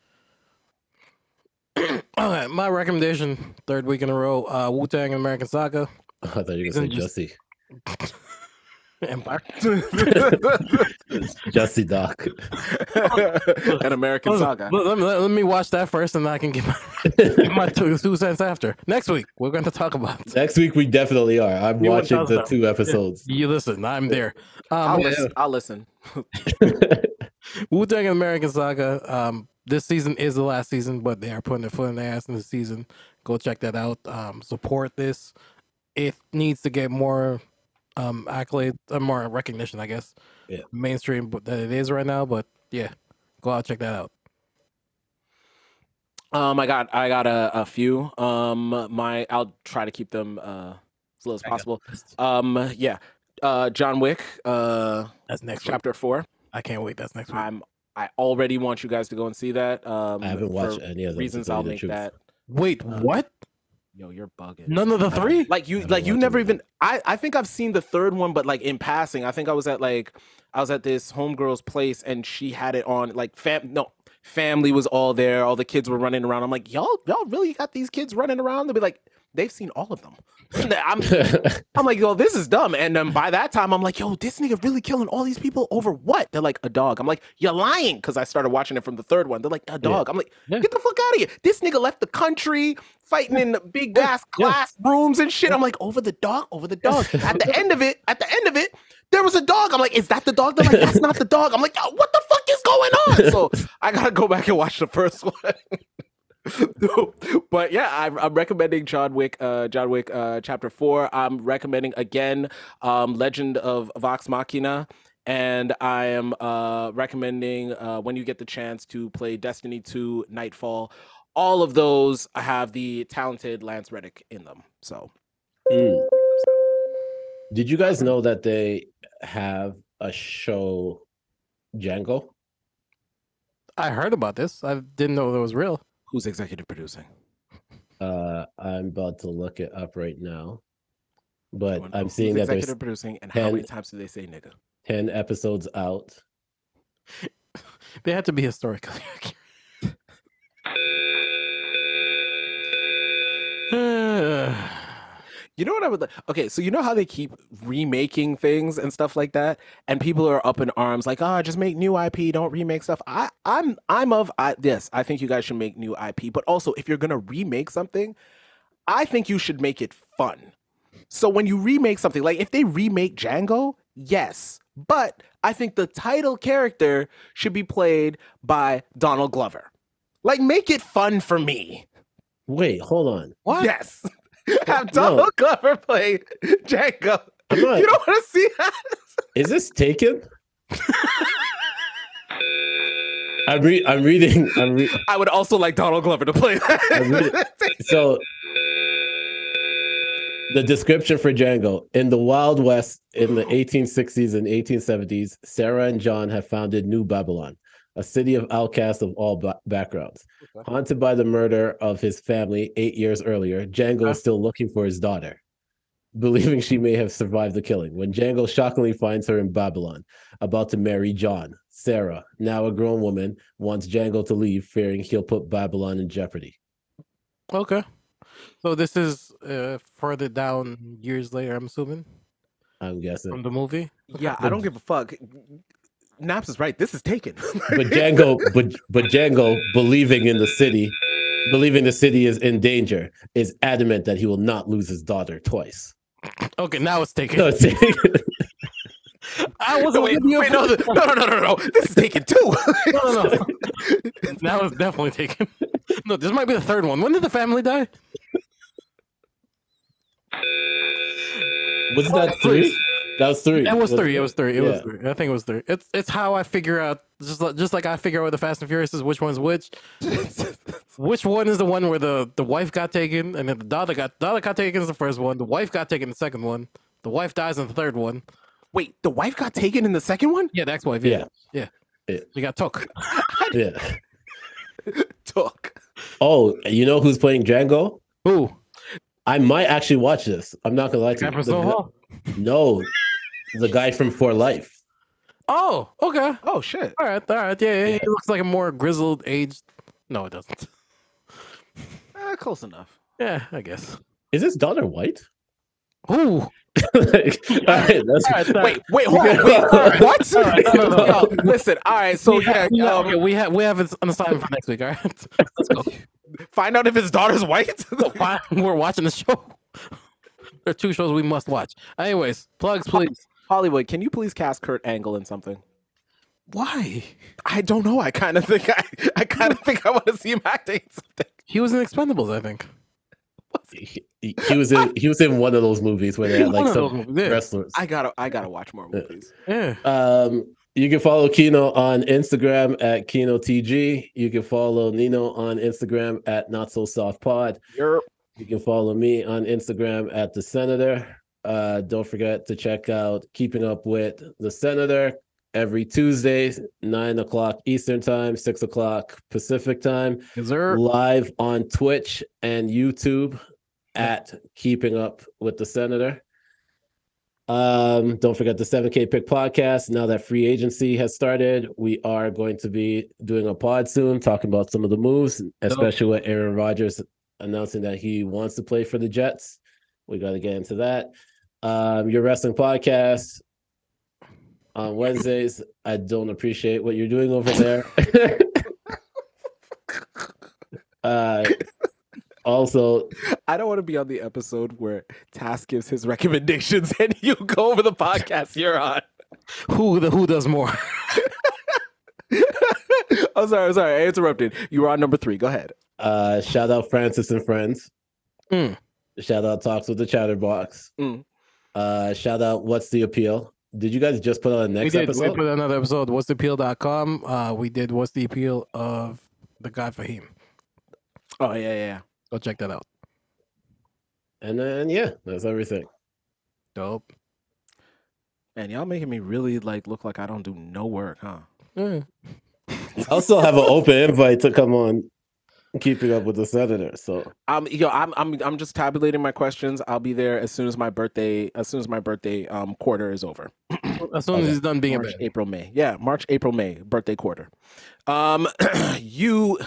Speaker 3: All right, my recommendation, third week in a row, uh, Wu Tang and American Saga.
Speaker 2: I thought you were
Speaker 3: Season
Speaker 2: going to say
Speaker 3: just-
Speaker 2: Jussie,
Speaker 3: Empire.
Speaker 2: Jussie Doc.
Speaker 1: An American Saga.
Speaker 3: Let, let me- let me watch that first and then I can get my, give my two, two cents after. Next week, we're going to talk about
Speaker 2: Next week we definitely are. I'm
Speaker 3: You
Speaker 2: watching the
Speaker 3: 1000.
Speaker 2: two episodes.
Speaker 3: You listen, I'm there.
Speaker 1: I'll
Speaker 3: Um,
Speaker 1: listen. I'll listen.
Speaker 3: Wu Tang and American Saga. Um, this season is the last season, but they are putting their foot in their ass in the season. Go check that out. Um, support this. It needs to get more um, accolades, uh, more recognition, I guess.
Speaker 2: Yeah.
Speaker 3: Mainstream but that it is right now, but yeah, go out check that out.
Speaker 1: Um, I got I got a, a few. Um, my I'll try to keep them uh as little as possible. Um, yeah. Uh, John Wick. Uh,
Speaker 3: that's next
Speaker 1: chapter four.
Speaker 3: I can't wait. That's next week.
Speaker 1: I'm I already want you guys to go and see that. Um,
Speaker 2: haven't
Speaker 1: for
Speaker 2: watched any of them, to
Speaker 1: Reasons
Speaker 2: tell you
Speaker 1: I'll
Speaker 2: the
Speaker 1: make
Speaker 2: truth.
Speaker 1: that.
Speaker 3: Wait, what?
Speaker 1: Yo, you're bugging.
Speaker 3: None of the three?
Speaker 1: Like you, like you never even. I, I think I've seen the third one, but like in passing. I think I was at like I was at this homegirl's place and she had it on. Like fam, no family was all there. All the kids were running around. I'm like, y'all, y'all really got these kids running around? They'll be like, they've seen all of them. I'm, I'm like, yo, this is dumb. And then by that time, I'm like, yo, this nigga really killing all these people over what? They're like, a dog. I'm like, you're lying. Cause I started watching it from the third one. They're like, a dog. I'm like, get the fuck out of here. This nigga left the country fighting in the big ass classrooms and shit. I'm like, over the dog, over the dog. At the end of it, at the end of it, there was a dog. I'm like, is that the dog? They're like, that's not the dog. I'm like, yo, what the fuck is going on? So I gotta go back and watch the first one. but yeah, I'm, I'm recommending John Wick, uh, John Wick, uh, Chapter Four. I'm recommending again, um, Legend of Vox Machina, and I am uh, recommending uh, when you get the chance to play Destiny Two, Nightfall. All of those have the talented Lance Reddick in them. So
Speaker 2: Mm. Did you guys know that they have a show Django?
Speaker 3: I heard about this. I didn't know that was real.
Speaker 1: Who's executive producing?
Speaker 2: Uh, I'm about to look it up right now, but
Speaker 1: wanna know
Speaker 2: I'm
Speaker 1: who's
Speaker 2: seeing that there's
Speaker 1: executive producing and how many times do they say nigga?
Speaker 2: 10 episodes out.
Speaker 3: They had to be historically accurate.
Speaker 1: You know what I would like? Okay, so you know how they keep remaking things and stuff like that, and people are up in arms like, "Ah, just make new IP, don't remake stuff." I, I'm, I'm of I, this. I think you guys should make new IP, but also if you're gonna remake something, I think you should make it fun. So when you remake something, like if they remake Django, yes, but I think the title character should be played by Donald Glover. Like, make it fun for me.
Speaker 2: Wait, hold on.
Speaker 1: What? Yes. Have Donald Glover play Django.
Speaker 2: I'm not-
Speaker 1: You don't want to see that?
Speaker 2: Is this taken? I'm, re- I'm reading. I'm re-
Speaker 1: I would also like Donald Glover to play
Speaker 2: I'm reading.
Speaker 1: that.
Speaker 2: so the description for Django in the Wild West in the 1860s and 1870s, Sarah and John have founded New Babylon, a city of outcasts of all ba- backgrounds. Haunted by the murder of his family eight years earlier, Django is still looking for his daughter, believing she may have survived the killing. When Django shockingly finds her in Babylon, about to marry John, Sarah, now a grown woman, wants Django to leave, fearing he'll put Babylon in jeopardy.
Speaker 3: okay. So this is uh, further down years later, I'm assuming,
Speaker 2: I'm guessing.
Speaker 3: from the movie.
Speaker 1: yeah, I don't give a fuck. Naps is right. This is taken.
Speaker 2: but Django, but but Django, believing in the city, believing the city is in danger, is adamant that he will not lose his daughter twice.
Speaker 3: Okay, now it's taken.
Speaker 2: No, it's-
Speaker 3: I wasn't
Speaker 1: Wait,
Speaker 3: with you
Speaker 1: wait, no,
Speaker 3: for-
Speaker 1: th- no, no, no, no, no. This is taken too.
Speaker 3: no, no, no. now it's definitely taken. No, this might be the third one. When did the family die?
Speaker 2: was that three? That was three.
Speaker 3: That was three. It was three. It was
Speaker 2: Yeah.
Speaker 3: three. I think it was three. It's it's how I figure out just like, just like I figure out with the Fast and Furious is which one's which. which one is the one where the, the wife got taken and then the daughter got daughter got taken is the first one. The wife got taken in the second one. The wife dies in the third one.
Speaker 1: Wait, the wife got taken in the second one?
Speaker 3: Yeah, the ex-wife.
Speaker 2: Yeah.
Speaker 3: Yeah, yeah.
Speaker 2: Yeah.
Speaker 3: She got took.
Speaker 2: Yeah.
Speaker 1: Took.
Speaker 2: Oh, you know who's playing Django?
Speaker 3: Who?
Speaker 2: I might actually watch this. I'm not gonna lie to you.
Speaker 3: Guy from
Speaker 2: The-
Speaker 3: Soho?
Speaker 2: No, the guy from For Life.
Speaker 3: Oh, okay.
Speaker 1: Oh shit.
Speaker 3: All right, all right. Yeah, yeah. He looks like a more grizzled, aged. No, it doesn't.
Speaker 1: Eh, close enough.
Speaker 3: Yeah, I guess.
Speaker 2: Is his daughter white?
Speaker 3: Ooh.
Speaker 2: Like, all right, that's-
Speaker 1: Wait, wait, hold on. Wait, what? Yo, listen, all right, so yeah,
Speaker 3: we have,
Speaker 1: um,
Speaker 3: okay, we have we have an assignment for next week. All right, let's go.
Speaker 1: find out if his daughter's white.
Speaker 3: Why- We're watching the show. There are two shows we must watch. Anyways, plugs, please.
Speaker 1: Hollywood, can you please cast Kurt Angle in something?
Speaker 3: Why?
Speaker 1: I don't know. I kind of think I, I kind of think I want to see him acting in something.
Speaker 3: He was in Expendables, I think.
Speaker 2: he, he- he was in he was in one of those movies where they had like
Speaker 3: One of
Speaker 2: some
Speaker 3: those movies, yeah.
Speaker 2: wrestlers.
Speaker 1: I gotta I gotta watch more movies.
Speaker 3: Yeah.
Speaker 2: Um, you can follow Kino on Instagram at KinoTG. You can follow Nino on Instagram at Not So Soft Pod.
Speaker 1: Uh, You're
Speaker 2: You can follow me on Instagram at The Senator. Uh, don't forget to check out Keeping Up with The Senator every Tuesday, 9 o'clock Eastern Time, 6 o'clock Pacific Time.
Speaker 3: Er Yes, sir.
Speaker 2: Live on Twitch and YouTube. at keeping up with the senator. Um, don't forget the 7K Pick podcast. Now that free agency has started, we are going to be doing a pod soon, talking about some of the moves, especially with Aaron Rodgers announcing that he wants to play for the Jets. We got to get into that. Um, your wrestling podcast on Wednesdays. I don't appreciate what you're doing over there. uh, also,
Speaker 1: I don't want to be on the episode where Task gives his recommendations and you go over the podcast you're on.
Speaker 3: Who the who does more?
Speaker 1: I'm sorry, I'm sorry, I interrupted. You were on number three. Go ahead.
Speaker 2: uh, shout out Francis and friends.
Speaker 3: Mm.
Speaker 2: Shout out talks with the Chatterbox. Uh, shout out what's the appeal? Did you guys just put on the
Speaker 3: we
Speaker 2: next
Speaker 3: did.
Speaker 2: episode?
Speaker 3: We put another episode. What's the appeal.com? Uh, we did What's the appeal of the God Fahim.
Speaker 1: Oh yeah, yeah, yeah.
Speaker 3: Go check that out.
Speaker 2: And then yeah, that's everything.
Speaker 3: Dope.
Speaker 1: Man, y'all making me really like look like I don't do no work, huh?
Speaker 2: I'll still have an open invite to come on keeping up with the senator. So
Speaker 1: Um, yo, I'm I'm I'm just tabulating my questions. I'll be there as soon as my birthday as soon as my birthday um quarter is over.
Speaker 3: As soon as he's done being a
Speaker 1: March, April, May. Yeah, March, April, May, birthday quarter. Um you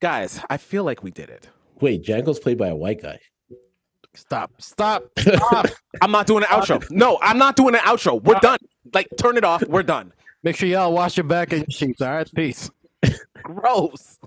Speaker 1: guys, I feel like we did it.
Speaker 2: wait, Django's played by a white guy.
Speaker 3: Stop. Stop. Stop.
Speaker 1: I'm not doing an outro. No, I'm not doing an outro. We're done. Like turn it off. We're done.
Speaker 3: Make sure y'all wash your back and your sheets. All right, peace.
Speaker 1: Gross.